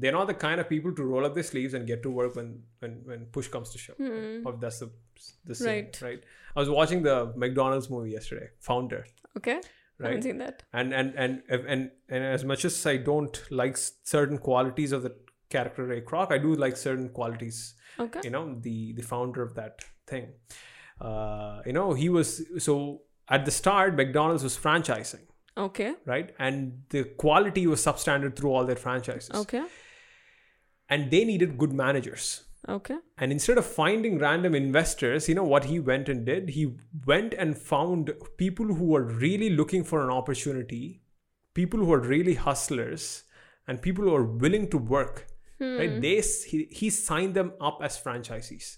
They're not the kind of people to roll up their sleeves and get to work when when when push comes to shove. Or that's the the same,
Right.
right. I was watching the McDonald's movie yesterday, Founder,
okay I haven't
right?
seen that
and and and and and as much as I don't like s- certain qualities of the character Ray Kroc, I do like certain qualities.
okay
You know, the the founder of that thing. Uh, you know, he was so at the start McDonald's was franchising,
okay
right? And the quality was substandard through all their franchises,
okay
and they needed good managers.
okay
And instead of finding random investors, you know what he went and did? He went and found people who were really looking for an opportunity, people who are really hustlers, and people who are willing to work. Right? They s- he, he signed them up as franchisees.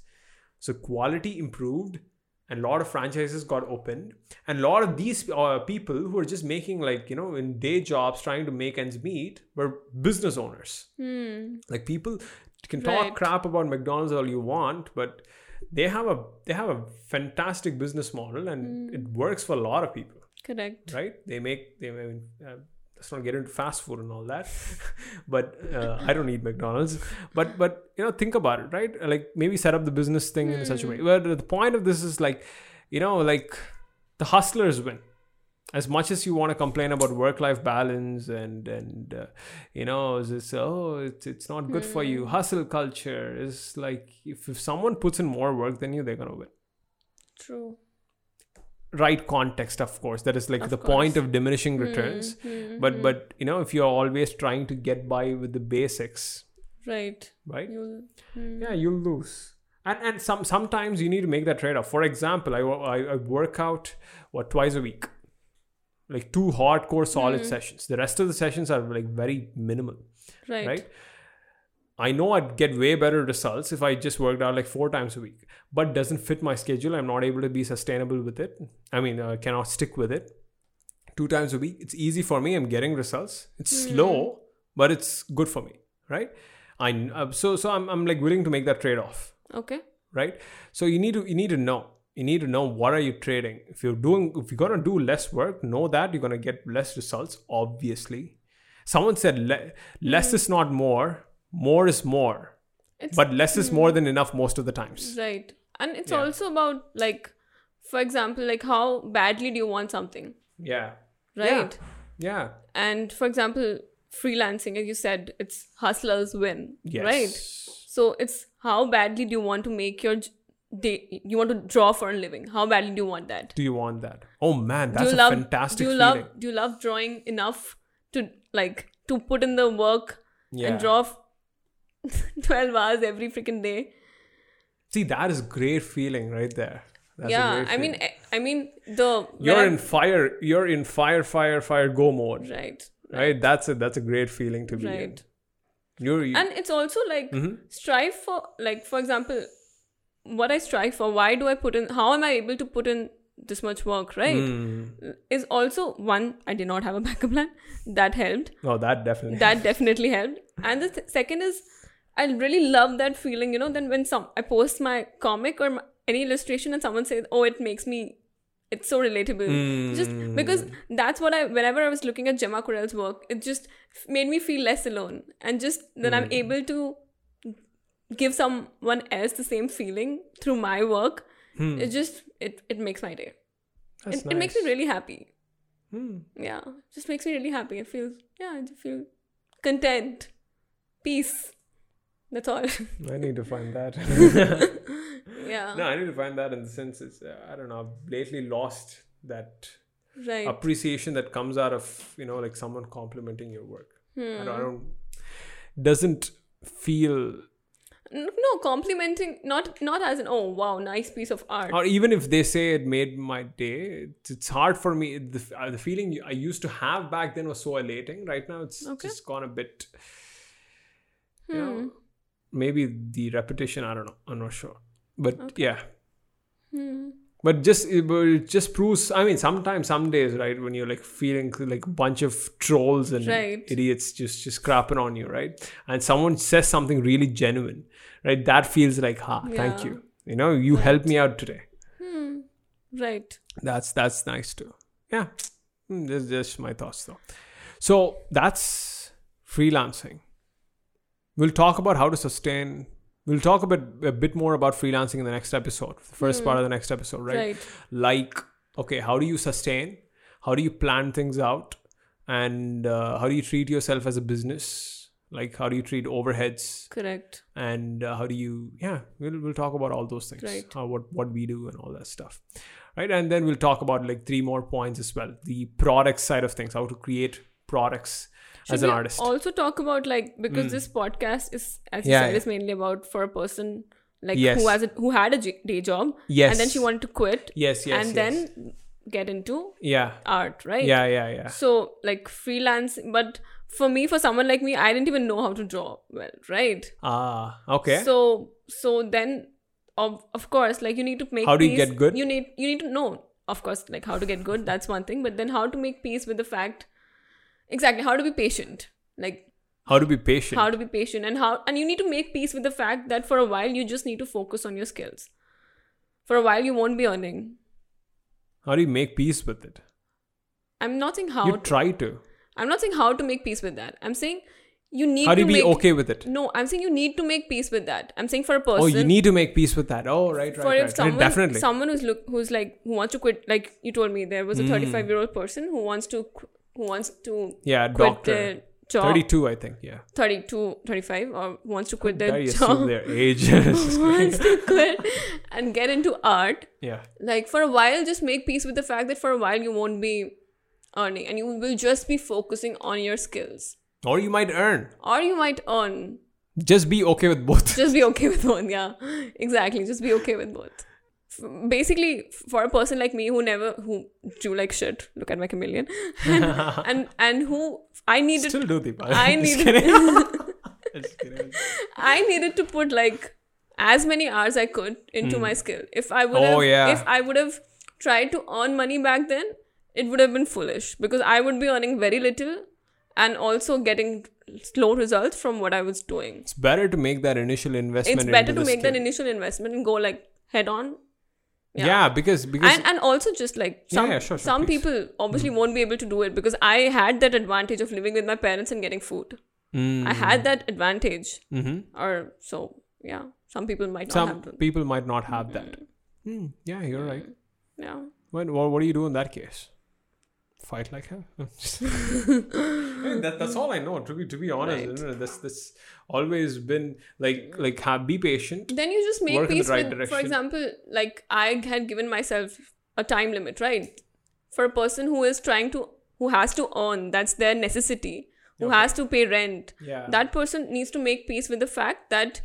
So quality improved, and a lot of franchises got opened, and a lot of these uh, people who are just making like you know in day jobs trying to make ends meet were business owners. Like people can talk
Right.
crap about McDonald's all you want, but they have a they have a fantastic business model and it works for a lot of people,
correct
right? They make they I mean, uh, let's not get into fast food and all that, (laughs) but uh, I don't eat McDonald's. But but you know think about it, right? Like maybe set up the business thing in such a way. But the point of this is like, you know, like the hustlers win as much as you want to complain about work-life balance and and uh, you know is this oh it's it's not good for you hustle culture is like if, if someone puts in more work than you they're gonna win
true
right context of course that is like
Of
the
course. Hmm,
point of diminishing returns but but you know if you're always trying to get by with the basics
right
right
you'll
yeah you'll lose and and some sometimes you need to make that trade-off for example i, wo- I, I work out what twice a week like two hardcore solid
Hmm.
sessions the rest of the sessions are like very minimal
right
right, i know i'd get way better results if i just worked out like four times a week but doesn't fit my schedule i'm not able to be sustainable with it i mean i cannot stick with it two times a week it's easy for me i'm getting results it's slow but it's good for me right i uh, so so I'm, I'm like willing to make that trade-off
okay
right so you need to you need to know you need to know what are you trading if you're doing if you're going to do less work know that you're going to get less results obviously someone said le-
Hmm.
less is not more more is more
It's-
but less is
Hmm.
more than enough most of the times
Right. And it's
Yeah.
also about like for example, like how badly do you want something?
yeah
Right.
yeah
And for example, freelancing, as you said, it's hustlers win.
yes
Right. So it's how badly do you want to make your j- day you want to draw for a living? How badly do you want that?
do you want that oh man that's
do you
a
love
fantastic
do you
feeling
love do you love drawing enough to like to put in the work
yeah
and draw f- (laughs) 12 hours every freaking day?
see that is great feeling right there that's a
yeah,
great
I mean
feeling.
I, I mean the when
you're
I-
in fire you're in fire fire fire go mode right,
right.
that's a that's a great feeling to be in
right
you're you- Mm-hmm.
and it's also like strive for like for example what i strive for why do i put in how am i able to put in this much work right
mm.
is also one i did not have a backup plan that helped
no Oh, that definitely (laughs)
that definitely helped and the th- second is i really love that feeling you know then when some i post my comic or my, any illustration and someone says oh it makes me it's so relatable
Mm.
just because that's what i whenever i was looking at gemma Corell's work it just f- made me feel less alone and just that i'm
Mm.
able to give someone else the same feeling through my work
Hmm.
it just it, it makes my day
Mm. That's
it, it makes me
nice.
really happy
Hmm.
yeah just makes me really happy i feel yeah i feel content peace that's all (laughs)
I need to find that.
yeah
no, I need to find that in the sense it's uh, I don't know. I've lately lost that
right
appreciation that comes out of you know like someone complimenting your work. I,
Hmm.
don't, I don't doesn't feel
N- no complimenting not not as an oh wow nice piece of art
or even if they say it made my day it's, it's hard for me the, f- uh, the feeling i used to have back then was so elating right now it's
Okay. Hmm.
just gone a bit you know maybe the repetition i don't know i'm not sure but yeah
Hmm.
but just it but it just proves i mean sometimes some days right when you're like feeling like a bunch of trolls and
Right.
idiots just just crapping on you right and someone says something really genuine right that feels like ha thank
Yeah.
you you know you helped me out today
right
that's that's nice too yeah Mm, that's just my thoughts though so that's freelancing we'll talk about how to sustain we'll talk about a bit more about freelancing in the next episode the first part of the next episode right?
Right.
like okay how do you sustain how do you plan things out and uh, how do you treat yourself as a business like how do you treat overheads
correct
and uh, how do you yeah we'll, we'll talk about all those things
Right.
how, what what we do and all that stuff right and then we'll talk about like three more points as well the product side of things how to create products as
Should
an
we
artist Mm.
also talk about like because this podcast is as you
Yeah,
said
yeah.
is mainly about for a person like
Yes.
who has a, who had a j- day job
Yes.
and then she wanted to quit
yes yes
and
yes.
then get into
yeah
art right
yeah yeah yeah
so like freelance but for me for someone like me i didn't even know how to draw well right
ah okay
so so then of, of course like you need to make
How do you
peace-
get good?
you need you need to know of course like how to get good that's one thing but then how to make peace with the fact exactly how to be patient like
how to be patient
how to be patient and how and you need to make peace with the fact that for a while you just need to focus on your skills for a while you won't be earning
how do you make peace with it
i'm not saying how
you
to,
try to
i'm not saying how to make peace with that i'm saying you need
how do
to
you be
make
okay with it
No, I'm saying you need to make peace with that. I'm saying for a person.
oh you need to make peace with that oh right right,
for
right.
if someone,
definitely
someone who's look, who's like who wants to quit. Like you told me, there was
Hmm.
a 35 year old person who wants to qu- who wants to
yeah
quit
doctor
their job.
32 i think yeah
32, 35, or who wants to quit
Dare
their
you
job.
assume their age
(laughs)
Just
who
kidding.
(laughs) wants to quit and get into art.
yeah
Like for a while, just make peace with the fact that for a while you won't be earning, and you will just be focusing on your skills,
or you might earn
or you might earn.
just be okay with both
just be okay with one yeah exactly just be okay with both F- basically for a person like me who never who drew like shit look at my chameleon (laughs)
(laughs)
and and, and who i needed
still do the
i
Just
needed
kidding.
(laughs)
(laughs) Just kidding.
i needed to put like as many hours i could into my skill if i would
Hmm. Oh,
have
yeah.
if i would have tried to earn money back then it would have been foolish because i would be earning very little and also getting slow results from what i was doing
it's better to make that initial investment
it's better
into
to
the
make that
skill.
initial investment and go like head on
Yeah, because because
and and also just like
Yeah,
some
yeah, sure, sure,
some
please.
people obviously won't be able to do it because I had that advantage of living with my parents and getting food. I
Hmm.
had that advantage,
Mhm.
or so yeah. Some people might not
some
have to. Mm-hmm.
people might not have that. Hmm. yeah, you're right.
Yeah,
When, what, what do you do in that case? Fight like hell. (laughs) Hey, that, that's all I know. To be to be honest,
Right.
you know, this this always been like like have, be patient.
then you just make
Work in the
peace
right
with. For
direction.
example, like I had given myself a time limit, right? For a person who is trying to, who has to earn, that's their necessity. Who
Okay.
has to pay rent,
Yeah.
that person needs to make peace with the fact that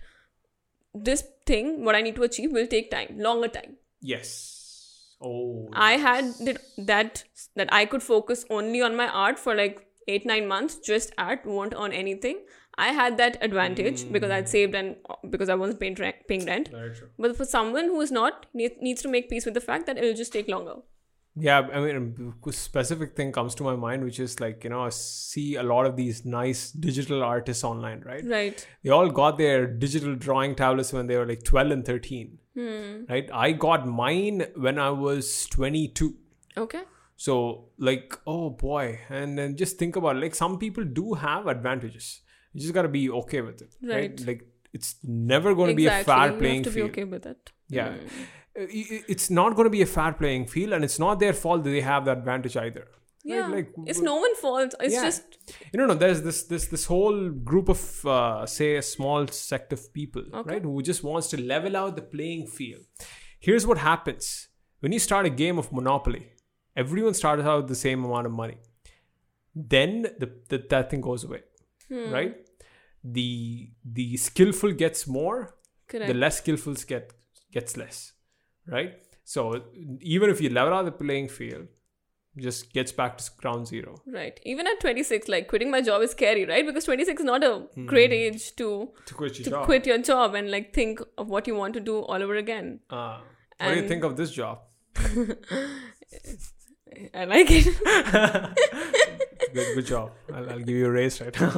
this thing what i need to achieve will take time longer time
yes. Oh.
i had that that, that i could focus only on my art for like 8 9 months just art won't earn anything i had that advantage
Hmm.
because i'd saved and uh, because i wasn't paying rent, paying rent
Very true.
but for someone who is not need, needs to make peace with the fact that it will just take longer
Yeah, I mean, a specific thing comes to my mind, which is like you know, I see a lot of these nice digital artists online, right?
right
They all got their digital drawing tablets when they were like twelve and thirteen,
Hmm.
right? I got mine when I was twenty-two.
okay
So, like, oh boy. And then just think about it. Like, some people do have advantages. You just got to be okay with it. Right.
Right.
Like, it's never going to be a
exactly
fair
you
playing
have to be
field.
okay Mm. with it
Yeah. Uh, i- i- It's not going to be a fair playing field, and it's not their fault that they have the advantage either.
yeah
Right? Like,
it's no one fault it's
Yeah.
just
you know, no, there's this this this whole group of uh, say a small sect of people, right, who just wants to level out the playing field. Here's what happens when you start a game of Monopoly. Everyone starts out with the same amount of money. Then the, the that thing goes away,
Hmm.
right? The the skillful gets more,
correct
the less skillful get gets less, right? So even if you level out the playing field, just gets back to ground zero.
Right. Even at 26, like quitting my job is scary, right? Because 26 is not a
Hmm.
great age to
To quit your
to
job.
quit your job and like think of what you want to do all over again. (laughs)
Uh, what do you
And-
think of this
(laughs)
job?
I like it.
Good,
(laughs)
good job. I'll, I'll give you a raise right now.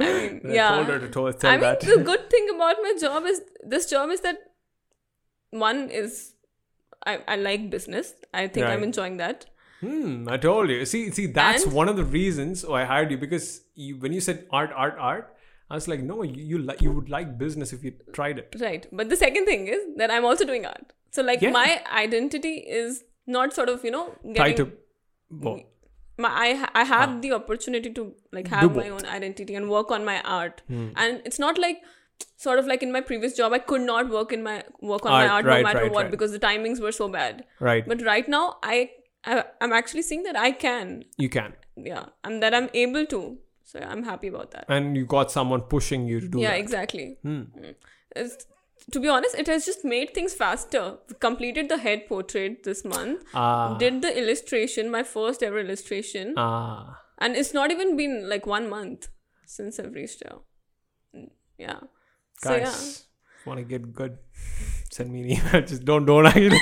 I mean,
(laughs) I told her
yeah.
to tell, tell
I mean,
that.
the good thing about my job is this job is that one is I, I like business. I think I'm
Right.
enjoying that.
Hmm, I told you. See, see, that's
And-
one of the reasons why I hired you because you, when you said art, art, art, I was like, no, you you, li- you would like business if you tried it.
Right. But the second thing is that I'm also doing art. So like
Yeah.
my identity is not sort of, you know, getting
Tied to both.
my I, ha- I have the opportunity to like
Ah. Do
have my
both. Hmm.
own identity and work on my art and it's not like sort of like in my previous job i could not work in my work on
Art,
my art
right,
no matter
right,
what
right.
because the timings were so bad
Right.
but right now I, I i'm actually seeing that i can
you can,
yeah and that i'm able to so i'm happy about that
and you got someone pushing you to do
yeah
that. Hmm.
exactly Mm. It's, to be honest it has just made things faster completed the head portrait this month
Ah,
did the illustration my first ever illustration
ah,
and it's not even been like one month since I've reached out. Mm, Yeah. So
guys,
yeah.
want to get good? Send me an email. (laughs) Just don't don't. actually.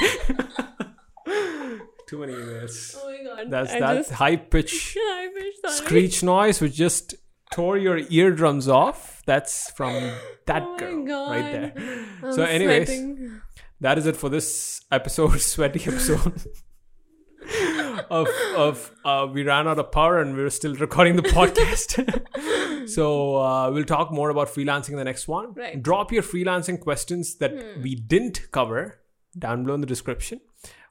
Too many emails.
Oh my god.
That's
I
that
Just, (laughs)
high pitch
I wish sorry.
screech noise which just tore your eardrums off. That's from that
Oh my
girl right
God.
there.
I'm
so, anyways,
sweating.
that is it for this episode, (laughs) sweaty episode. (laughs) of of uh, we ran out of power and we were still recording the podcast. (laughs) so uh, we'll talk more about freelancing in the next one.
Right. Hmm.
Drop your freelancing questions that we didn't cover down below in the description.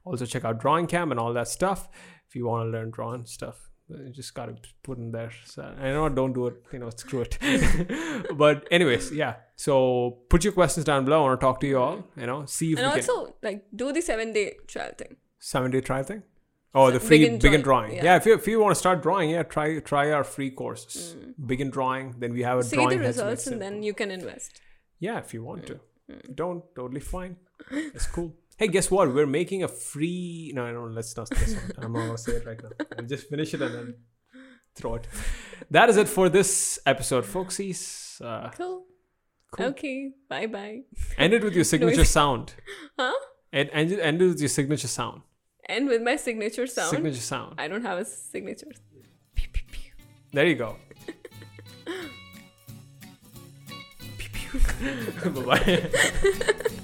Also check out Drawing Cam and all that stuff if you want to learn drawing stuff. You just gotta put in there. So I know don't do it. You know, (laughs) screw it. (laughs) but anyways, yeah. So put your questions down below. I want to talk to you all. You know, see if
and
we can
also like do the seven day trial thing.
seven day trial thing oh the
So
free begin,
begin
drawing
drawing,
yeah.
yeah.
if you if you want to start drawing yeah try try our free courses begin drawing then we have a
Mm. See
drawing
the
that's made
results and
simple.
then you can invest.
yeah if you want to If you
Mm.
don't
(laughs)
totally fine it's cool hey guess what we're making a free no no let's not this one. i'm not gonna say it right now i'll just finish it and then throw it that is it for this episode folksies uh
Cool.
Cool.
Okay. Bye bye.
end it
(laughs)
with your signature sound
Huh?
and end, it- end it with your signature sound
And with my signature sound.
signature sound
I don't have a signature.
There you
(laughs)
go. (laughs) bye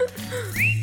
bye.